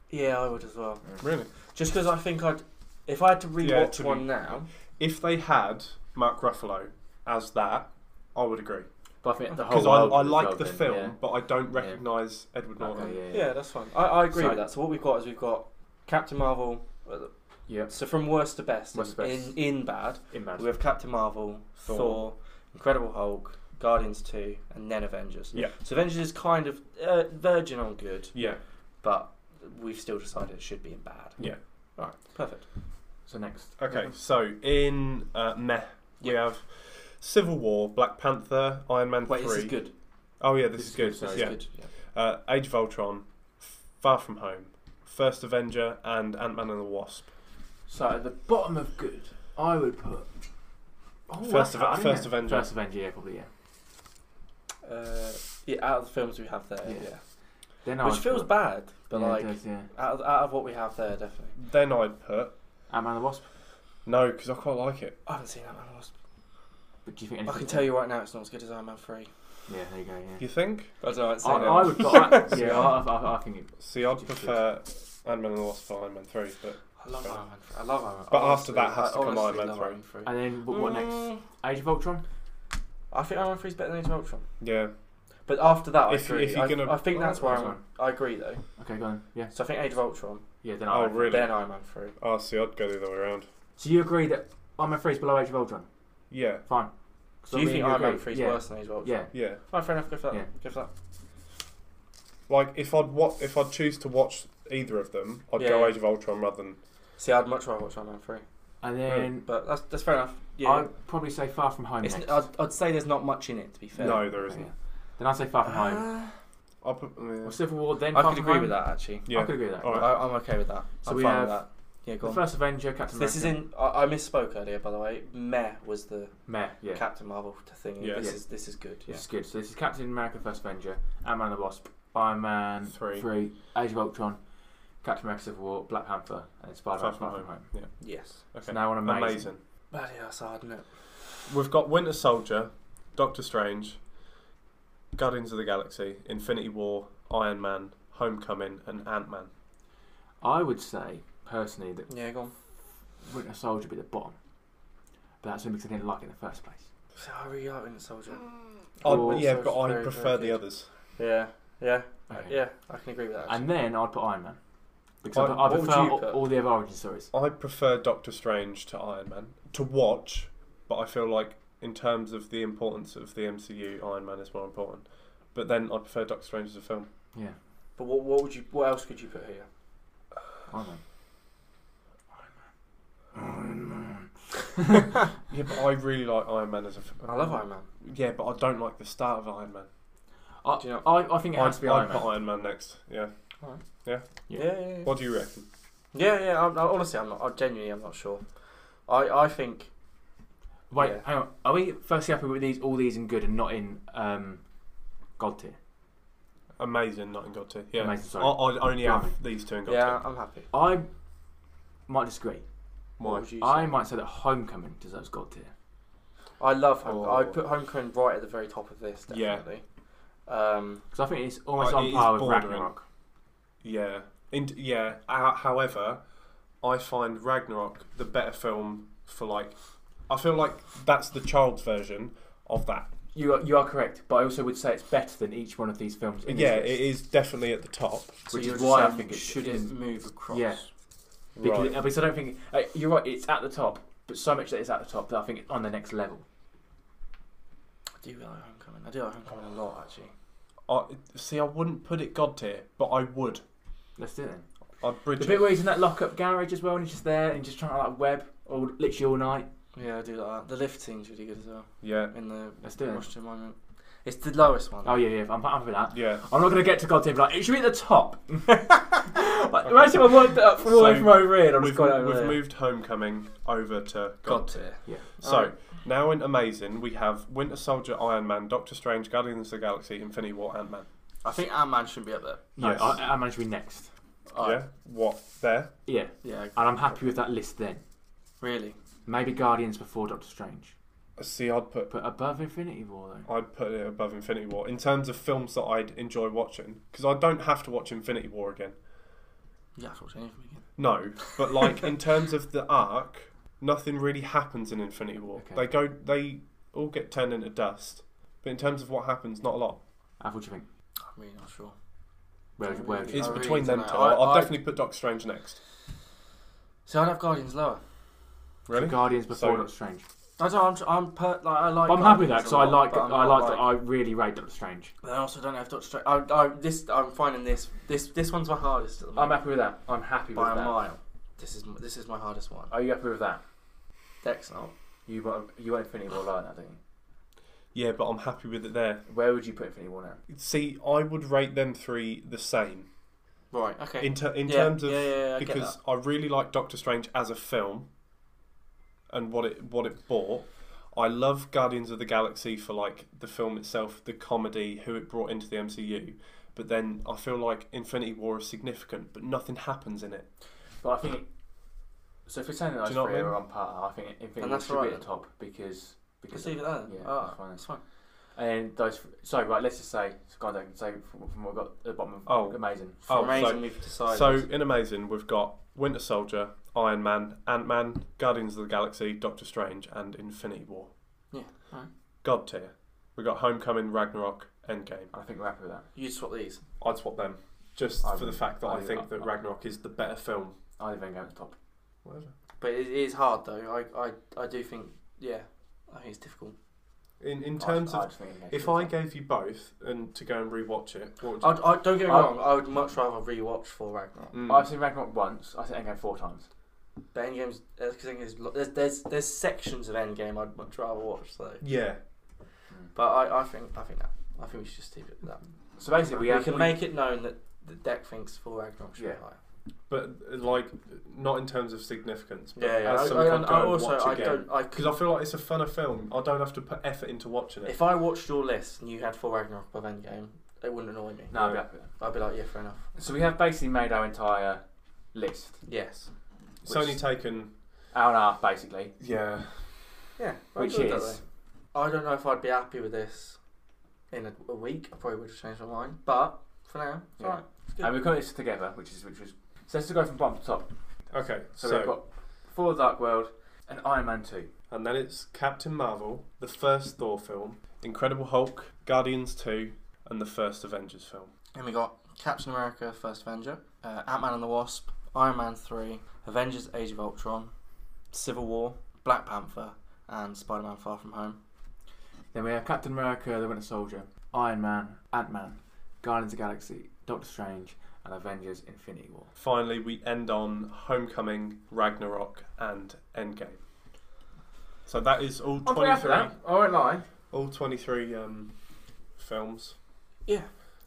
Speaker 2: Yeah, I would as well.
Speaker 4: Really?
Speaker 2: Just because I think I'd, if I had to rewatch
Speaker 4: Yeah, to be-
Speaker 2: one now,
Speaker 4: If they had Mark Ruffalo as that, I would agree.
Speaker 3: But I think the whole
Speaker 4: Because I,
Speaker 3: world
Speaker 4: I
Speaker 3: would
Speaker 4: like
Speaker 3: have
Speaker 4: the
Speaker 3: been,
Speaker 4: film,
Speaker 3: yeah.
Speaker 4: but I don't recognise Edward Norton.
Speaker 3: Okay, yeah, yeah.
Speaker 2: Yeah, that's fine. I, I agree
Speaker 3: So-
Speaker 2: with that. So what we've got is we've got Captain Marvel. uh,
Speaker 3: Yeah.
Speaker 2: So from worst to best,
Speaker 3: Worst to
Speaker 2: in,
Speaker 3: best.
Speaker 2: in in bad,
Speaker 3: In bad.
Speaker 2: we have Captain Marvel,
Speaker 4: Thor.
Speaker 2: Thor. Incredible Hulk, Guardians two, and then Avengers.
Speaker 4: Yeah.
Speaker 2: So Avengers is kind of uh, verging on good,
Speaker 4: Yeah.
Speaker 2: but we've still decided it should be in bad.
Speaker 4: Yeah.
Speaker 2: Right. Perfect.
Speaker 3: So next.
Speaker 4: Okay, so in uh, Meh, we have Civil War, Black Panther, Iron Man
Speaker 2: Wait,
Speaker 4: 3.
Speaker 2: this is good.
Speaker 4: Oh, yeah, this,
Speaker 3: This
Speaker 4: is
Speaker 3: is
Speaker 4: good.
Speaker 3: good, so
Speaker 2: This
Speaker 4: yeah.
Speaker 2: is good. Yeah.
Speaker 4: Uh, Age of Ultron, Far From Home, First Avenger, and Ant Man and the Wasp.
Speaker 3: So at the bottom of good, I would put. Oh,
Speaker 4: First
Speaker 3: that's
Speaker 4: Ave-
Speaker 3: hard, isn't
Speaker 4: First
Speaker 3: it?
Speaker 4: Avenger.
Speaker 3: First Avenger, yeah, probably yeah.
Speaker 2: Uh, yeah, out of the films we have there,
Speaker 3: Yeah.
Speaker 2: yeah.
Speaker 3: Then I
Speaker 2: Which
Speaker 3: would
Speaker 2: feels
Speaker 3: put,
Speaker 2: bad, but
Speaker 3: yeah, it
Speaker 2: like
Speaker 3: does, yeah.
Speaker 2: out of, out of what we have there, definitely.
Speaker 4: Then I'd put
Speaker 3: Ant Man and the Wasp.
Speaker 4: no, because I quite like it.
Speaker 2: I haven't seen Ant Man and the Wasp.
Speaker 3: But do you think
Speaker 2: I
Speaker 3: anything?
Speaker 2: can tell you right now, it's not as good as Iron Man Three.
Speaker 3: Yeah, there you go. Yeah.
Speaker 4: You think?
Speaker 2: I don't know. I'd say
Speaker 3: I,
Speaker 2: that.
Speaker 3: I would.
Speaker 4: <laughs>
Speaker 3: put- yeah, I, I, I think
Speaker 2: <laughs>
Speaker 3: it,
Speaker 4: See, I'd
Speaker 3: Just
Speaker 4: prefer Ant Man and the Wasp for Iron Man three, but
Speaker 2: I love Iron Man Three. I love Iron Man.
Speaker 4: But after that has
Speaker 2: I
Speaker 4: to come
Speaker 2: honestly
Speaker 4: Iron Man
Speaker 2: love
Speaker 4: three.
Speaker 2: Three.
Speaker 3: And then what, what next?
Speaker 2: Mm,
Speaker 3: Age of Ultron.
Speaker 2: I think Iron Man Three is better than Age of Ultron.
Speaker 4: yeah,
Speaker 2: But after that,
Speaker 4: If-
Speaker 2: I agree.
Speaker 4: if you're
Speaker 2: I,
Speaker 4: gonna-
Speaker 2: I think
Speaker 3: Oh,
Speaker 2: that's where
Speaker 3: that's
Speaker 2: I'm. I agree though.
Speaker 3: Okay, go on. Yeah,
Speaker 2: So I think Age of Ultron,
Speaker 3: yeah. Then
Speaker 4: Oh,
Speaker 3: I.
Speaker 4: really?
Speaker 2: then Iron Man Three.
Speaker 4: oh, see, I'd go the other way around.
Speaker 3: So you agree that Iron Man Three is below Age of Ultron?
Speaker 4: Yeah,
Speaker 3: Fine. So
Speaker 2: Do you
Speaker 3: me
Speaker 2: think
Speaker 3: and
Speaker 2: Iron Man
Speaker 3: agree.
Speaker 2: Three is
Speaker 3: yeah.
Speaker 2: worse than Age of Ultron?
Speaker 3: Yeah.
Speaker 4: yeah.
Speaker 2: Fine, fair enough. Go for that.
Speaker 3: Yeah.
Speaker 2: Go for that.
Speaker 4: Like if I'd wa- if I'd choose to watch either of them, I'd
Speaker 2: Yeah,
Speaker 4: go
Speaker 2: yeah.
Speaker 4: Age of Ultron rather than
Speaker 2: See, I'd much rather watch Iron Man Three, Um,
Speaker 3: And then
Speaker 2: but that's that's fair enough. Yeah.
Speaker 3: I'd probably say Far From Home
Speaker 2: It's,
Speaker 3: next.
Speaker 2: I'd, I'd say there's not much in it to be fair.
Speaker 4: no, there isn't.
Speaker 3: Yeah. Then I'd say Far From Home.
Speaker 2: Uh,
Speaker 4: I'll put yeah.
Speaker 3: Or Civil War. Then
Speaker 2: I
Speaker 3: Far
Speaker 2: could
Speaker 3: From
Speaker 2: agree
Speaker 3: Home.
Speaker 2: with that actually.
Speaker 4: yeah.
Speaker 3: I could agree with that.
Speaker 4: All right.
Speaker 2: I, I'm okay with that.
Speaker 3: So
Speaker 2: I'm
Speaker 3: we
Speaker 2: fine
Speaker 3: have
Speaker 2: with that. Yeah, go
Speaker 3: The
Speaker 2: on.
Speaker 3: first Avenger, Captain
Speaker 2: So this is
Speaker 3: America.
Speaker 2: in. I, I misspoke earlier, by the way. Meh was the
Speaker 3: Meh, yeah.
Speaker 2: Captain Marvel thing.
Speaker 4: Yeah.
Speaker 2: This
Speaker 3: Yeah.
Speaker 2: is this is good. Yeah.
Speaker 3: This is good. So this is Captain America, First Avenger, Ant Man and the Wasp, Iron Man
Speaker 4: Three.
Speaker 3: Age of Ultron, Captain America: Civil War, Black Panther, and Spider Man
Speaker 4: Far
Speaker 3: Far From Home.
Speaker 4: Yeah.
Speaker 2: Yes.
Speaker 4: Okay.
Speaker 3: So now on amazing.
Speaker 4: amazing.
Speaker 2: Bloody hell, that's hard, isn't it?
Speaker 4: We've got Winter Soldier, Doctor Strange, Guardians of the Galaxy, Infinity War, Iron Man, Homecoming, and Ant Man.
Speaker 3: I would say personally that
Speaker 2: Yeah, go on.
Speaker 3: Winter Soldier would be the bottom, but that's only because I didn't like it in the first place.
Speaker 2: So I really like Winter Soldier.
Speaker 3: Cool.
Speaker 2: So
Speaker 4: Yeah, but
Speaker 2: it's
Speaker 4: I
Speaker 2: very,
Speaker 4: prefer
Speaker 2: very
Speaker 4: the
Speaker 2: good.
Speaker 4: others.
Speaker 2: Yeah. Yeah.
Speaker 3: Okay.
Speaker 2: Yeah. I can agree with that.
Speaker 3: And then I'd put Iron Man because I,
Speaker 4: What-
Speaker 3: I
Speaker 2: what would
Speaker 3: prefer
Speaker 2: you
Speaker 3: all,
Speaker 2: put?
Speaker 3: all the other origin stories.
Speaker 4: I prefer Doctor Strange to Iron Man to watch, but I feel like in terms of the importance of the MCU, Iron Man is more important. But then I prefer Doctor Strange as a film.
Speaker 3: Yeah,
Speaker 2: But what, what would you? What else could you put here?
Speaker 3: Iron Man.
Speaker 4: Yeah, but I really like Iron Man as a film.
Speaker 2: I love Iron Man.
Speaker 4: Yeah, but I don't like the start of Iron Man.
Speaker 3: I,
Speaker 2: Do you know-
Speaker 3: I, I think it
Speaker 4: I'd,
Speaker 3: has to be
Speaker 4: I'd
Speaker 3: Iron Man.
Speaker 4: put Iron Man next. Yeah.
Speaker 3: Yeah.
Speaker 2: Yeah. Yeah. Yeah. Yeah.
Speaker 4: What do you reckon?
Speaker 2: yeah, I'm, I, honestly, I'm not. I genuinely, I'm not sure. I I think
Speaker 3: Wait,
Speaker 2: Yeah.
Speaker 3: hang on. Are we firstly happy with these? All these in good and not in um, God tier.
Speaker 4: Amazing, not in God tier. Yeah.
Speaker 3: Amazing,
Speaker 4: I,
Speaker 3: sorry.
Speaker 4: I only have
Speaker 3: Blimey.
Speaker 4: these two in God
Speaker 2: yeah,
Speaker 4: tier.
Speaker 2: I'm happy.
Speaker 3: I might disagree.
Speaker 2: What
Speaker 4: Why?
Speaker 2: would you say?
Speaker 3: I might say that Homecoming deserves God tier.
Speaker 2: I love Homecoming.
Speaker 4: Oh.
Speaker 2: I put Homecoming right at the very top of this,
Speaker 4: Yeah.
Speaker 2: definitely. Um,
Speaker 3: Because I think it's almost
Speaker 4: Uh, it
Speaker 3: on
Speaker 4: is
Speaker 3: par with
Speaker 4: bordering.
Speaker 3: Ragnarok.
Speaker 4: Yeah. In, yeah. ho- However, I find Ragnarok the better film for like. I feel like that's the child's version of that.
Speaker 3: You are, you are correct, but I also would say it's better than each one of these films. In
Speaker 4: yeah,
Speaker 3: this list.
Speaker 4: it is definitely at the top.
Speaker 2: so
Speaker 3: Which
Speaker 2: you're
Speaker 3: is
Speaker 2: just
Speaker 3: why I
Speaker 2: saying
Speaker 3: think it
Speaker 2: should
Speaker 3: is-
Speaker 2: it move across.
Speaker 3: yeah. Because,
Speaker 4: Right.
Speaker 3: uh, because I don't think uh, you're right. It's at the top, but so much that it's at the top that I think it's on the next level.
Speaker 2: I do like Homecoming. I do like Homecoming a lot, actually.
Speaker 4: I, see, I wouldn't put it God tier, but I would.
Speaker 3: Let's do it. Then.
Speaker 4: I'd bridge
Speaker 3: The
Speaker 4: it.
Speaker 3: bit where he's in that lock-up garage as well, and he's just there and he's just trying to like web all literally all night.
Speaker 2: Yeah, I do like that. The lift scene's really good as well
Speaker 4: Yeah.
Speaker 2: in the
Speaker 3: Let's do it.
Speaker 2: Washington Monument. It's the lowest one.
Speaker 3: Oh yeah, yeah. I'm happy with that.
Speaker 4: Yeah.
Speaker 3: I'm not going to get to God tier, but like, it should be at the top. <laughs> like, Imagine if I worked it up from all the way
Speaker 4: So,
Speaker 3: from over here and I'm
Speaker 4: We've,
Speaker 3: just going over
Speaker 4: we've
Speaker 3: there.
Speaker 4: moved Homecoming over to God,
Speaker 2: God
Speaker 4: tier.
Speaker 2: tier.
Speaker 4: So
Speaker 2: Alright.
Speaker 4: now in Amazing we have Winter Soldier, Iron Man, Doctor Strange, Guardians of the Galaxy, Infinity War, Ant Man.
Speaker 2: I think Ant Man should be up there.
Speaker 3: No,
Speaker 4: Yes.
Speaker 3: I, I managed to be next.
Speaker 4: yeah. What there?
Speaker 3: Yeah,
Speaker 2: Yeah.
Speaker 3: and I'm happy with that list then.
Speaker 2: Really.
Speaker 3: Maybe Guardians before Doctor Strange.
Speaker 4: See, I'd put
Speaker 3: But above Infinity War though.
Speaker 4: I'd put it above Infinity War in terms of films that I'd enjoy watching because I don't have to watch Infinity War again.
Speaker 2: You have to watch anything again.
Speaker 4: No, but like in terms of the arc, nothing really happens in Infinity War.
Speaker 3: Okay.
Speaker 4: They go, they all get turned into dust. But in terms of what happens, not a lot.
Speaker 3: Av, what do you think?
Speaker 2: I'm really not sure.
Speaker 3: Where,
Speaker 2: Don't
Speaker 3: where
Speaker 2: really
Speaker 3: would you
Speaker 4: It's
Speaker 2: I
Speaker 3: go?
Speaker 2: really
Speaker 4: between them
Speaker 2: don't
Speaker 4: two.
Speaker 2: know.
Speaker 4: I, I'll
Speaker 2: I- I-
Speaker 4: definitely put Doctor Strange next.
Speaker 2: So I'd have Guardians lower.
Speaker 4: Really?
Speaker 3: Guardians before
Speaker 4: So-
Speaker 3: Doctor Strange.
Speaker 2: I don't. I'm. I'm per, like, I like.
Speaker 3: But I'm happy with that
Speaker 2: Guardians
Speaker 3: because
Speaker 2: a
Speaker 3: I
Speaker 2: lot,
Speaker 3: like
Speaker 2: but I'm
Speaker 3: I
Speaker 2: not
Speaker 3: like that I really rate Doctor Strange.
Speaker 2: But I also don't have Doctor Strange. I, I, this I'm finding this this this one's my hardest at the
Speaker 3: I'm
Speaker 2: moment.
Speaker 3: happy with that. I'm happy with
Speaker 2: by a
Speaker 3: that.
Speaker 2: mile. This is this is my hardest one.
Speaker 3: Are you happy with that?
Speaker 2: Dex not.
Speaker 3: You want you want Infinity War like that, don't you?
Speaker 4: Yeah, but I'm happy with it there.
Speaker 3: Where would you put Infinity War now?
Speaker 4: See, I would rate them three the same.
Speaker 2: Right. Okay.
Speaker 4: in, ter- in
Speaker 2: Yeah,
Speaker 4: terms of
Speaker 2: yeah, yeah, yeah, I get
Speaker 4: because I really like Doctor Strange as a film and what it what it brought. I love Guardians of the Galaxy for like the film itself, the comedy, who it brought into the MCU. But then I feel like Infinity War is significant, but nothing happens in it.
Speaker 3: But I think so. If we're saying that
Speaker 4: Do
Speaker 3: those
Speaker 4: you know what
Speaker 3: three
Speaker 4: I mean?
Speaker 3: are on par, I think Infinity
Speaker 2: And
Speaker 3: War
Speaker 2: that's
Speaker 3: should
Speaker 2: right.
Speaker 3: be at the top because
Speaker 2: Let's
Speaker 3: because
Speaker 2: leave it there. then.
Speaker 3: Yeah,
Speaker 2: Ah,
Speaker 3: that's fine.
Speaker 2: That's fine.
Speaker 3: and those. So right, let's just say God, I can say from, from what we got at the bottom of
Speaker 4: Oh.
Speaker 3: amazing.
Speaker 4: Oh,
Speaker 2: amazing.
Speaker 4: so-
Speaker 2: we've decided.
Speaker 4: So in Amazing, we've got Winter Soldier, Iron Man, Ant Man, Guardians of the Galaxy, Doctor Strange, and Infinity War.
Speaker 2: Yeah, alright.
Speaker 4: God tier. We got Homecoming, Ragnarok, Endgame.
Speaker 3: I think we're happy with that.
Speaker 2: you swap these.
Speaker 4: I'd swap them just
Speaker 3: I
Speaker 4: for the
Speaker 3: would-
Speaker 4: fact that
Speaker 3: I
Speaker 4: I,
Speaker 3: would-
Speaker 4: think
Speaker 3: I-
Speaker 4: that
Speaker 3: I-
Speaker 4: Ragnarok is the better film.
Speaker 3: I think go at the top.
Speaker 4: Whatever.
Speaker 2: But it is hard though. I, I, I do think. Yeah, I think it's difficult.
Speaker 4: In in
Speaker 3: I-
Speaker 4: terms
Speaker 3: I
Speaker 4: of
Speaker 3: just think it makes
Speaker 4: if
Speaker 3: it
Speaker 4: I
Speaker 3: top.
Speaker 4: gave you both and to go and rewatch it, what would you?
Speaker 2: I, I don't get me
Speaker 3: I-
Speaker 2: wrong. I would much rather rewatch for Ragnarok.
Speaker 4: Mm.
Speaker 3: I've seen Ragnarok once. I've seen Endgame four times.
Speaker 2: But Endgame's uh, because Endgame's lo- there's there's there's sections of Endgame I'd much rather watch though.
Speaker 4: yeah,
Speaker 3: Hmm.
Speaker 2: But I, I think I think that I think we should just leave it at that.
Speaker 3: So basically, we,
Speaker 2: We,
Speaker 3: have,
Speaker 2: can make it known that the deck thinks for Ragnarok should
Speaker 3: Yeah.
Speaker 2: be higher.
Speaker 4: but uh, like not in terms of significance. But
Speaker 2: Yeah, yeah.
Speaker 4: As
Speaker 2: I,
Speaker 4: someone
Speaker 2: I,
Speaker 4: can
Speaker 2: and
Speaker 4: go
Speaker 2: I
Speaker 4: and
Speaker 2: also
Speaker 4: watch
Speaker 2: I
Speaker 4: again.
Speaker 2: don't I
Speaker 4: Because I feel like it's a funner film. I don't have to put effort into watching it.
Speaker 2: If I watched your list and you had four Ragnarok above Endgame, it wouldn't annoy me.
Speaker 3: No, I'd be happy with
Speaker 2: I'd be like, yeah, fair enough.
Speaker 3: that. So we have basically made our entire list.
Speaker 2: Yes.
Speaker 4: It's only taken.
Speaker 3: Hour and a half, basically.
Speaker 4: Yeah,
Speaker 2: Yeah.
Speaker 3: I'm Which good with that, is-
Speaker 2: I don't know if I'd be happy with this in a, a week. I probably would have changed my mind, but for now, it's
Speaker 3: Yeah.
Speaker 2: alright. Good.
Speaker 3: And we've got this together, which is which was. So let's go from bottom to top.
Speaker 4: Okay,
Speaker 3: So,
Speaker 4: so,
Speaker 3: we've got Thor: Dark World and Iron Man two.
Speaker 4: and then it's Captain Marvel, the first Thor film, Incredible Hulk, Guardians two, and the first Avengers film.
Speaker 2: And we got Captain America: First Avenger, uh, Ant Man and the Wasp, Iron Man three, Avengers: Age of Ultron, Civil War, Black Panther, and Spider Man: Far From Home.
Speaker 3: Then we have Captain America: The Winter Soldier, Iron Man, Ant Man, Guardians of the Galaxy, Doctor Strange, and Avengers: Infinity War.
Speaker 4: Finally, we end on Homecoming, Ragnarok, and Endgame. So that is all
Speaker 3: I'm pretty happy with
Speaker 4: twenty-three.
Speaker 3: that. I won't lie.
Speaker 4: All twenty-three um, films.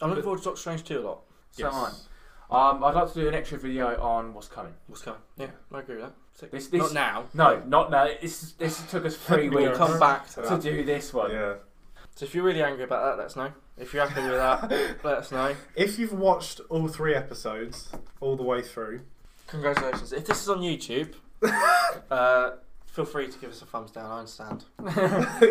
Speaker 2: I'm looking
Speaker 4: But-
Speaker 2: forward to Doctor Strange two a lot.
Speaker 3: So am I. Um, I'd like to do an extra video on what's coming.
Speaker 2: What's coming? Yeah, I agree with that. Sick.
Speaker 3: This- this-
Speaker 2: Not now.
Speaker 3: No, not now. This this took
Speaker 4: <laughs>
Speaker 3: us three
Speaker 4: We'll
Speaker 3: weeks
Speaker 2: We'll come back to
Speaker 3: to
Speaker 2: that.
Speaker 3: do this one.
Speaker 4: Yeah.
Speaker 2: So if you're really angry about that, let us know. If you're happy with that, <laughs> let us know.
Speaker 4: If you've watched all three episodes all the way through, <laughs>
Speaker 2: Congratulations. If this is on <laughs> YouTube, uh, feel free to give us a thumbs down. I <laughs> understand.
Speaker 3: <laughs>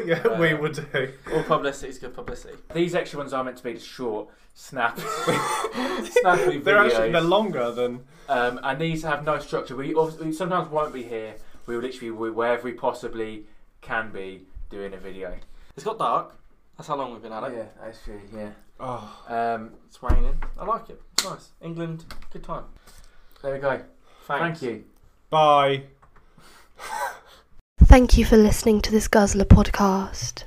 Speaker 4: yeah, we
Speaker 2: Uh,
Speaker 4: would do.
Speaker 2: All publicity is good publicity.
Speaker 3: These extra ones are meant to be just short,
Speaker 4: <laughs>
Speaker 3: snappy, snappy videos.
Speaker 4: They're actually they're longer than
Speaker 3: um, and these have no structure. We, obvi- we sometimes won't be here. We will literally be wherever we possibly can be doing a video.
Speaker 2: It's got dark. That's how long we've been at it.
Speaker 3: that's true. Yeah.
Speaker 4: oh,
Speaker 3: Um,
Speaker 2: It's raining. I like it. It's nice. England, good time.
Speaker 3: there we go.
Speaker 2: Thanks.
Speaker 3: Thank you.
Speaker 4: bye.
Speaker 1: Thank you for listening to this Guzzler podcast.